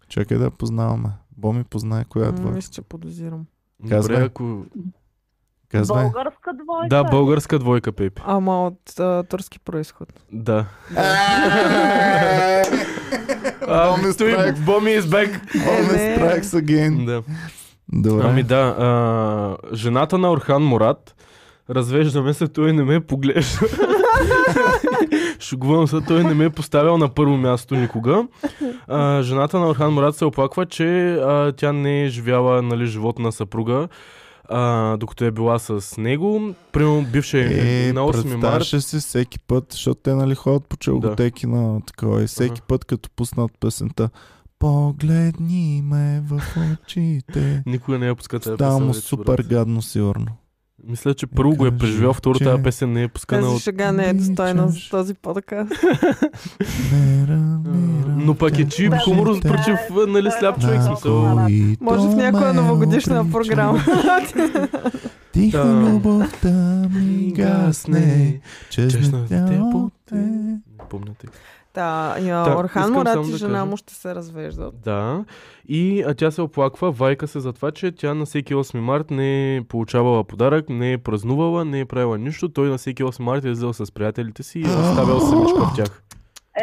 Speaker 1: Чакай да я познаваме. Боми познае коя е
Speaker 3: М,
Speaker 1: двойка.
Speaker 3: Мисля, че подозирам.
Speaker 1: Казвай.
Speaker 2: Добре, ако...
Speaker 1: Казвай.
Speaker 4: Българска двойка.
Speaker 2: Да, българска двойка, Пепи.
Speaker 3: Ама от а, турски происход.
Speaker 2: Да. А,
Speaker 1: Боми
Speaker 2: той-
Speaker 1: страйк.
Speaker 2: Боми is back.
Speaker 1: Боми
Speaker 3: Е, не.
Speaker 1: страйкс again.
Speaker 2: Да. Ами
Speaker 1: Добре.
Speaker 2: да, а, жената на Орхан Мурат, развеждаме се, той не ме поглежда. Шугувам се, той не ме е поставял на първо място никога. А, жената на Орхан Мурат се оплаква, че а, тя не е живяла нали, живот на съпруга, а, докато е била с него. Примерно бивше
Speaker 1: Е,
Speaker 2: е, на 8 марта.
Speaker 1: представяше си всеки път, защото те нали ходят по челготеки на такова и всеки
Speaker 2: Ага.
Speaker 1: път като пуснат песента Погледни ме в очите.
Speaker 2: Никога не я пуска тази
Speaker 1: Става му
Speaker 2: е вече,
Speaker 1: супер
Speaker 2: брат.
Speaker 1: гадно, сигурно.
Speaker 2: Мисля, че първо го е
Speaker 1: Кажи,
Speaker 2: преживял, второ
Speaker 1: че-
Speaker 2: тази песен не е пускана
Speaker 3: Тази
Speaker 2: от...
Speaker 3: шега не е достойна за
Speaker 1: Обичаш.
Speaker 3: този подкаст.
Speaker 1: Мера, мера,
Speaker 2: Но пък е чип,
Speaker 4: Да,
Speaker 2: хуморус,
Speaker 4: да.
Speaker 2: против, нали, сляп човек
Speaker 1: на
Speaker 2: смисъл.
Speaker 1: които
Speaker 3: Може в някоя
Speaker 1: ме
Speaker 3: новогодишна
Speaker 1: обрича.
Speaker 3: програма.
Speaker 1: Тихо
Speaker 2: Да.
Speaker 1: любовта ми гасне, честна
Speaker 2: Честна
Speaker 1: тя от
Speaker 2: те.
Speaker 1: те.
Speaker 2: Не помня тъй.
Speaker 3: Та, я,
Speaker 2: Та,
Speaker 3: Орхан
Speaker 2: искам
Speaker 3: Мурат
Speaker 2: само
Speaker 3: и
Speaker 2: да
Speaker 3: жена
Speaker 2: кажа.
Speaker 3: му ще се развеждат.
Speaker 2: Да. И а, тя се оплаква, вайка се за това, че тя на всеки 8 март не е получавала подарък, не е празнувала, не е правила нищо. Той на всеки 8 март е взел с приятелите си и е оставял семичка в тях.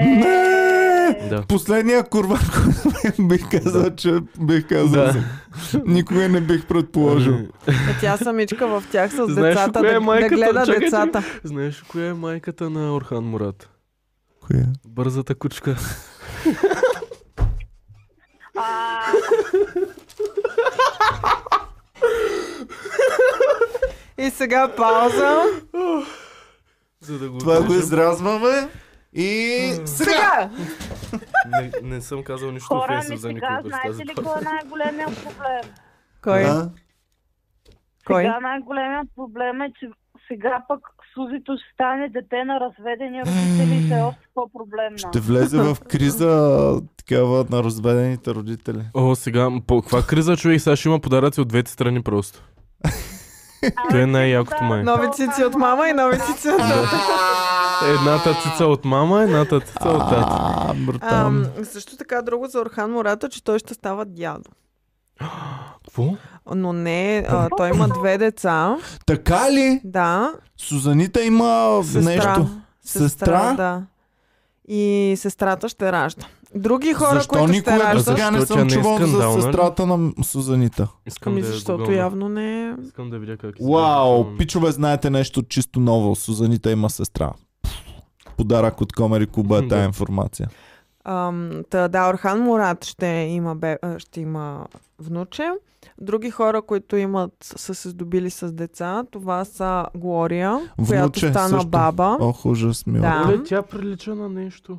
Speaker 3: Е.
Speaker 4: Е,
Speaker 1: Не!
Speaker 2: Да.
Speaker 1: Последния курва, който бих казал, че бих казал.
Speaker 2: Да.
Speaker 1: съм. Никога не бих предположил.
Speaker 2: Ами,
Speaker 3: Е, тя самичка в тях с
Speaker 2: Знаеш ли
Speaker 3: децата,
Speaker 2: коя е
Speaker 3: да, да
Speaker 2: майката?
Speaker 3: гледа
Speaker 2: Чакай,
Speaker 3: децата.
Speaker 2: Знаеш ли коя е майката на Орхан Мурат?
Speaker 1: Коя?
Speaker 2: Бързата кучка.
Speaker 4: А,
Speaker 3: И сега пауза.
Speaker 2: За да го
Speaker 1: Това го е
Speaker 2: отрежем.
Speaker 1: изразваме и сега!
Speaker 3: Сега!
Speaker 2: не, не съм казал нищо
Speaker 4: хора ми
Speaker 2: офенсив за никого
Speaker 4: сега,
Speaker 2: през тази
Speaker 4: знаете ли кой е най-големият проблем?
Speaker 3: Кой?
Speaker 1: А?
Speaker 3: Кой?
Speaker 4: Сега най-големият проблем е, че сега пък Сузито ще стане дете на разведени родители и ще е още по-проблемна.
Speaker 1: Ще влезе в криза такава на разведените родители.
Speaker 2: О, сега, по каква криза човек, сега ще има подаръци от двете страни просто.
Speaker 4: Ами,
Speaker 2: Той е най-якото май.
Speaker 3: Нови цици от мама и нови цици от тата.
Speaker 2: Едната цица от мама, едната цица от тата.
Speaker 1: А,
Speaker 3: Ам,
Speaker 1: мъртам.
Speaker 3: Също така друго за Орхан Мурата, че той ще става дядо.
Speaker 2: Какво?
Speaker 3: Но не, а, той има две деца.
Speaker 1: Така ли?
Speaker 3: Да,
Speaker 1: Сузанита има
Speaker 3: сестра.
Speaker 1: нещо. Сестра?
Speaker 3: Да. И сестрата ще ражда. Други хора,
Speaker 1: Защо
Speaker 3: които ще
Speaker 1: никога до
Speaker 3: раждат,
Speaker 1: сега не
Speaker 2: Защо тя
Speaker 1: съм
Speaker 2: не е
Speaker 1: чувал за
Speaker 2: скандална ли?
Speaker 1: сестрата на Сузанита?
Speaker 2: Искам
Speaker 3: ами
Speaker 1: е
Speaker 2: да я
Speaker 3: защото
Speaker 2: гугълна.
Speaker 3: явно не е...
Speaker 2: Искам да видя как Ами,
Speaker 1: Вау, пичове, знаете нещо чисто ново. Сузанита има сестра. Подарък от Комери Куба е
Speaker 2: М,
Speaker 1: тая
Speaker 2: да.
Speaker 1: информация.
Speaker 3: Ам, та, да, Орхан Мурат ще има, бе, а, ще има внуче. Други хора, които имат, са се здобили с деца, това са Глория, която
Speaker 1: Внуче
Speaker 3: стана
Speaker 1: също.
Speaker 3: баба.
Speaker 1: Ох, ужас мило.
Speaker 3: Да.
Speaker 2: Оле, тя прилича на нещо.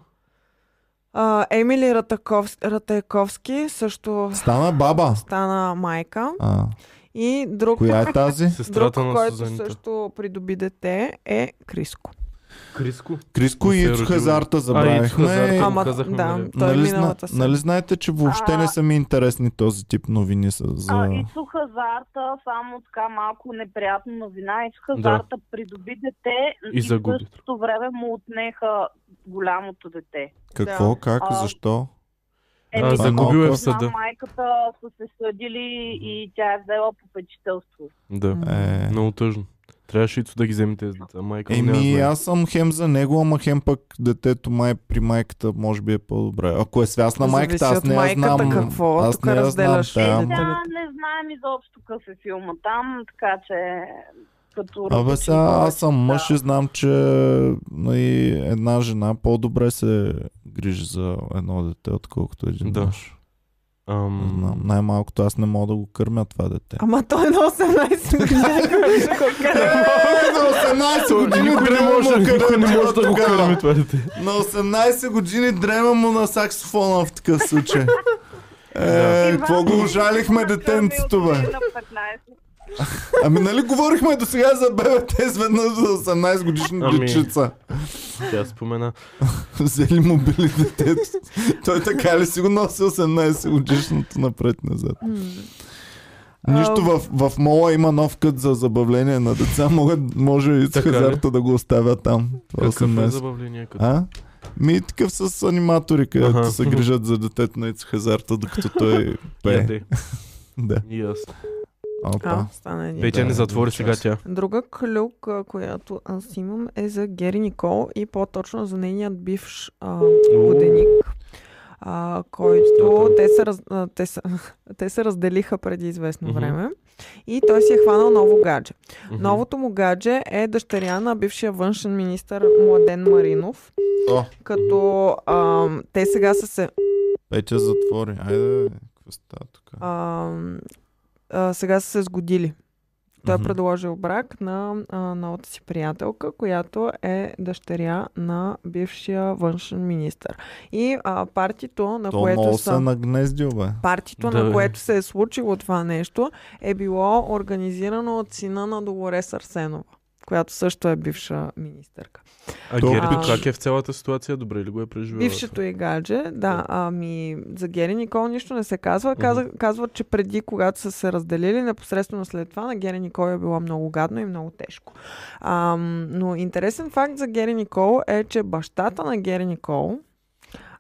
Speaker 3: А, Емили Ратаковс... Ратайковски също
Speaker 1: Стана баба.
Speaker 3: стана майка.
Speaker 1: А,
Speaker 3: И друг,
Speaker 1: коя е тази?
Speaker 3: друг
Speaker 2: Сестрата на
Speaker 3: който
Speaker 2: Сузанита.
Speaker 3: също придоби дете е Криско.
Speaker 2: Криско.
Speaker 1: Криско и
Speaker 2: Не се е
Speaker 1: Ицо
Speaker 2: родила.
Speaker 1: Хазарта
Speaker 2: А, Ицо
Speaker 1: забравихме.
Speaker 2: Хазарта.
Speaker 3: Ама,
Speaker 2: казахме,
Speaker 3: да,
Speaker 2: нали?
Speaker 3: той е
Speaker 1: Нали, зна,
Speaker 3: миналата
Speaker 1: нали
Speaker 3: седмица.
Speaker 1: знаете, че въобще
Speaker 4: А.
Speaker 1: не са ми интересни този тип новини са за...
Speaker 4: А, Ицо Хазарта, само така малко неприятна новина. Ицо Хазарта придоби дете
Speaker 2: И загуби.
Speaker 4: в същото време му отнеха голямото дете.
Speaker 1: Какво,
Speaker 3: Да.
Speaker 1: как,
Speaker 4: А.
Speaker 1: защо?
Speaker 2: А,
Speaker 1: това е
Speaker 2: загубил
Speaker 1: малко.
Speaker 2: е в
Speaker 4: Там
Speaker 2: съда.
Speaker 4: майката са се съдили и тя е взела попечителство.
Speaker 2: Да.
Speaker 1: Е...
Speaker 2: Много тъжно. Трябваше и да ги вземе тези деца. Майка му няма
Speaker 1: Еми,
Speaker 2: знае.
Speaker 1: Ами, аз съм хем за него, ама хем пък детето май при майката може би е по-добре. Ако е связ на майката,
Speaker 3: Зависи
Speaker 1: аз
Speaker 3: от
Speaker 1: не я
Speaker 3: майката
Speaker 1: знам.
Speaker 3: какво,
Speaker 1: аз
Speaker 3: тук
Speaker 1: не я
Speaker 3: разделяш.
Speaker 1: знам, тая,
Speaker 4: Да, е,
Speaker 1: ама-
Speaker 4: да, не знаем изобщо какъв е филма там, така че като
Speaker 3: Ами,
Speaker 1: Абе,
Speaker 4: различен
Speaker 1: сега аз съм
Speaker 4: повече,
Speaker 1: мъж и знам, че нали, една жена по-добре се грижи за едно дете, отколкото един
Speaker 2: Да.
Speaker 1: мъж. Не
Speaker 2: Ам,
Speaker 1: Знам. Най-малкото аз не мога да го кърмя това дете. е?
Speaker 3: Ама той е на 18 години.
Speaker 1: На 18 години
Speaker 2: Никой не може, никой не може да го кърми това дете.
Speaker 1: На 18 години дрема му на саксофона в такъв случай. Е,
Speaker 4: да.
Speaker 1: какво го
Speaker 4: Иван,
Speaker 1: ожалихме
Speaker 4: накърми
Speaker 1: детенцето,
Speaker 4: от
Speaker 1: бе?
Speaker 4: 3 на 15.
Speaker 1: Ами нали говорихме до сега за бебете изведнъж за 18 годишна
Speaker 2: Ами.
Speaker 1: дечица.
Speaker 2: Тя спомена.
Speaker 1: Взели му били детето. Той така ли си го носи 18 годишното напред-назад? Нищо в, в мола има нов кът за забавление на деца. Могат, може и с
Speaker 2: Така ли?
Speaker 1: хазарта да го оставя там. Това съм
Speaker 2: Какъв е
Speaker 1: аз.
Speaker 2: забавление? Като...
Speaker 1: А? Ми такъв с аниматори, където
Speaker 2: Аха.
Speaker 1: се грижат за детето на Иц хазарта, докато той пее.
Speaker 2: Яде.
Speaker 1: да.
Speaker 2: И аз.
Speaker 1: Опа.
Speaker 3: А, стана един.
Speaker 2: Пей, тя
Speaker 1: Да,
Speaker 2: не затвори
Speaker 1: един
Speaker 2: сега
Speaker 1: час.
Speaker 2: тя.
Speaker 3: Друга клюка, която аз имам е за Гери Никол и по-точно за нейният бивш а, воденик, а, който
Speaker 2: Да,
Speaker 3: те се, раз, а, те, са, те се разделиха преди известно
Speaker 2: Мгм.
Speaker 3: време и той си е хванал ново гадже.
Speaker 2: Мгм.
Speaker 3: Новото му гадже е дъщеря на бившия външен министр Младен Маринов,
Speaker 1: О,
Speaker 3: като а, те сега са се
Speaker 1: Петя затвори. Айде, бе. какво става тук?
Speaker 3: а, а, сега са се сгодили. Той е
Speaker 1: Мгм.
Speaker 3: предложил брак на а, новата си приятелка, която е дъщеря на бившия външен министр. И а, партито, на
Speaker 1: То
Speaker 3: което
Speaker 1: много
Speaker 3: са...
Speaker 1: се нагнездил, бе.
Speaker 3: Партито,
Speaker 2: Да,
Speaker 3: на
Speaker 2: бе.
Speaker 3: което се е случило това нещо, е било организирано от сина на Долорес Арсенова, която също е бивша министърка.
Speaker 2: А
Speaker 1: То-
Speaker 2: Герито
Speaker 3: А-
Speaker 2: как е в цялата ситуация? Добре ли го е преживял?
Speaker 3: Бившето и гадже, да, ами за Гери Никол нищо не се казва. Каза, казват, че преди, когато са се разделили, непосредствено след това, на Гери Никол е било много гадно и много тежко. Ам, но интересен факт за Гери Никол е, че бащата на Гери Никол,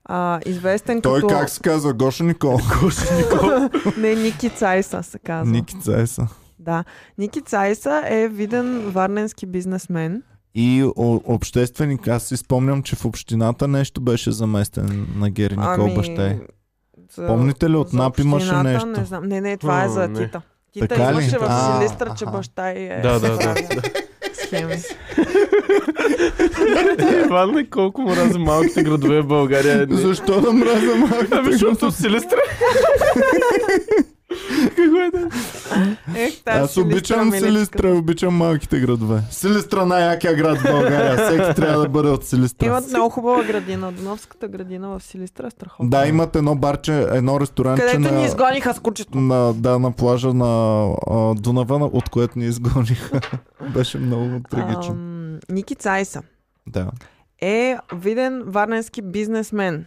Speaker 3: а, известен
Speaker 1: Той
Speaker 3: като...
Speaker 1: как се казва? Гоша Никол.
Speaker 3: Не, Ники Цайса се казва.
Speaker 1: Ники Цайса.
Speaker 3: Да. Ники Цайса е виден варненски бизнесмен.
Speaker 1: И о, общественик, аз си спомням, че в общината нещо беше заместен на Гери Никол баща. е. й.
Speaker 3: за-
Speaker 1: Помните ли, от
Speaker 3: Ами, за
Speaker 1: НАП имаше
Speaker 3: общината,
Speaker 1: нещо?
Speaker 3: Не, знам. не, не, това е
Speaker 2: Хм,
Speaker 3: за
Speaker 2: не.
Speaker 3: Тита. Тита
Speaker 1: Така ли?
Speaker 3: имаше в
Speaker 1: А,
Speaker 3: Силистра, че
Speaker 1: аха.
Speaker 3: баща й е
Speaker 2: Да, да, да.
Speaker 3: правил схеми.
Speaker 2: Иван е колко мрази малките градове в България.
Speaker 1: Защо да мразя малко?
Speaker 2: Ами, защото в Силистра. Какво е да?
Speaker 3: Ех, тази
Speaker 1: Аз обичам
Speaker 3: миличка.
Speaker 1: Силистра, обичам малките градове. Силистра най-якия град в България. Всеки трябва да бъде от Силистра.
Speaker 3: Имат много хубава градина. Доновската градина в Силистра е страхотна.
Speaker 1: Да, имат едно барче, едно ресторанче
Speaker 3: Където ни
Speaker 1: на,
Speaker 3: изгониха с кучето.
Speaker 1: на, да, на плажа на а, Дунава, на- от което ни изгониха. Беше много трагично.
Speaker 3: Ам, Ники Цайса.
Speaker 1: Да.
Speaker 3: е виден варненски бизнесмен,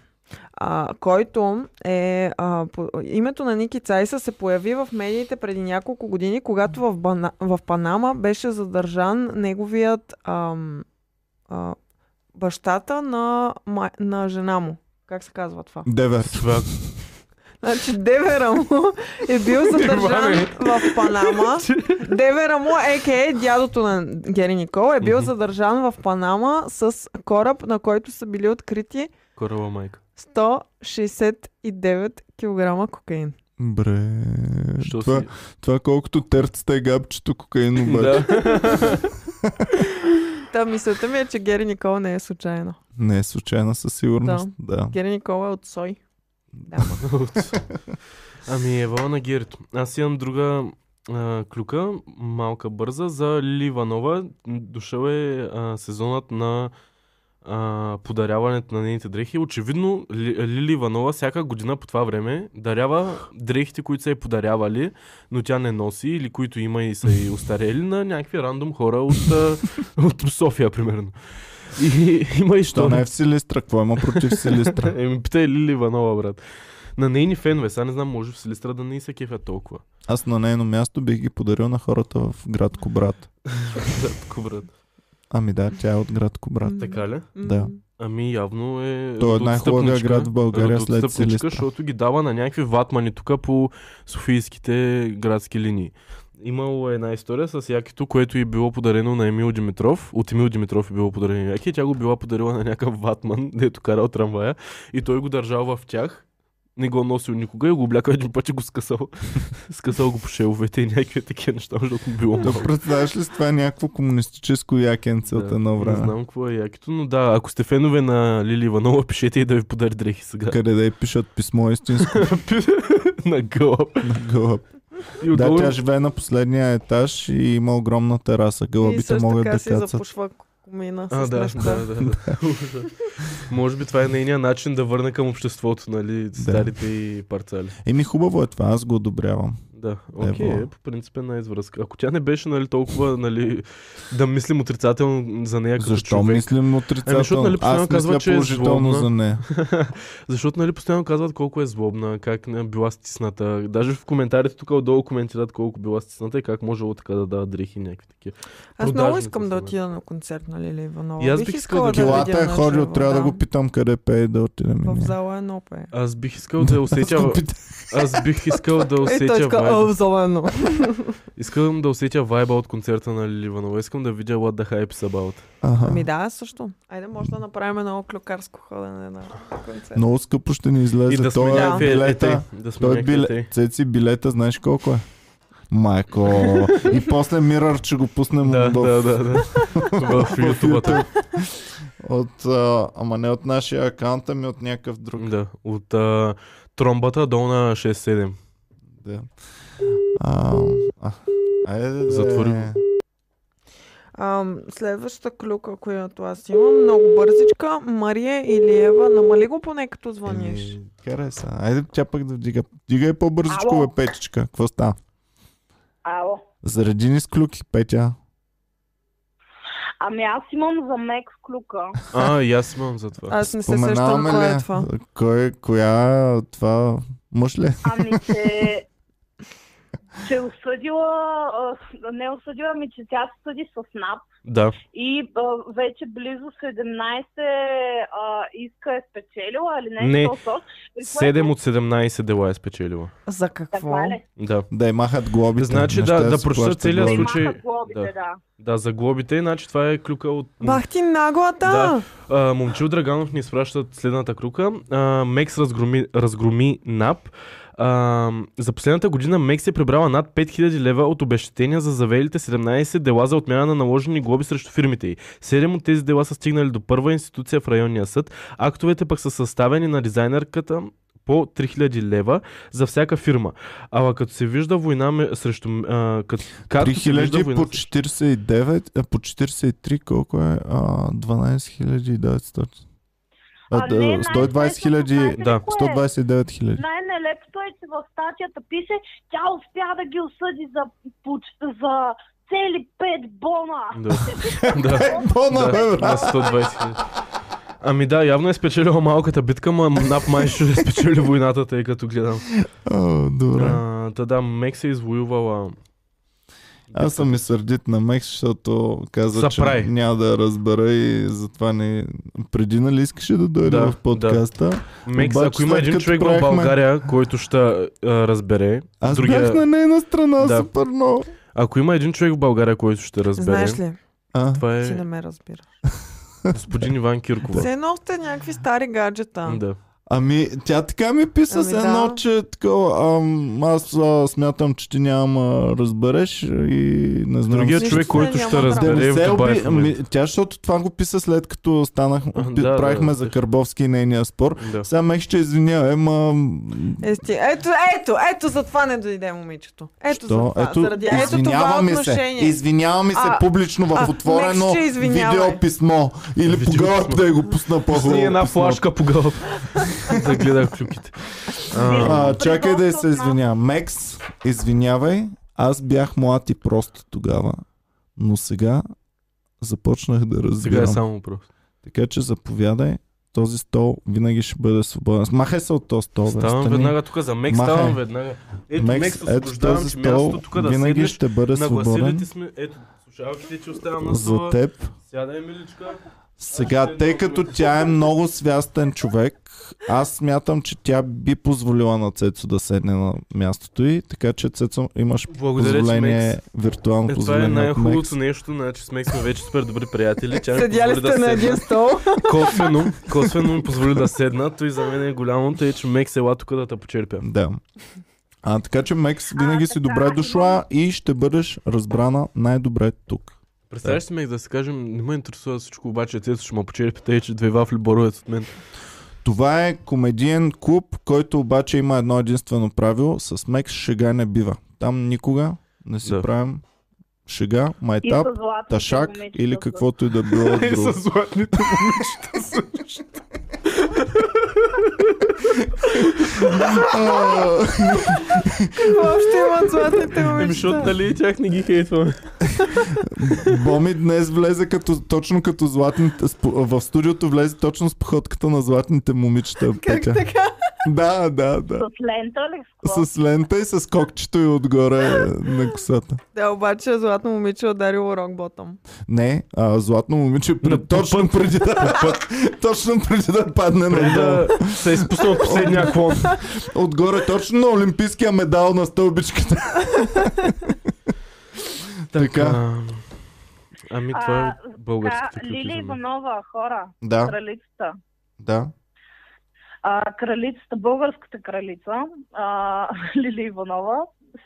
Speaker 3: а, който е... А, по, името на Ники Цайса се появи в медиите преди няколко години, когато в, Бана, в Панама беше задържан неговият ам, а, бащата на, ма- на жена му. Как се казва това?
Speaker 1: Девер.
Speaker 2: Това
Speaker 3: Значи девера му е бил задържан
Speaker 2: Иване.
Speaker 3: в Панама. Девера му, а.к.а. дядото на Гери Никол, е бил
Speaker 2: Мгм.
Speaker 3: задържан в Панама с кораб, на който са били открити
Speaker 2: корала майка.
Speaker 3: 169 кг кокаин.
Speaker 1: Бре.
Speaker 2: Що
Speaker 1: Това,
Speaker 2: си?
Speaker 1: това колкото терцата е габчето кокаин обаче.
Speaker 2: Да.
Speaker 3: Та мисълта ми е, че Гери Никол не е случайно.
Speaker 1: Не е случайна със сигурност. Да.
Speaker 3: Гери Никол е от Сой.
Speaker 2: Ами, ева на Герито. Аз имам друга а, клюка, малка бърза, за Ливанова. Дошъл е а, сезонът на а, подаряването на нейните дрехи. Очевидно, Ли- Лили Иванова всяка година по това време дарява дрехите, които са е подарявали, но тя не носи или които има и са и устарели на някакви рандом хора от, а, от София, примерно. И има и
Speaker 1: Що
Speaker 2: що.
Speaker 1: не е в Силистра? Какво има против Силистра?
Speaker 2: Еми, питай Лили Иванова, брат. На нейни фенове, сега не знам, може в Силистра да не и се кефят толкова.
Speaker 1: Аз на нейно място бих ги подарил на хората в град Кобрат.
Speaker 2: Братко, брат.
Speaker 1: Ами да, тя е от град Кобрат.
Speaker 2: Така ли?
Speaker 1: Да.
Speaker 2: Ами явно е...
Speaker 1: Той е
Speaker 2: родотстъпничка.
Speaker 1: най-хубавия град в България след
Speaker 2: Родотстъпничка,
Speaker 1: Силистра.
Speaker 2: защото ги дава на някакви ватмани тук по софийските градски линии. Имало е една история с якито, което и било подарено на Емил Димитров. От Емил Димитров е било подарено яки. Тя го била подарила на някакъв ватман, дето карал трамвая. И той го държал в тях. Не го носил никога и го облякал един път и го скъсал. скъсал го по шеловете и някакви такива неща, защото му било много.
Speaker 1: Да представяш ли с това някакво комунистическо якенце от
Speaker 2: Да,
Speaker 1: едно
Speaker 2: Не
Speaker 1: време?
Speaker 2: знам какво е якито, но да, ако сте фенове на Лили Иванова, пишете и да ви подари дрехи сега.
Speaker 1: Къде да й пишат писмо истинско
Speaker 2: на гълъб.
Speaker 1: на гълъб.
Speaker 2: И
Speaker 1: Да,
Speaker 2: отдолу-
Speaker 1: тя живее на последния етаж и има огромна тераса.
Speaker 3: И
Speaker 1: Гълъбите
Speaker 3: също
Speaker 1: могат
Speaker 3: така
Speaker 1: да
Speaker 3: си
Speaker 1: кацат.
Speaker 3: запушва комина
Speaker 2: а,
Speaker 3: с
Speaker 2: да,
Speaker 3: неща.
Speaker 2: да, да, да. Може би това е нейният начин да върне към обществото, нали, старите и парцали.
Speaker 1: Еми хубаво е това, аз го одобрявам.
Speaker 2: Да, окей,
Speaker 1: Ево.
Speaker 2: okay, по принцип е една извръзка. Ако тя не беше нали, толкова нали, да мислим отрицателно за нея като
Speaker 1: Защо
Speaker 2: човек,
Speaker 1: мислим
Speaker 2: Ами, защото,
Speaker 1: отрицателно?
Speaker 2: нали, постоянно
Speaker 1: Аз
Speaker 2: казва,
Speaker 1: мисля
Speaker 2: че е
Speaker 1: положително
Speaker 2: злобна.
Speaker 1: за нея.
Speaker 2: Защото нали постоянно казват колко е злобна, как не била стисната. Даже в коментарите тук отдолу коментират колко била стисната и как можело така да дава дрехи и някакви такива.
Speaker 3: Аз много
Speaker 2: Продажници
Speaker 3: искам
Speaker 2: са,
Speaker 3: да
Speaker 2: бе.
Speaker 3: отида на концерт нали, на Лили Иванова.
Speaker 2: И аз бих искал да видя.
Speaker 1: Пилата е
Speaker 3: на
Speaker 1: ходил,
Speaker 3: живо,
Speaker 1: трябва да го питам къде пее и да отидем. и
Speaker 3: В
Speaker 1: ние.
Speaker 3: зала е нопе.
Speaker 2: Аз бих искал да усетя... аз бих искал да
Speaker 3: Е,
Speaker 2: усетя
Speaker 3: точка,
Speaker 2: вайба.
Speaker 3: в зала е нопе.
Speaker 2: Искам да усетя вайба от концерта на Лили Иванова. Искам да видя what the hype is about.
Speaker 1: Аха.
Speaker 3: Ами да, аз също. Айде, може да направим едно клюкарско ходене на концерт.
Speaker 1: Много скъпо ще ни
Speaker 2: И
Speaker 1: излезе.
Speaker 2: да сме
Speaker 1: Той е
Speaker 3: някакви
Speaker 2: някакви етей.
Speaker 1: билета.
Speaker 2: Да сме
Speaker 1: Той е
Speaker 2: някакви
Speaker 1: билет.
Speaker 2: етей.
Speaker 1: Цеци, билета, знаеш колко е? Майко. И после Мирър ще го пуснем
Speaker 2: Да,
Speaker 1: в
Speaker 2: да, да, да. В ютубата.
Speaker 1: От, а, ама не от нашия акаунт, ами от някакъв друг.
Speaker 2: Да. От а, тромбата долу на 6-7.
Speaker 1: Да. А, а, айде ами, да
Speaker 2: Затвори го.
Speaker 3: Ам, следващата клюка, която аз имам, много бързичка. Мария Илиева, намали го поне като звъниш.
Speaker 1: Еми, Карай се. Айде тя пък да вдига. Дигай по-бързичко,
Speaker 4: Ало.
Speaker 1: бе, Петичка. Какво става?
Speaker 4: Ало.
Speaker 1: Заради ни с клюки, Петя.
Speaker 4: Ами аз имам за мек в клюка.
Speaker 2: А, и аз имам за това.
Speaker 3: Аз не се сещам
Speaker 1: Ами, Споменаваме
Speaker 3: кой е
Speaker 1: ли?
Speaker 3: това.
Speaker 1: Кой, коя, е това... Мъж ли? е?
Speaker 4: Ами че... че е осъдила... а, Не е осъдила, ами че тя се съди с НАП.
Speaker 2: Да.
Speaker 4: И а, вече близо 17 а, иска е спечелила, или
Speaker 2: Не,
Speaker 4: нещо такова. При което-
Speaker 2: 7 от 17 дела е спечелила.
Speaker 3: За какво?
Speaker 4: Така ли?
Speaker 2: Да.
Speaker 1: Да й махат глобите.
Speaker 2: Значи
Speaker 1: Не
Speaker 2: да-
Speaker 1: ще
Speaker 2: да
Speaker 1: си
Speaker 2: прочета
Speaker 1: плаща
Speaker 2: целия
Speaker 1: глоби.
Speaker 2: случай.
Speaker 4: Маха глобите,
Speaker 2: да.
Speaker 4: да. да.
Speaker 2: Да, за глобите, значи това е клюка от...
Speaker 3: Бах ти наглата!
Speaker 2: Да. А, момчил Драганов ни спращат следната крука. А, Мекс разгроми, разгроми НАП. А, за последната година Мекс е прибрала над 5000 лева от обещетения за завелите 17 дела за отмяна на наложени глоби срещу фирмите й. Седем от тези дела са стигнали до първа институция в районния съд. Актовете пък са съставени на дизайнерката по 3000 лева за всяка фирма. Ала като се вижда война ме- срещу... А, като, както се вижда
Speaker 1: 3000
Speaker 2: война
Speaker 1: по
Speaker 2: срещу-
Speaker 1: 49, а, по 43 колко е? А, 12900. А,
Speaker 4: А,
Speaker 1: да,
Speaker 4: не, най-
Speaker 1: 120 хиляди,
Speaker 4: знаете ли
Speaker 2: да,
Speaker 4: кое е?
Speaker 1: 129 хиляди.
Speaker 4: Най-нелепото е, че в статията пише, тя успя да ги осъди за, поч- за цели 5 бона.
Speaker 2: Да. да.
Speaker 1: Бона, Е, бе,
Speaker 2: Да,
Speaker 1: брат.
Speaker 2: на 120 хиляди. Ами да, явно е спечелила малката битка, ма нап май ще е спечели войната, тъй като гледам.
Speaker 1: О, Добре.
Speaker 2: А, Та да, Мек се е извоювала.
Speaker 1: Аз съм и сърдит на Мекс, защото каза, че
Speaker 2: Съпрай.
Speaker 1: няма да я разбера и затова не... Преди нали искаше да дойде
Speaker 2: Да,
Speaker 1: в подкаста?
Speaker 2: Мекс,
Speaker 1: Обаче,
Speaker 2: ако има
Speaker 1: след
Speaker 2: един
Speaker 1: като
Speaker 2: човек в
Speaker 1: правихме-
Speaker 2: България, който ще а, разбере,
Speaker 1: Аз
Speaker 2: другия-
Speaker 1: бях на нейна страна,
Speaker 2: Да.
Speaker 1: супер много.
Speaker 2: ако има един човек в България, който ще разбере,
Speaker 3: Знаеш ли,
Speaker 1: А,
Speaker 2: това
Speaker 3: ти
Speaker 2: е
Speaker 3: не ме разбира.
Speaker 2: господин Иван Кирков.
Speaker 3: Все едно сте някакви стари гаджета.
Speaker 2: Да.
Speaker 1: Ами, тя така ми писа
Speaker 3: Ами
Speaker 1: с едно,
Speaker 3: да.
Speaker 1: че такова, ам, аз а, смятам, че ти няма да разбереш и не знам.
Speaker 2: Другия
Speaker 1: си-
Speaker 3: Нищо
Speaker 2: човек,
Speaker 3: не
Speaker 2: който
Speaker 3: няма
Speaker 2: ще
Speaker 3: право.
Speaker 1: да
Speaker 2: разбере
Speaker 1: не
Speaker 2: в
Speaker 1: се
Speaker 2: Дубай
Speaker 1: оби...
Speaker 2: в
Speaker 1: Ами,
Speaker 2: момента.
Speaker 1: тя, защото това го писа след като станах,
Speaker 2: А,
Speaker 1: пи-
Speaker 2: да, да,
Speaker 1: правихме
Speaker 2: да.
Speaker 1: за Карбовски и нейния спор.
Speaker 2: Да.
Speaker 1: Сега мех ще извиня, е, ема...
Speaker 3: Ести, ето, ето, ето за това не дойде момичето. Ето за
Speaker 1: Що?
Speaker 3: това. заради, ето това
Speaker 1: извиняваме се.
Speaker 3: отношение.
Speaker 1: Извиняваме се
Speaker 3: А,
Speaker 1: публично в
Speaker 3: а,
Speaker 1: отворено
Speaker 3: Мекс ще извинявай.
Speaker 1: видеописмо. Или по
Speaker 2: Видеописмо.
Speaker 1: гълъб да я го пусна по-хубаво.
Speaker 2: Пусни е една
Speaker 1: писмо.
Speaker 2: флашка по гълъб. да гледа клюките. А,
Speaker 1: А, чакай да й
Speaker 4: Придобре
Speaker 1: се
Speaker 4: от нас.
Speaker 1: извиня. Мекс, извинявай, аз бях млад и прост тогава, но сега започнах да
Speaker 2: Сега
Speaker 1: разбирам.
Speaker 2: е само просто.
Speaker 1: Така че заповядай, този стол винаги ще бъде свободен. Махай се от този стол. бе,
Speaker 2: Ставам
Speaker 1: стани.
Speaker 2: веднага тук за Мекс,
Speaker 1: Махай.
Speaker 2: ставам веднага. Ето Мекс, Мекс
Speaker 1: ето
Speaker 2: освобождавам,
Speaker 1: този
Speaker 2: че
Speaker 1: стол
Speaker 2: мястото тук да
Speaker 1: винаги
Speaker 2: седнеш.
Speaker 1: ще бъде
Speaker 2: Нагласили ти
Speaker 1: свободен
Speaker 2: сме, ето, слушалките, че оставам на
Speaker 1: за
Speaker 2: стола.
Speaker 1: теб.
Speaker 2: Сядай, миличка.
Speaker 1: Сега, тъй като тя е много свястен човек, аз смятам, че тя би позволила на Цецо да седне на мястото и, така че Цецо имаш
Speaker 2: Благодаря, че Мекс.
Speaker 1: позволение, виртуално
Speaker 2: Е, това
Speaker 1: позволение
Speaker 2: е
Speaker 1: от Мекс.
Speaker 2: най-хубавото нещо, значи с Мекс сме вече супер добри приятели. Тя ми
Speaker 3: Седяли
Speaker 2: позволи да
Speaker 3: сте на
Speaker 2: седна.
Speaker 3: един стол.
Speaker 2: Косвено, косвено ми позволи да седна. Той за мен е голямо, тъй че Мекс е ела тук да те почерпя.
Speaker 1: Да. А, така че, Мекс, винаги
Speaker 4: А,
Speaker 1: си
Speaker 4: така,
Speaker 1: добре дошла и ще бъдеш разбрана най-добре тук.
Speaker 2: Представяш си, Мекс, да се кажем, не ме интересува всичко, обаче Цецо ще ме почерпи, тъй че две вафли боровец от мен.
Speaker 1: Това е комедиен клуб, който обаче има едно единствено правило. С Мекс шега не бива. Там никога не си
Speaker 2: Да.
Speaker 1: правим шега,
Speaker 4: И със
Speaker 1: майтап,
Speaker 4: златните
Speaker 1: ташак
Speaker 4: момичета
Speaker 1: или
Speaker 4: са.
Speaker 1: каквото и да било
Speaker 2: И
Speaker 1: друго.
Speaker 2: с златните момичета също.
Speaker 3: Въобще имат златните
Speaker 2: Еми, защото,
Speaker 3: момичета.
Speaker 2: нали, тях не ги хейтваме.
Speaker 1: Боми днес влезе като, точно като златните... с по- В студиото влезе точно с походката на златните момичета.
Speaker 3: Как
Speaker 1: Петя.
Speaker 3: така?
Speaker 1: Да, да, да.
Speaker 4: С лента ли? С какво?
Speaker 1: С лента и с кокчето и отгоре на косата.
Speaker 3: Да, обаче златно момиче е ударило рок ботъм.
Speaker 1: Не, а, златно момиче при...
Speaker 2: На
Speaker 1: точно преди да точно преди да падне
Speaker 2: Преди
Speaker 1: на да...
Speaker 2: да се е изпуснал последния клон.
Speaker 1: Отгоре точно на олимпийския медал на стълбичката. Така.
Speaker 2: А, Ами, това е от българските
Speaker 4: А, Лили
Speaker 2: клипи. за мен.
Speaker 4: Иванова, хора,
Speaker 1: Да,
Speaker 4: кралицата.
Speaker 1: да.
Speaker 4: А, кралицата, българската кралица, а, Лили Иванова,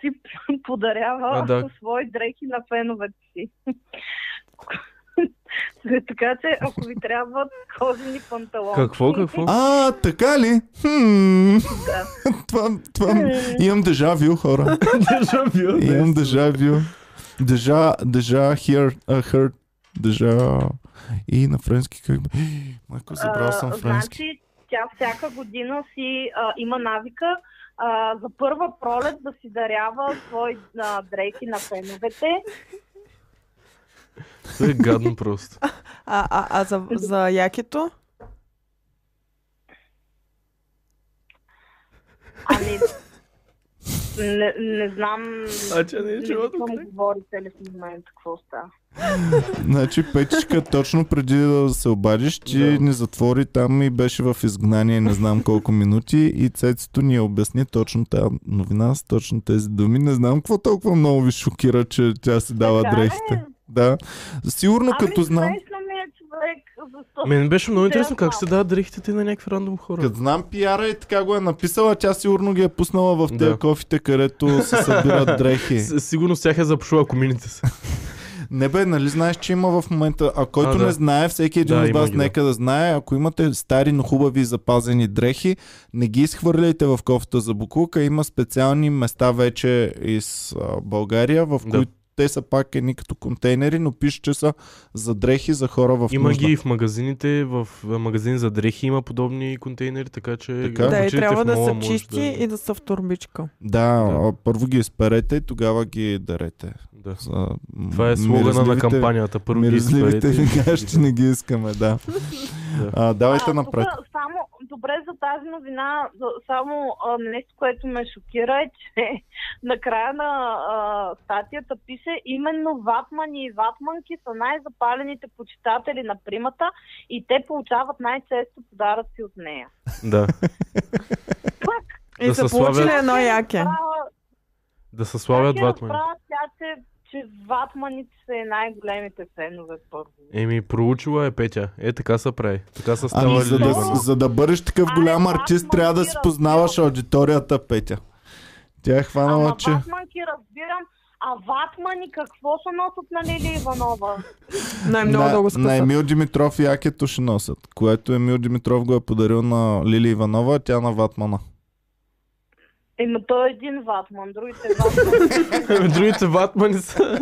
Speaker 4: си подарява
Speaker 2: А, да.
Speaker 4: свои дрехи на феновете си. така че, ако ви трябват кожени панталони...
Speaker 2: Какво, какво?
Speaker 1: А, така ли? Хм.
Speaker 4: Да.
Speaker 1: това, това... Имам дежавю, хора.
Speaker 2: Държа бил, да.
Speaker 1: Е, Имам дежавю. Дежа, дежа, хир, хърт, дежа... И на френски как бе? Майко, забрал съм
Speaker 4: А,
Speaker 1: френски.
Speaker 4: Значи, тя всяка година си а, има навика а, за първа пролет да си дарява свои а, дрехи на феновете.
Speaker 2: Това е гадно просто.
Speaker 3: А, а, а за, за якето?
Speaker 4: Ами, не, не знам...
Speaker 2: А тя не е
Speaker 4: не
Speaker 2: чела
Speaker 4: знам говорите ли в момента, какво става.
Speaker 1: Значи Петичка точно преди да се обадиш, ти
Speaker 2: Да.
Speaker 1: ни затвори там и беше в изгнание не знам колко минути и Цецето ни обясни точно тази новина с точно тези думи. Не знам какво толкова много ви шокира, че тя си дава
Speaker 4: Така е.
Speaker 1: дрехите. Да. Сигурно като
Speaker 4: ами,
Speaker 1: знам...
Speaker 4: смешно ми е човек, защото...
Speaker 2: Мен беше много
Speaker 4: Сега
Speaker 2: интересно как
Speaker 4: знам.
Speaker 2: се дават дрехите ти на някакви рандом хора.
Speaker 1: Като знам пиара и така го е написала, тя сигурно ги е пуснала в тези
Speaker 2: Да.
Speaker 1: кофите, където се събират дрехи.
Speaker 2: С- Сигурно с тях е запушила комините си.
Speaker 1: Не бе, нали знаеш, че има в момента, а който
Speaker 2: А, да.
Speaker 1: не знае, всеки един
Speaker 2: Да,
Speaker 1: от
Speaker 2: има
Speaker 1: вас
Speaker 2: ги, да.
Speaker 1: нека да знае, ако имате стари, но хубави и запазени дрехи, не ги изхвърляйте в кофта за буклука, има специални места вече из а, България, в
Speaker 2: Да.
Speaker 1: които те са пак едни като контейнери, но пише, че са за дрехи за хора в
Speaker 2: Има
Speaker 1: нужда.
Speaker 2: ги и в магазините, в а, магазин за дрехи има подобни контейнери, така че...
Speaker 1: Така.
Speaker 2: ако
Speaker 1: Да,
Speaker 3: Да, и
Speaker 2: отидете
Speaker 3: трябва
Speaker 2: в
Speaker 3: да
Speaker 2: мола,
Speaker 3: са
Speaker 2: може
Speaker 3: чисти
Speaker 2: да- е.
Speaker 3: и да са в турбичка.
Speaker 1: Да,
Speaker 2: Да.
Speaker 1: а, първо ги изперете и тогава ги дарете.
Speaker 2: да.
Speaker 1: За, м,
Speaker 2: Това е слогана на
Speaker 1: миризливите-
Speaker 2: кампанията. Първо ги
Speaker 1: Миризливите
Speaker 2: изперете.
Speaker 1: вигащи не ги искаме, да.
Speaker 2: Да.
Speaker 1: А, давайте
Speaker 4: А,
Speaker 1: напред.
Speaker 4: тука Само, добре за тази новина, за, само а, нещо, което ме шокира е, че накрая на а, статията пише именно ватмани и ватманки са най-запалените почитатели на примата и те получават най-често подаръци от нея.
Speaker 2: Да.
Speaker 3: И
Speaker 2: Да
Speaker 3: са
Speaker 2: се
Speaker 3: получили
Speaker 2: славят.
Speaker 3: едно яке.
Speaker 4: Разбрала-
Speaker 2: Да се славят
Speaker 4: как е я
Speaker 2: ватмани.
Speaker 4: разбрала тя, че, че ватманите са и най-големите фенове първо.
Speaker 2: Еми, проучила е Петя. Е, така се прави. Така са
Speaker 1: Ами,
Speaker 2: става
Speaker 1: за да,
Speaker 2: Лилия.
Speaker 1: за да бъдеш такъв
Speaker 4: Ай,
Speaker 1: голям
Speaker 4: аз
Speaker 1: артист,
Speaker 4: ме
Speaker 1: трябва да си
Speaker 4: разбирам,
Speaker 1: познаваш
Speaker 4: разбирам.
Speaker 1: аудиторията, Петя. Тя е хванала,
Speaker 4: Ама
Speaker 1: че...
Speaker 4: ватманки разбирам, а ватмани какво са носят нали, на Лили Иванова?
Speaker 3: Най-много
Speaker 1: на,
Speaker 3: е дълго
Speaker 1: на
Speaker 3: скъсат.
Speaker 1: Емил Димитров якето ще носят, което Емил Димитров го е подарил на Лили Иванова, а тя на Ватмана.
Speaker 4: Еми, той е един ватман, другите ватмани.
Speaker 2: Другите ватмани са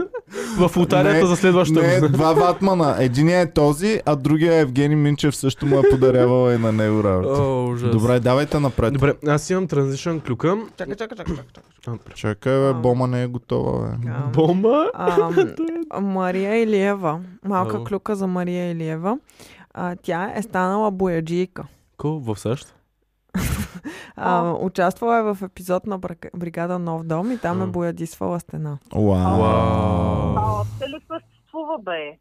Speaker 2: в лотарията
Speaker 1: Не,
Speaker 2: за следващата
Speaker 1: Не, е
Speaker 2: година.
Speaker 1: два Ватмана. Единият е този, а другия Евгений Минчев също му е подарявал и на него работа.
Speaker 2: О, ужас.
Speaker 1: Добре, давайте напред.
Speaker 2: Добре, аз имам транзишън клюка.
Speaker 3: Чакай, чакай, чакай, чакай. чакай.
Speaker 1: Чакай,
Speaker 3: А.
Speaker 1: бе, бома не е готова, бе.
Speaker 3: Така.
Speaker 2: Бомба?
Speaker 3: Ам, Мария Илиева. Малка
Speaker 2: Ало.
Speaker 3: клюка за Мария Илиева. А, тя е станала бояджийка.
Speaker 2: Ко? В САЩ?
Speaker 3: А, участвала е в епизод на брак- бригада Нов дом и там е
Speaker 2: А.
Speaker 3: боядисвала стена.
Speaker 1: Уау.
Speaker 4: А, още ли съществува, бе?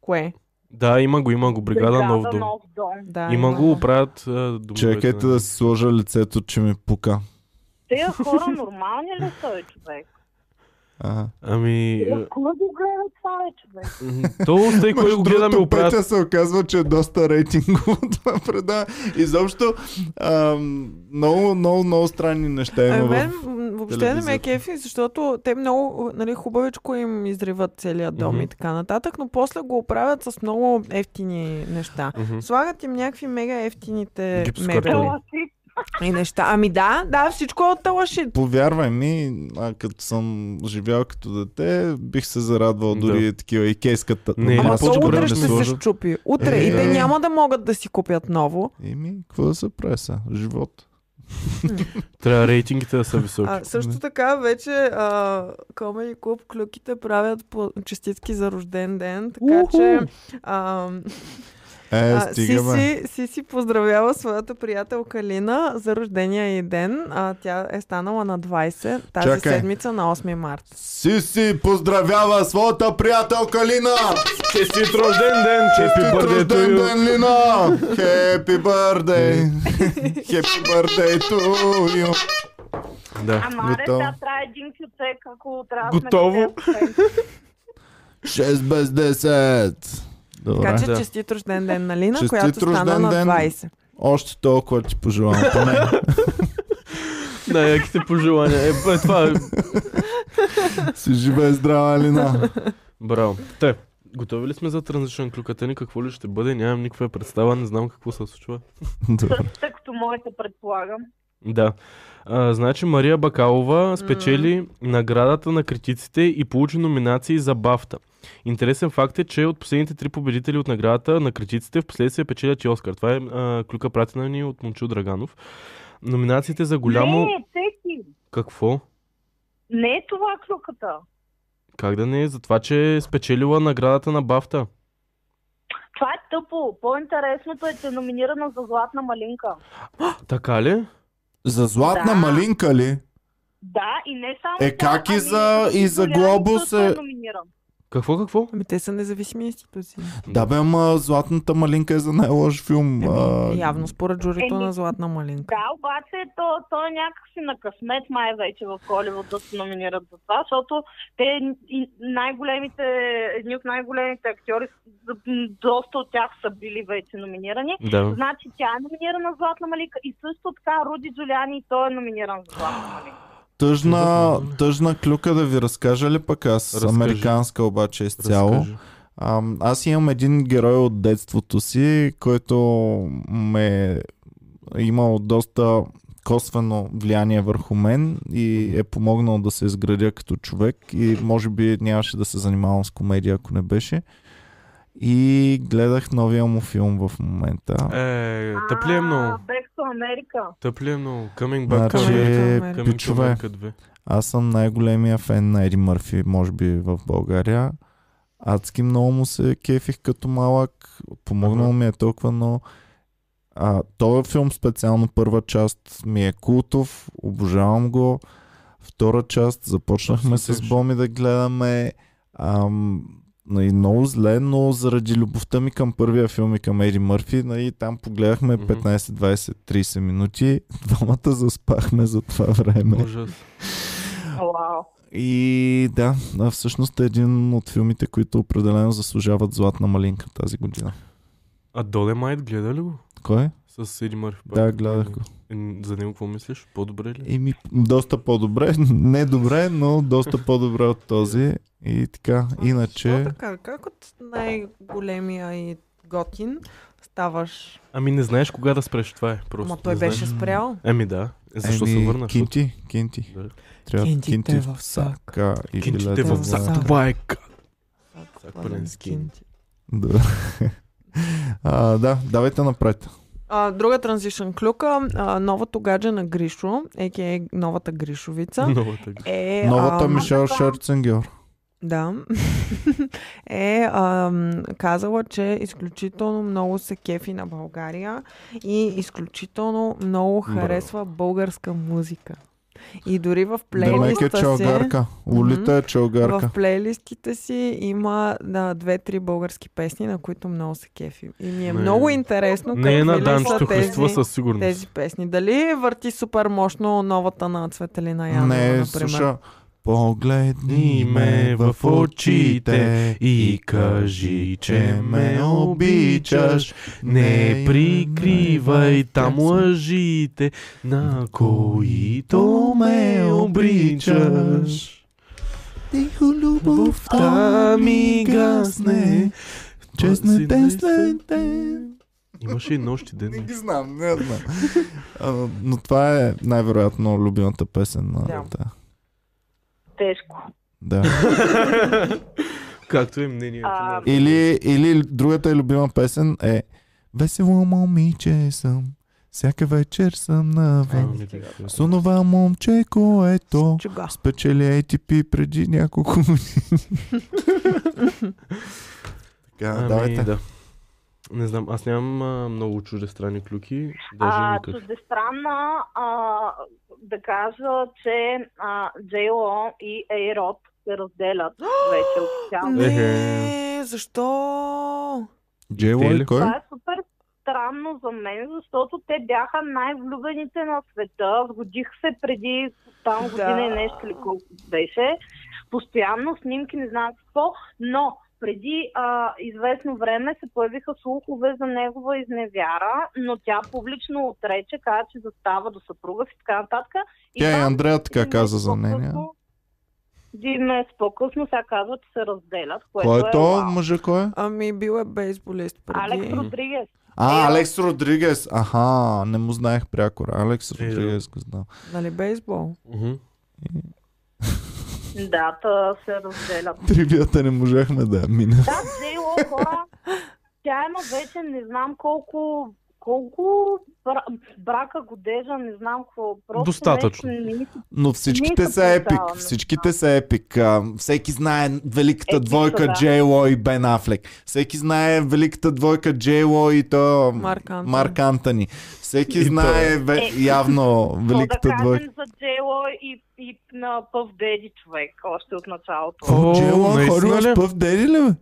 Speaker 3: Кое?
Speaker 2: Да, има го, има го. Бригада Нов дом.
Speaker 4: нов дом.
Speaker 3: Да,
Speaker 2: Има го, правят
Speaker 1: Чакайте да си сложа лицето, че ми пука.
Speaker 4: Те хора нормални ли са, бе, човек?
Speaker 1: А.
Speaker 2: Ами...
Speaker 4: Е, Кой го гледа това, бе, човек?
Speaker 2: е, То, тъй кой го
Speaker 1: Между
Speaker 2: гледаме,
Speaker 1: другото,
Speaker 2: го правят.
Speaker 1: Петя се оказва, че е доста рейтингово това преда. Изобщо ам, много, много, много странни
Speaker 2: Е,
Speaker 1: неща
Speaker 3: Ами
Speaker 1: има
Speaker 3: мен
Speaker 1: в...
Speaker 3: м, въобще не ме е
Speaker 1: телевизията.
Speaker 3: кефи, защото те много нали, хубавичко им изриват целият дом
Speaker 2: Мгм.
Speaker 3: и така нататък, но после го оправят с много ефтини неща.
Speaker 2: Мгм.
Speaker 3: Слагат им някакви мега ефтините
Speaker 2: Гипсокартони.
Speaker 3: мебели.
Speaker 4: Ела си,
Speaker 3: И неща. Ами да, да, всичко е от талашит.
Speaker 1: Повярвай ми, а като съм живял като дете, бих се зарадвал дори
Speaker 2: Да.
Speaker 1: и такива икейската.
Speaker 2: Не,
Speaker 3: Ама
Speaker 2: Е, аз
Speaker 3: то
Speaker 2: по-добре
Speaker 3: утре
Speaker 2: да
Speaker 3: ще се
Speaker 1: сложат.
Speaker 3: щупи. Утре
Speaker 1: Е,
Speaker 3: и те
Speaker 1: да.
Speaker 3: няма да могат да си купят ново.
Speaker 1: Еми, какво да се прави сега? Живот.
Speaker 2: Трябва рейтингите да са високи.
Speaker 3: А, също така, вече а, Comedy Club клюките правят по честитки за рожден ден, така
Speaker 2: Уху!
Speaker 3: че а,
Speaker 1: Е,
Speaker 3: а,
Speaker 1: стигаме.
Speaker 3: Сиси, Сиси поздравява своята приятелка Лина за рождения й ден. А, тя е станала на 20 тази
Speaker 1: Чакай.
Speaker 3: седмица на 8 март.
Speaker 1: Сиси поздравява своята приятелка Лина!
Speaker 2: Честит рожден ден! Честит
Speaker 1: Честит
Speaker 2: рожден
Speaker 1: рожден
Speaker 2: ден!
Speaker 1: ден, Лина! Happy birthday! Happy birthday to you!
Speaker 2: Да.
Speaker 4: Ама, аре,
Speaker 1: Готово.
Speaker 4: да, трябва един кютек, ако трябва
Speaker 2: Готово.
Speaker 4: да сме къде,
Speaker 1: 6 без 10!
Speaker 3: Така
Speaker 1: Добре.
Speaker 3: че
Speaker 2: Да.
Speaker 3: честит рожден ден на Лина,
Speaker 1: Честит
Speaker 3: която стана
Speaker 1: рожден
Speaker 3: на
Speaker 1: ден.
Speaker 3: 20.
Speaker 1: Още толкова ти пожелавам. Поне.
Speaker 2: Най-яките пожелания. Е, бе, това е...
Speaker 1: Си живе и здрава, Лина.
Speaker 2: Браво. Те, готови ли сме за транзишън клюката ни? Какво ли ще бъде? Нямам никаква представа, не знам какво се случва.
Speaker 1: Добре.
Speaker 4: Същата като моята, предполагам.
Speaker 2: Да. А, значи Мария Бакалова спечели наградата на критиците и получи номинации за Бафта. Интересен факт е, че от последните три победители от наградата на критиците в последствие печелят и Оскар. Това е а, клюка пратена ни от Момчил Драганов. Номинациите за голямо...
Speaker 4: Не, теки.
Speaker 2: Какво?
Speaker 4: Не е това клюката.
Speaker 2: Как да не е? За това, че е спечелила наградата на Бафта.
Speaker 4: Това е тъпо. По-интересното е, че е номинирана за Златна малинка.
Speaker 2: Така ли?
Speaker 1: За златна
Speaker 4: Да.
Speaker 1: малинка ли?
Speaker 4: Да, и не само.
Speaker 1: Е,
Speaker 4: това,
Speaker 1: как и
Speaker 4: ами
Speaker 1: за- и за
Speaker 4: Зорян
Speaker 1: Глобус
Speaker 4: също
Speaker 1: е-
Speaker 4: номиниран.
Speaker 2: Какво, какво?
Speaker 3: Ами те са независими институции.
Speaker 1: Да бе, ама златната малинка е за най-лош филм. а,
Speaker 3: Явно според журито
Speaker 4: Еми,
Speaker 3: на Златна Малинка.
Speaker 4: Да, обаче то, то е някакси на късмет май вече в Холивуд да се номинират за това, защото те и най-големите, едни от най-големите актьори, за- м, доста от тях са били вече номинирани.
Speaker 2: Да.
Speaker 4: Значи тя е номинирана за Златна малинка и също така Руди Джулиани и той е номиниран за Златна малинка.
Speaker 1: Тъжна,
Speaker 2: Чудесно.
Speaker 1: тъжна клюка да ви разкажа ли пък аз?
Speaker 2: Разкажи.
Speaker 1: Американска обаче изцяло.
Speaker 2: Разкажи.
Speaker 1: Ам, аз имам един герой от детството си, който ме е имал доста косвено влияние върху мен и е помогнал да се изградя като човек и може би нямаше да се занимавам с комедия, ако не беше. И гледах новия му филм в момента.
Speaker 2: Е, тъпли е
Speaker 4: А,
Speaker 2: много.
Speaker 4: Бегство Америка.
Speaker 2: Тъпли е много. Coming back,
Speaker 1: Значи,
Speaker 2: coming back.
Speaker 3: Камерите, камерите.
Speaker 2: Coming to
Speaker 1: пичове,
Speaker 2: America 2.
Speaker 1: Аз съм най-големия фен на Еди Мърфи, може би в България. Адски много му се кефих като малък. Помогнал
Speaker 2: Ага.
Speaker 1: ми е толкова, но а, този филм специално първа част ми е култов, обожавам го. Втора част започнахме с
Speaker 2: Супер.
Speaker 1: Боми да гледаме. Ам, и много зле, но заради любовта ми към първия филм и към Еди Мърфи, нали, там погледахме
Speaker 2: Мгм.
Speaker 1: 15, 20, 30 минути. Двамата заспахме за това време.
Speaker 2: Ужас.
Speaker 4: Вау.
Speaker 1: И да, а всъщност е един от филмите, които определено заслужават златна малинка тази година.
Speaker 2: А Долемайт гледа ли го?
Speaker 1: Кой? е?
Speaker 2: С Еди Мърфи. пак?
Speaker 1: Да, гледах го.
Speaker 2: Е, За него какво мислиш? По-добре ли?
Speaker 1: И ми доста по-добре, не добре, но доста по-добре от този. И така,
Speaker 3: Защо
Speaker 1: иначе...
Speaker 3: така? Как от най-големия и готин ставаш?
Speaker 2: Ами не знаеш кога да спреш, това е просто.
Speaker 3: Ама той
Speaker 2: не
Speaker 3: беше
Speaker 2: знаеш.
Speaker 3: спрял.
Speaker 2: Еми да. Е, Защо
Speaker 1: Еми,
Speaker 2: се върна?
Speaker 1: Кинти, кинти.
Speaker 2: Да.
Speaker 1: Трябва
Speaker 3: Кинтите
Speaker 1: кинти
Speaker 3: в
Speaker 1: в
Speaker 3: сак.
Speaker 1: сака. и
Speaker 2: Кинчите
Speaker 1: билет
Speaker 3: в
Speaker 2: в
Speaker 1: за-
Speaker 3: сак.
Speaker 2: сак. Това е ка-
Speaker 3: Как
Speaker 2: пълен
Speaker 3: пълен
Speaker 2: скин.
Speaker 3: скин.
Speaker 1: Да. А, да, давайте напред.
Speaker 3: А, друга транзишън клюка, а, новото гадже на Гришо, а.к.а. новата Гришовица.
Speaker 2: новата.
Speaker 3: Е,
Speaker 1: Новата
Speaker 3: ам,
Speaker 1: Мишел Шерценгер.
Speaker 3: Да. е ам, казала, че изключително много се кефи на България и изключително много
Speaker 2: Браво.
Speaker 3: харесва българска музика. И дори в
Speaker 1: Демек е
Speaker 3: плейлиста си...
Speaker 1: чалгарка. Лолита е чалгарка.
Speaker 3: В плейлистите си има да, две-три български песни, на които много се кефи. И ми е
Speaker 2: Не.
Speaker 3: много интересно
Speaker 2: Не е на
Speaker 3: какви ли
Speaker 2: Данчето
Speaker 3: са
Speaker 2: Христва
Speaker 3: тези,
Speaker 2: със сигурност.
Speaker 3: тези песни. Дали върти супер мощно новата на Цветелина Янова,
Speaker 1: Не,
Speaker 3: например?
Speaker 1: слуша. Погледни ме в очите и кажи, че ме обичаш.
Speaker 2: Не прикривай там лъжите, на които ме обричаш.
Speaker 1: Тихо любовта ми гасне. Честно
Speaker 2: Честно
Speaker 1: ден след ден.
Speaker 2: Имаше и нощи
Speaker 1: Не
Speaker 2: ден.
Speaker 1: ги знам, не я знам. А, но това е най-вероятно любимата песен на
Speaker 3: Да.
Speaker 1: да.
Speaker 4: Тежко.
Speaker 1: да.
Speaker 2: Както е мнението на...
Speaker 4: А,
Speaker 1: Или, или другата е любима песен е Весело момиче съм, всяка вечер съм навън.
Speaker 2: Ами, така.
Speaker 1: С онова момче, което
Speaker 3: Чуга.
Speaker 1: спечели ATP преди няколко години. така,
Speaker 2: Ами,
Speaker 1: давайте.
Speaker 2: да. Не знам, аз нямам а, много чуждестранни клюки. Даже
Speaker 4: А,
Speaker 2: никак.
Speaker 4: чуждестранна а, да кажа, че а, E Джейло и Ейрод се разделят вече официално.
Speaker 3: Не, защо?
Speaker 1: Джейло
Speaker 2: Те
Speaker 1: е
Speaker 2: ли?
Speaker 1: кой?
Speaker 4: Това е супер странно за мен, защото те бяха най-влюбените на света. Годих се преди там година
Speaker 3: Да.
Speaker 4: и нещо ли колко беше. Постоянно снимки, не знам какво, но преди а, известно време се появиха слухове за негова изневяра, но тя публично отрече, каза, че застава до съпруга си, така нататък. И
Speaker 1: Тя и
Speaker 4: два
Speaker 1: Андрея така
Speaker 4: един
Speaker 1: каза
Speaker 4: месец
Speaker 1: за нея.
Speaker 4: по-късно- Един месец по-късно сега казват, че се разделят, което
Speaker 1: Кой е то?
Speaker 4: вау.
Speaker 1: Мъжа кой е?
Speaker 3: Ами бил е бейсболист
Speaker 4: Алекс
Speaker 3: преди.
Speaker 4: Родригес.
Speaker 1: А,
Speaker 4: Е,
Speaker 1: Алекс Родригес. Аха, не му знаех прякор. Алекс
Speaker 2: да.
Speaker 1: Родригес го знам.
Speaker 3: Нали бейсбол?
Speaker 2: Мгм.
Speaker 4: Да, та се разделят.
Speaker 1: Тривията не можахме да я минем.
Speaker 4: Да, Джейло, хора, тя има вече не знам колко колко бра- брака годежа, не знам какво. Просто
Speaker 2: Достатъчно.
Speaker 4: нещо не ми се-
Speaker 1: Но всичките
Speaker 4: Нито
Speaker 1: са епик.
Speaker 4: познавам.
Speaker 1: Всичките са епик. А, Всеки знае великата
Speaker 4: Епик,
Speaker 1: двойка
Speaker 4: да.
Speaker 1: Джей Ло и Бен Афлек. Всеки знае великата двойка Джей Ло и то...
Speaker 3: Марк Антони.
Speaker 1: Марк Антони. Всеки
Speaker 2: И
Speaker 1: знае ве...
Speaker 4: Е.
Speaker 1: явно
Speaker 4: Но
Speaker 1: великата
Speaker 4: да
Speaker 1: двойка.
Speaker 4: кажем за Джейло и, и на Пъв Деди човек, още от началото.
Speaker 2: О,
Speaker 1: О, Джей Ло е
Speaker 2: наистина
Speaker 1: ходила с
Speaker 2: ли?
Speaker 1: пъв дели ли? бе?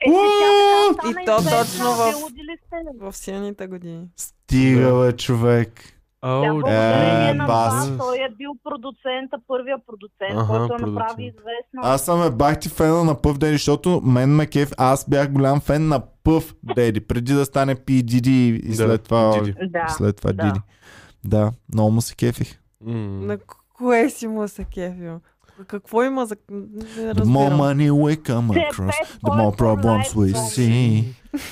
Speaker 4: Е, че тя така
Speaker 3: И
Speaker 4: стана
Speaker 3: то
Speaker 4: известна,
Speaker 3: точно в-
Speaker 4: те луди ли сте?
Speaker 3: В силните години.
Speaker 1: Стига,
Speaker 2: Да.
Speaker 1: бе, човек.
Speaker 4: Тя
Speaker 2: Ау,
Speaker 4: благодарение на
Speaker 1: Е, бас.
Speaker 4: вас, той е бил продуцента, първия продуцент,
Speaker 2: Аха,
Speaker 4: който е я
Speaker 2: продуцент.
Speaker 4: направи известна.
Speaker 1: Аз съм е бах ти фена на Пъв Дели, защото мен ме кеф, аз бях голям фен на Пъв Дели, преди да стане P. Diddy и
Speaker 2: Да,
Speaker 1: след това,
Speaker 2: Диди.
Speaker 4: Да.
Speaker 1: след това
Speaker 4: да.
Speaker 1: Diddy. Да, много му се кефих.
Speaker 2: М.
Speaker 3: На кое си му се кефил? Какво има за... Не
Speaker 1: The more
Speaker 3: разбирам.
Speaker 1: money we come
Speaker 4: Те,
Speaker 1: across,
Speaker 4: best
Speaker 1: the more
Speaker 4: boy for
Speaker 1: problems we
Speaker 4: life, Tom.
Speaker 1: see.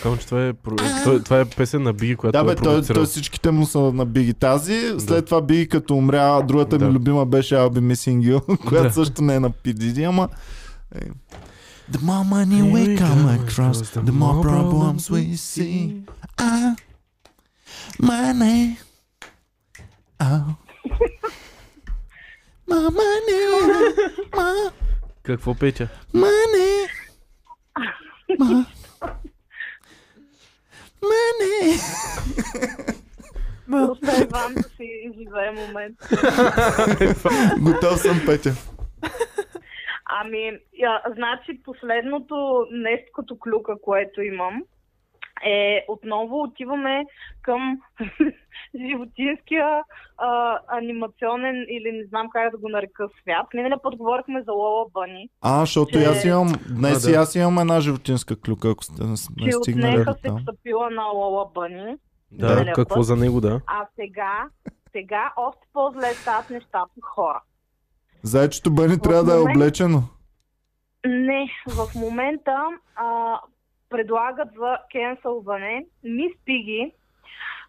Speaker 2: Само, че това е, про- той- това е песен на Биги, която
Speaker 1: Да
Speaker 2: е
Speaker 1: бе, той,
Speaker 2: продуцирал.
Speaker 1: той всичките му са на Биги. Тази, след това Биги като умря, другата ми
Speaker 2: Да.
Speaker 1: любима беше I'll be missing you, която
Speaker 2: Да.
Speaker 1: също не е на P. Diddy, ама... е. The more money
Speaker 2: Here
Speaker 1: we
Speaker 2: we
Speaker 1: come
Speaker 2: come
Speaker 1: across,
Speaker 2: across,
Speaker 1: the more problems we see. Ah, А, мане. А. Ма, мане. Ма,
Speaker 2: Какво петя?
Speaker 1: мане. Ма. Мане.
Speaker 4: Просто е Иван да си изживее момент.
Speaker 1: Готов съм, Петя.
Speaker 4: Ами, я, значи последното нещо като клюка, което имам, е отново отиваме към животинския а, анимационен или не знам как да го нарека свят. Миналия път говорихме за Лола Бъни,
Speaker 1: А, защото и аз имам, днес
Speaker 2: А, да.
Speaker 1: и аз имам една животинска клюка, ако сте не, не
Speaker 4: че
Speaker 1: стигнали
Speaker 4: отнеха
Speaker 1: до
Speaker 4: се
Speaker 1: там.
Speaker 4: стъпила на Лола Бъни,
Speaker 2: Да,
Speaker 4: Да.
Speaker 2: какво за него, да.
Speaker 4: а сега, сега още по-зле стават нещата хора.
Speaker 1: Зайчето бъни трябва да е
Speaker 4: момента-
Speaker 1: облечено.
Speaker 4: Не, в момента а, предлагат за кенсълване Мис Пиги,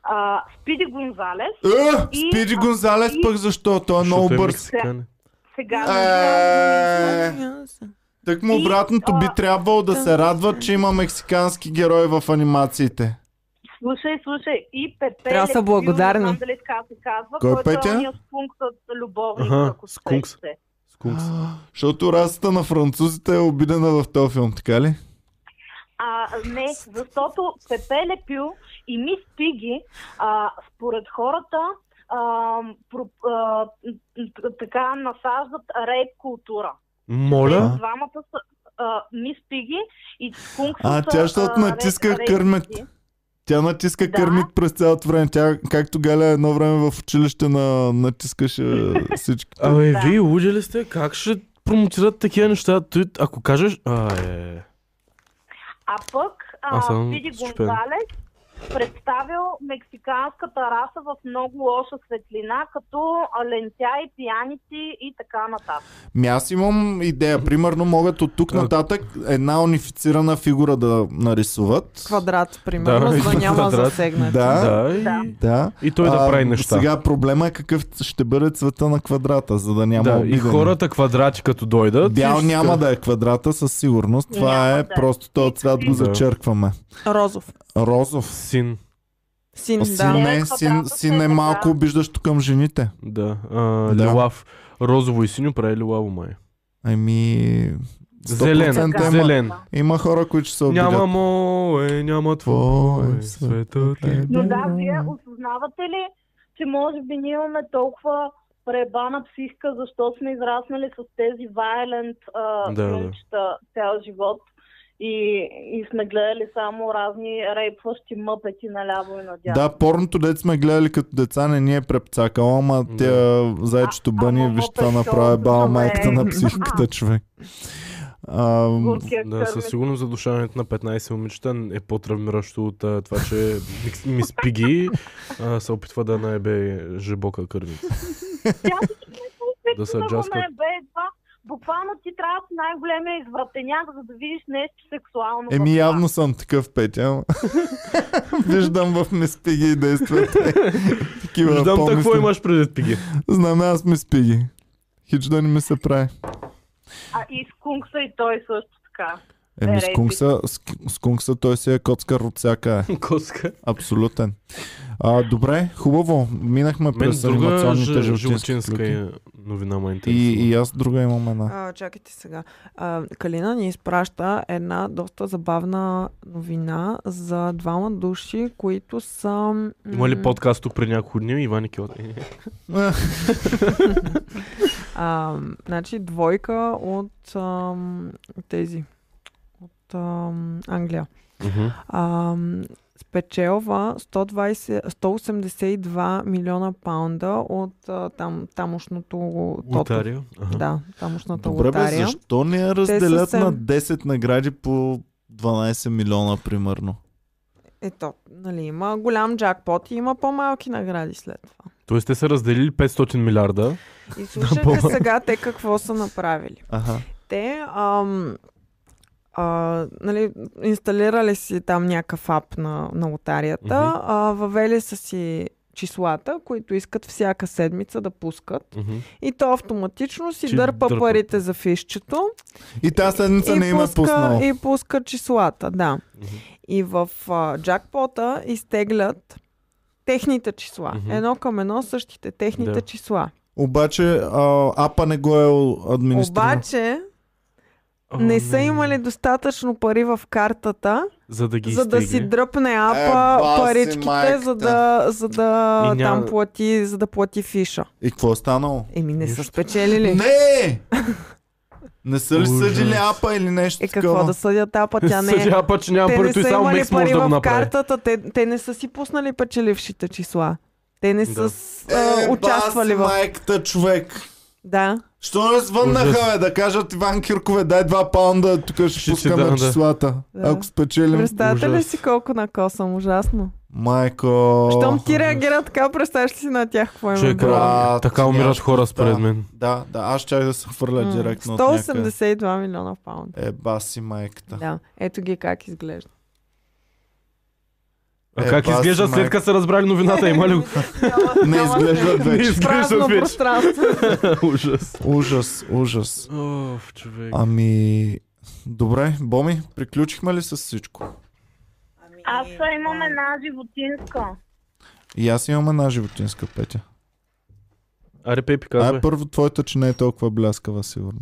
Speaker 4: а, Спиди Гонзалес,
Speaker 1: Е,
Speaker 4: И-
Speaker 1: Спиди Гонзалес
Speaker 4: и-
Speaker 1: пък защо? Той е много
Speaker 2: Защото е
Speaker 1: бърз.
Speaker 2: мексиканец.
Speaker 4: сега
Speaker 1: Е,
Speaker 3: Значи,
Speaker 1: Так му
Speaker 4: И,
Speaker 1: обратното
Speaker 4: а,
Speaker 1: би трябвало да се радват, че има мексикански герои в анимациите.
Speaker 4: слушай, слушай, и Пепе
Speaker 3: Трябва да са
Speaker 4: Лепсил,
Speaker 3: благодарни.
Speaker 4: не знам дали така се казва,
Speaker 1: Кой е
Speaker 4: който
Speaker 1: Петя?
Speaker 4: е ония скунксът любовник,
Speaker 2: Аха,
Speaker 4: ако
Speaker 2: скункс.
Speaker 4: сещате.
Speaker 2: Скункс.
Speaker 1: Защото расата на французите е обидена в този филм, така ли?
Speaker 4: А, не, защото Пепе Лепил и Мис Пиги, а, според хората, а, про, а, м- м- така насаждат рейп култура.
Speaker 2: Моля?
Speaker 1: А?
Speaker 4: Двамата са а, Мис Пиги и Скункс.
Speaker 1: А, тя защото натиска кърмет. Тя натиска
Speaker 4: Да.
Speaker 1: кърмит през цялото време. Тя, както Галя едно време в училище на... натискаше
Speaker 2: Ами,
Speaker 1: всички.
Speaker 2: Абе,
Speaker 4: Да.
Speaker 2: вие луди ли сте? Как ще промотират такива неща? Той, ако кажеш... А, е...
Speaker 4: А пък а,
Speaker 2: Аз съм
Speaker 4: Пиди
Speaker 2: счупен.
Speaker 4: Гонзалес представил мексиканската раса в много лоша светлина, като лентя и пияници и така нататък.
Speaker 1: Ми аз имам идея. Примерно могат от
Speaker 2: Е.
Speaker 1: тук нататък една унифицирана фигура да нарисуват.
Speaker 3: Квадрат, примерно,
Speaker 2: Да,
Speaker 3: за да няма
Speaker 2: квадрат.
Speaker 3: засегнат.
Speaker 1: Да.
Speaker 2: Да,
Speaker 4: Да.
Speaker 2: и,
Speaker 1: Да.
Speaker 2: и той да
Speaker 1: А,
Speaker 2: прави неща.
Speaker 1: Сега проблема е какъв ще бъде цвета на квадрата, за да няма
Speaker 2: да, и
Speaker 1: обидени.
Speaker 2: хората квадрати като дойдат.
Speaker 1: Бял
Speaker 2: ще-
Speaker 1: няма да е квадрата със сигурност. Това
Speaker 4: Няма
Speaker 1: е
Speaker 4: да е.
Speaker 1: просто този цвят го
Speaker 2: Да.
Speaker 1: зачеркваме.
Speaker 3: Розов.
Speaker 1: Розов.
Speaker 2: Син,
Speaker 3: Син,
Speaker 1: Син,
Speaker 3: да.
Speaker 4: Е,
Speaker 1: не, син, син е малко обиждащо към жените.
Speaker 2: да. А,
Speaker 1: Да.
Speaker 2: Лилав. Розово и синьо прави лилаво май.
Speaker 1: Ами... 100%
Speaker 2: Зелен,
Speaker 1: има,
Speaker 2: зелен.
Speaker 1: Има хора, които ще се обидят.
Speaker 2: Няма мое, няма твое,
Speaker 1: Твое,
Speaker 2: светът е.
Speaker 1: светът
Speaker 4: Но да, вие осъзнавате ли, че може би ние имаме толкова пребана психика, защо сме израснали с тези violent а,
Speaker 2: Да, да.
Speaker 4: да. цял живот и, и сме гледали само разни рейпващи мъпети наляво и надяво.
Speaker 1: Да, порното дет сме гледали като деца не ни е препцакало, ама
Speaker 2: Да.
Speaker 1: тя зайчето
Speaker 4: А-
Speaker 1: Бъни,
Speaker 4: ама
Speaker 1: виж това
Speaker 4: мопед
Speaker 1: направи
Speaker 4: шоуто
Speaker 1: баба
Speaker 4: ме-
Speaker 1: майката на психиката, човек. А,
Speaker 4: Горкия
Speaker 2: Да, със
Speaker 4: кърмит.
Speaker 2: сигурност задушаването на 15 момичета е по-травмиращо от а, това, че мис Пиги а, се опитва да наебе жебока кървица.
Speaker 4: Тя се опитва
Speaker 2: Да
Speaker 4: да
Speaker 2: се
Speaker 4: се
Speaker 2: джаскат.
Speaker 4: това. Буквално ти трябва да си най-големия извратеняк, за да видиш нещо сексуално. в
Speaker 1: Еми
Speaker 4: това.
Speaker 1: явно съм такъв Петя. ама. Виждам в Миспиги действията. Такива
Speaker 2: Виждам
Speaker 1: по-мисли.
Speaker 2: какво имаш преди Пиги.
Speaker 1: Знам аз Миспиги. Хич да не ми се прави.
Speaker 4: А и скункса и той също така.
Speaker 1: Еми
Speaker 4: Е,
Speaker 1: с
Speaker 4: рейпи.
Speaker 1: кункса, с, с кункса той си е коцкар от всяка е.
Speaker 2: Коска.
Speaker 1: Абсолютен. А, добре, хубаво. Минахме
Speaker 2: Мен
Speaker 1: през
Speaker 2: друга
Speaker 1: анимационните
Speaker 2: ж-
Speaker 1: животински клюки.
Speaker 2: животинска новина ме
Speaker 1: И,
Speaker 2: интересува.
Speaker 1: и аз друга имам една.
Speaker 3: А, чакайте сега. А, Калина ни изпраща една доста забавна новина за двама души, които са... м,
Speaker 2: Има ли подкаст тук при няколко дни? Иван и
Speaker 1: Е.
Speaker 2: Киот.
Speaker 3: А, значи двойка от ам, тези. От ам, Англия. Ам, спечелва 120, 182 милиона паунда от а, там, тамошното тото.
Speaker 2: Лотария. Аха.
Speaker 3: Да, тамошната
Speaker 1: Добре, бе,
Speaker 3: лотария.
Speaker 1: защо не я разделят
Speaker 3: съвсем-
Speaker 1: на 10 награди по 12 милиона, примерно?
Speaker 3: Ето, нали, има голям джакпот и има по-малки награди след това.
Speaker 2: Тоест те са разделили 500 милиарда.
Speaker 3: И слушайте
Speaker 2: по-
Speaker 3: сега те какво са направили.
Speaker 1: Аха.
Speaker 3: Те ам, а, нали, инсталирали си там някакъв ап на, на лотарията,
Speaker 2: Мгм.
Speaker 3: а, въвели са си числата, които искат всяка седмица да пускат.
Speaker 2: Мгм.
Speaker 3: И то автоматично си
Speaker 2: Ти
Speaker 3: дърпа
Speaker 2: дърпа.
Speaker 3: парите за фишчето
Speaker 1: И тази седмица не
Speaker 3: и,
Speaker 1: им е
Speaker 3: пуска,
Speaker 1: пуснал.
Speaker 3: и пуска числата, да.
Speaker 2: Мгм.
Speaker 3: И в а, джакпота изтеглят техните числа.
Speaker 2: Мгм.
Speaker 3: Едно към едно същите техните
Speaker 2: Да.
Speaker 3: числа.
Speaker 1: Обаче а, апа не го е администрирал.
Speaker 3: Обаче
Speaker 2: О,
Speaker 3: не са имали достатъчно пари в картата,
Speaker 2: За да ги
Speaker 3: за да си
Speaker 2: изтегли.
Speaker 3: дръпне апа
Speaker 1: Еба си Е,
Speaker 3: паричките,
Speaker 1: майката.
Speaker 3: за да, за да
Speaker 2: И няма-
Speaker 3: там плати, за да плати фиша.
Speaker 1: И какво е станало?
Speaker 3: Еми не
Speaker 2: Нищо.
Speaker 3: са спечелили.
Speaker 1: Не! Не са ли
Speaker 2: Ужас.
Speaker 1: съдили апа или нещо
Speaker 3: Е какво
Speaker 1: такова?
Speaker 3: да съдят апа, тя не е.
Speaker 2: Съдя път, че няма
Speaker 3: Те
Speaker 2: пари,
Speaker 3: не
Speaker 2: той
Speaker 3: са
Speaker 2: само
Speaker 3: имали
Speaker 2: Мекс
Speaker 3: пари
Speaker 2: може да го
Speaker 3: в
Speaker 2: направи.
Speaker 3: картата, те, те не са си пуснали печелившите числа. Те не
Speaker 2: Да.
Speaker 3: са с, а,
Speaker 1: Е,
Speaker 3: участвали
Speaker 1: баси
Speaker 3: в...
Speaker 1: майката, човек.
Speaker 3: Да.
Speaker 1: Що не
Speaker 2: Ужас.
Speaker 1: звъннаха, бе, да кажат Иван Киркове, дай два паунда, тук ще,
Speaker 2: Ще ти
Speaker 1: пускаме
Speaker 2: дам, да.
Speaker 1: числата.
Speaker 3: Да.
Speaker 1: Ако спечелим...
Speaker 3: Представете ли
Speaker 2: ужас.
Speaker 3: си колко на косъм? Ужасно.
Speaker 1: Майко...
Speaker 3: Щом ти
Speaker 2: ужас.
Speaker 3: реагира така, представяш ли си на тях какво има?
Speaker 2: Чека,
Speaker 3: било?
Speaker 1: брат,
Speaker 2: е така умират
Speaker 1: нямаш
Speaker 2: хора според
Speaker 1: представа.
Speaker 2: мен.
Speaker 1: Да, да, аз чак да се хвърля
Speaker 3: М,
Speaker 1: директно от някъде.
Speaker 3: 182 милиона паунда.
Speaker 1: Е, баси майката.
Speaker 3: Да. Ето ги как изглежда.
Speaker 2: А
Speaker 1: Е,
Speaker 2: как
Speaker 1: бас,
Speaker 2: изглежда след
Speaker 1: майка.
Speaker 2: като са разбрали новината? Има ли го?
Speaker 1: Не изглеждат
Speaker 2: Не
Speaker 1: вече.
Speaker 2: изглежда
Speaker 3: Празно
Speaker 2: вече.
Speaker 3: пространство.
Speaker 2: Ужас.
Speaker 1: Ужас, ужас.
Speaker 2: Оф, човек.
Speaker 1: Ами... Добре, Боми, приключихме ли с всичко?
Speaker 4: Аз имам една животинска.
Speaker 1: И аз имам една животинска петя.
Speaker 2: Аре, Пепи,
Speaker 1: А е
Speaker 2: казвай.
Speaker 1: първо твоята, че не е толкова бляскава, сигурно.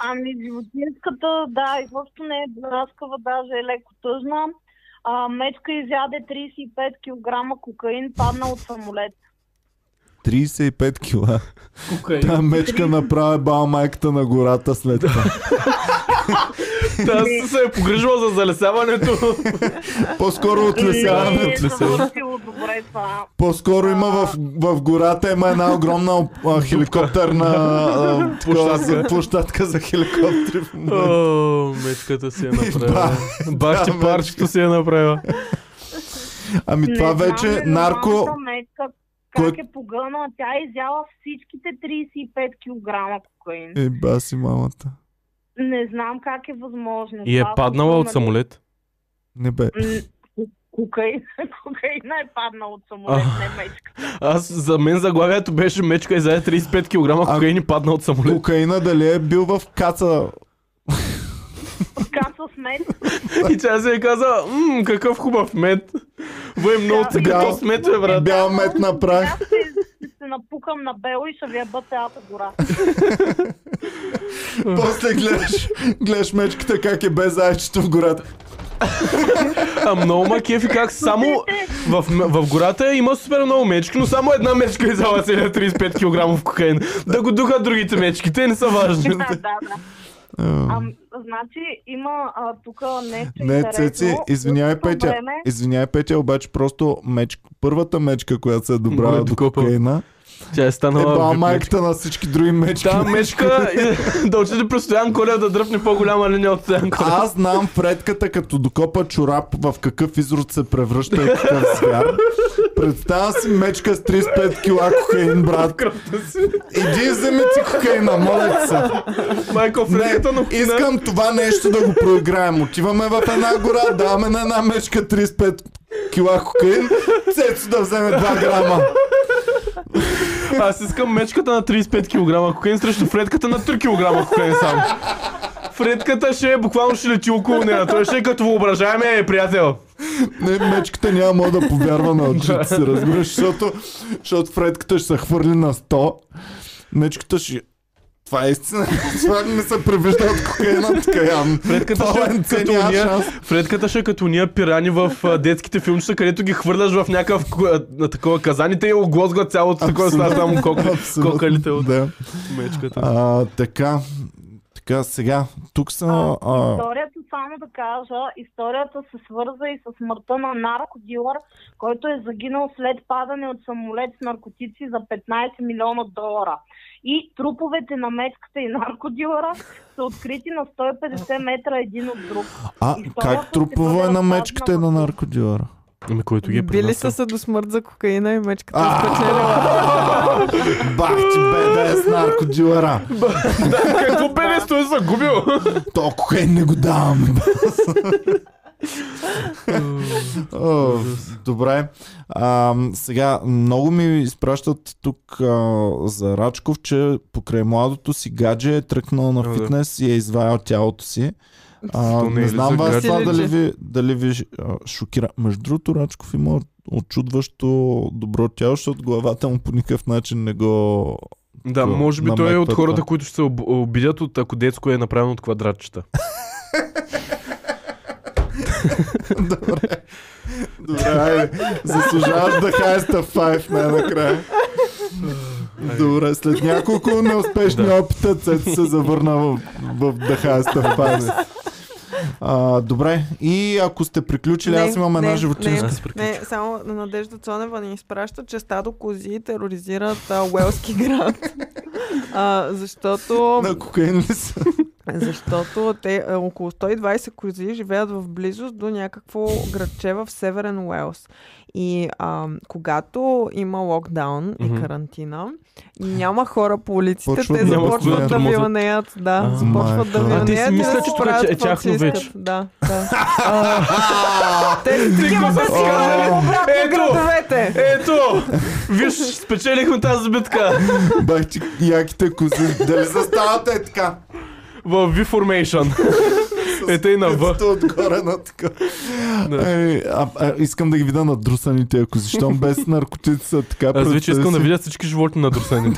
Speaker 4: Ами животинската, да, изобщо не е бляскава, даже е леко тъжна. А, мечка изяде 35 кг кокаин, падна от самолет.
Speaker 1: 35 кила. Та мечка направи бал майката на гората след това.
Speaker 2: Аз се е погрижила за залесяването.
Speaker 1: По-скоро
Speaker 4: Не
Speaker 1: отлесяване.
Speaker 4: е завършило добре това.
Speaker 1: По-скоро има в, в гората има една огромна а, хеликоптерна а, такова, за- площадка за хеликоптери Ами в момента.
Speaker 2: О, мечката си е
Speaker 1: Ба-
Speaker 2: направила. Бащи
Speaker 1: да,
Speaker 2: парчето си е направила.
Speaker 1: Ами
Speaker 4: Не
Speaker 1: това
Speaker 4: знам,
Speaker 1: вече
Speaker 4: бе,
Speaker 1: нарко...
Speaker 4: нормалната Метка,
Speaker 1: Кой-
Speaker 4: как е погълнала? Тя е изяла всичките 35 кг кокаин.
Speaker 1: Е, баси мамата.
Speaker 4: Не знам как е възможно.
Speaker 2: И е
Speaker 4: Това,
Speaker 2: паднала
Speaker 4: ако
Speaker 2: от
Speaker 4: са,
Speaker 2: самолет.
Speaker 1: Не бе.
Speaker 4: нали, м, ку- Кокаин, кокаина е паднала от самолет,
Speaker 2: А.
Speaker 4: не мечка.
Speaker 2: Аз за мен заглавието беше мечка и зае 35 кг
Speaker 1: А-
Speaker 2: кокаин и падна от самолет.
Speaker 1: Кокаина дали е бил в каца?
Speaker 4: Каса с мед.
Speaker 2: И тя се е каза, мм, какъв хубав мед. Вой много
Speaker 4: Да.
Speaker 2: цъкато с мед, бе, брат.
Speaker 1: Бял мед направи.
Speaker 4: Аз ще, ще се напукам на бело и ще ви еба цялата гора.
Speaker 1: После гледаш, гледаш мечката как е без зайчето в гората.
Speaker 2: А много ма кефи как само в, в гората има супер много мечки, но само една мечка е изяла целия 35 кг кокаин. Да го духат другите мечки, те не са важни.
Speaker 4: Да, да, да.
Speaker 1: А,
Speaker 4: А, значи има а, тук нещо
Speaker 1: Не,
Speaker 4: интересно.
Speaker 1: Цеци, извинявай
Speaker 4: Същото
Speaker 1: Петя.
Speaker 4: време-
Speaker 1: Извинявай Петя, обаче просто меч, първата мечка, която се е
Speaker 2: Моля,
Speaker 1: добрала до
Speaker 2: докопа.
Speaker 1: кокаина,
Speaker 2: Тя
Speaker 1: е
Speaker 2: е
Speaker 1: бала
Speaker 2: станала
Speaker 1: майката на всички други мечки.
Speaker 2: Та мечка и- да отиде при Стоян Колев да дръпне по-голяма линия от Стоян Колев.
Speaker 1: Аз знам Фредката като докопа чорап в какъв изрод се превръща и какъв звяр. Представям си мечка с 35 кила кокаин, брат. Иди и вземи ти кокаина, моля ти се.
Speaker 2: Майко Фредката, но
Speaker 1: Не, искам това нещо да го проиграем. Отиваме в една гора, даваме на една мечка 35 кила кокаин, Цецо да вземе 2 грама.
Speaker 2: Аз искам мечката на 35 кг кокаин срещу Фредката на 3 кг кокаин само. Фредката ще е буквално ще лети около нея. Той ще е като въображаемия е приятел.
Speaker 1: Не, мечката няма мога да повярва на очите си, разбираш, защото, защото Фредката ще се хвърли на 100, мечката ще... Това е истина. Това ми се превижда от кокаина така явно.
Speaker 2: Фредката
Speaker 1: Това
Speaker 2: ще, е
Speaker 1: ленце
Speaker 2: като
Speaker 1: няма
Speaker 2: уния,
Speaker 1: шанс.
Speaker 2: Фредката ще е като уния пирани в а, детските филмчета, където ги хвърляш в някакъв ку- а, на такова казан и те я оглозгват цялото такова
Speaker 1: Абсолютно.
Speaker 2: става само кок-
Speaker 1: Абсолютно,
Speaker 3: е
Speaker 2: кокалите от
Speaker 1: Да.
Speaker 2: мечката.
Speaker 1: А, така, така, сега, тук са... А,
Speaker 4: Историята, само да кажа, историята се свърза и с смъртта на наркодилър, който е загинал след падане от самолет с наркотици за 15 милиона долара. И труповете на мечката и наркодилъра са открити на 150 метра един от друг.
Speaker 1: а
Speaker 4: историята
Speaker 1: как
Speaker 4: се
Speaker 1: трупова е
Speaker 4: бъде
Speaker 1: на мечката и на
Speaker 4: разказана.
Speaker 1: наркодилъра?
Speaker 2: Ами който ги е
Speaker 3: Били са
Speaker 2: принасял.
Speaker 3: се до смърт за кокаина и мечката е спечелила.
Speaker 1: Бах ти бе да е с наркодилъра.
Speaker 2: Какво пенес той е загубил?
Speaker 1: То кокаин е, не го давам. О, Добре. А, сега много ми изпращат тук а, за Рачков, че покрай младото си гадже е тръгнал
Speaker 2: Да,
Speaker 1: на
Speaker 2: да.
Speaker 1: фитнес и е изваял тялото си. А,
Speaker 2: То не е
Speaker 1: не
Speaker 2: ли
Speaker 1: знам
Speaker 2: за
Speaker 1: вас
Speaker 2: гадже?
Speaker 1: това дали
Speaker 3: Силидже.
Speaker 1: ви, дали ви а, шокира. Между другото, Рачков има очудващо добро тяло, защото главата му по никакъв начин не го...
Speaker 2: Да,
Speaker 1: Това,
Speaker 2: може би
Speaker 1: на
Speaker 2: той е
Speaker 1: Мак
Speaker 2: от
Speaker 1: път,
Speaker 2: хората,
Speaker 1: да.
Speaker 2: които ще се об- обидят от ако детско е направено от квадратчета.
Speaker 1: Добре. Добре, айде. Заслужаваш да хайс the five най-накрая. Добре, след няколко неуспешни
Speaker 2: Да.
Speaker 1: опита Цецо се завърна в, в The Highest of Five. А, добре, и ако сте приключили,
Speaker 3: Не,
Speaker 1: аз имам една
Speaker 3: не,
Speaker 1: животинска.
Speaker 2: Аз
Speaker 3: Не,
Speaker 2: приключих.
Speaker 3: само на Надежда Цонева ни изпраща, че стадо кози тероризират а, Уелски град. А, защото...
Speaker 1: На кокаин ли са?
Speaker 3: Защото те а, около 120 кози живеят в близост до някакво градче в Северен Уелс. И а, когато има локдаун
Speaker 2: Мгм.
Speaker 3: и карантина, няма хора по улиците,
Speaker 1: Почват
Speaker 3: те
Speaker 1: да
Speaker 3: започват
Speaker 1: пускат
Speaker 3: да
Speaker 2: тормоза.
Speaker 3: вилнеят. Да,
Speaker 2: А,
Speaker 3: започват да
Speaker 1: майка. А,
Speaker 3: вилнеят.
Speaker 2: ти си
Speaker 3: и да
Speaker 2: мисля,
Speaker 3: си
Speaker 2: че
Speaker 3: правят
Speaker 2: човече е
Speaker 3: каквото си
Speaker 2: чахно
Speaker 3: искат.
Speaker 2: вече.
Speaker 3: Да, да. А, Те са такива
Speaker 2: Никога
Speaker 3: да
Speaker 2: са
Speaker 3: си казали
Speaker 2: казали,
Speaker 3: обратно
Speaker 2: е. ето!
Speaker 3: градовете.
Speaker 2: Ето! Виж, спечелихме тази битка
Speaker 1: Бах ти яките кози. Дали заставате е така?
Speaker 2: в V-Formation. Ето и на В.
Speaker 1: Пицата отгоре на така.
Speaker 2: Да.
Speaker 1: Ей, а, а, искам да ги видя на друсаните, ако защитам без наркотици са така.
Speaker 2: Аз вече
Speaker 1: представи
Speaker 2: искам да
Speaker 1: си.
Speaker 2: видя всички животни на друсани.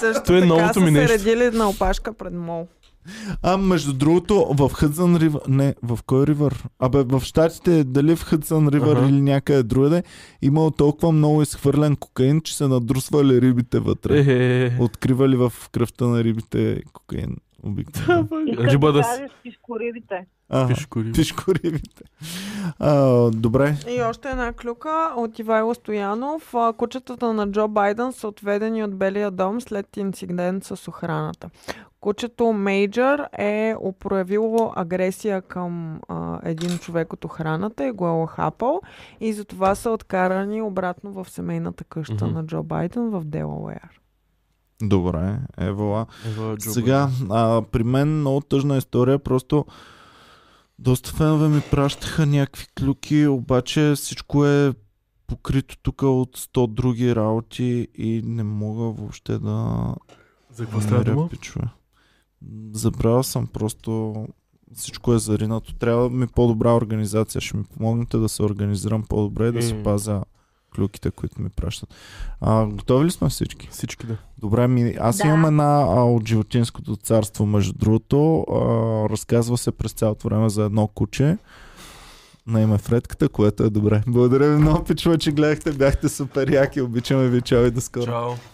Speaker 3: Също
Speaker 2: То е
Speaker 3: така
Speaker 2: новото
Speaker 3: са
Speaker 2: ми
Speaker 3: се
Speaker 2: нещо.
Speaker 3: редили на опашка пред мол.
Speaker 1: А между другото, в Хъдсън Ривър, не, в кой ривър? Абе, в Штатите, дали в Хъдсън Ривър
Speaker 2: Аха.
Speaker 1: или някъде другаде, имало толкова много изхвърлен кокаин, че се надрусвали рибите
Speaker 2: Е.
Speaker 1: вътре. Откривали в кръвта на рибите кокаин. Обикновено.
Speaker 4: Искаш
Speaker 2: Риба
Speaker 4: да
Speaker 2: да с...
Speaker 4: кажеш пишкорибите.
Speaker 1: А,
Speaker 2: Пишкори.
Speaker 1: Пишко рибите. А, добре.
Speaker 3: И още една клюка от Ивайло Стоянов. А, Кучетата на Джо Байден са отведени от Белия дом след инцидент с охраната. Кучето Мейджър е проявило агресия към а, един човек от охраната и го е охапал и затова са откарани обратно в семейната къща
Speaker 2: Мгм.
Speaker 3: на Джо Байден в Делауер.
Speaker 1: Добре, евала.
Speaker 2: Ева Джо
Speaker 1: Сега, а, при мен много тъжна история, просто доста фенове ми пращаха някакви клюки, обаче всичко е покрито тук от 100 други работи и не мога въобще да
Speaker 2: За какво става
Speaker 1: намеря
Speaker 2: дума?
Speaker 1: пичове. Забравял съм просто всичко е заринато. Трябва ми по-добра организация. Ще ми помогнете да се организирам по-добре и да си
Speaker 2: М.
Speaker 1: пазя клюките, които ми пращат. А, готови ли сме всички?
Speaker 2: Всички да.
Speaker 1: Добре, ми, аз
Speaker 4: Да.
Speaker 1: имам една а, от животинското царство, между другото. А, разказва се през цялото време за едно куче на име Фредката, което е добре. Благодаря ви много, пичува, че гледахте. Бяхте супер яки. Обичаме ви. Чао и до скоро.
Speaker 2: Чао.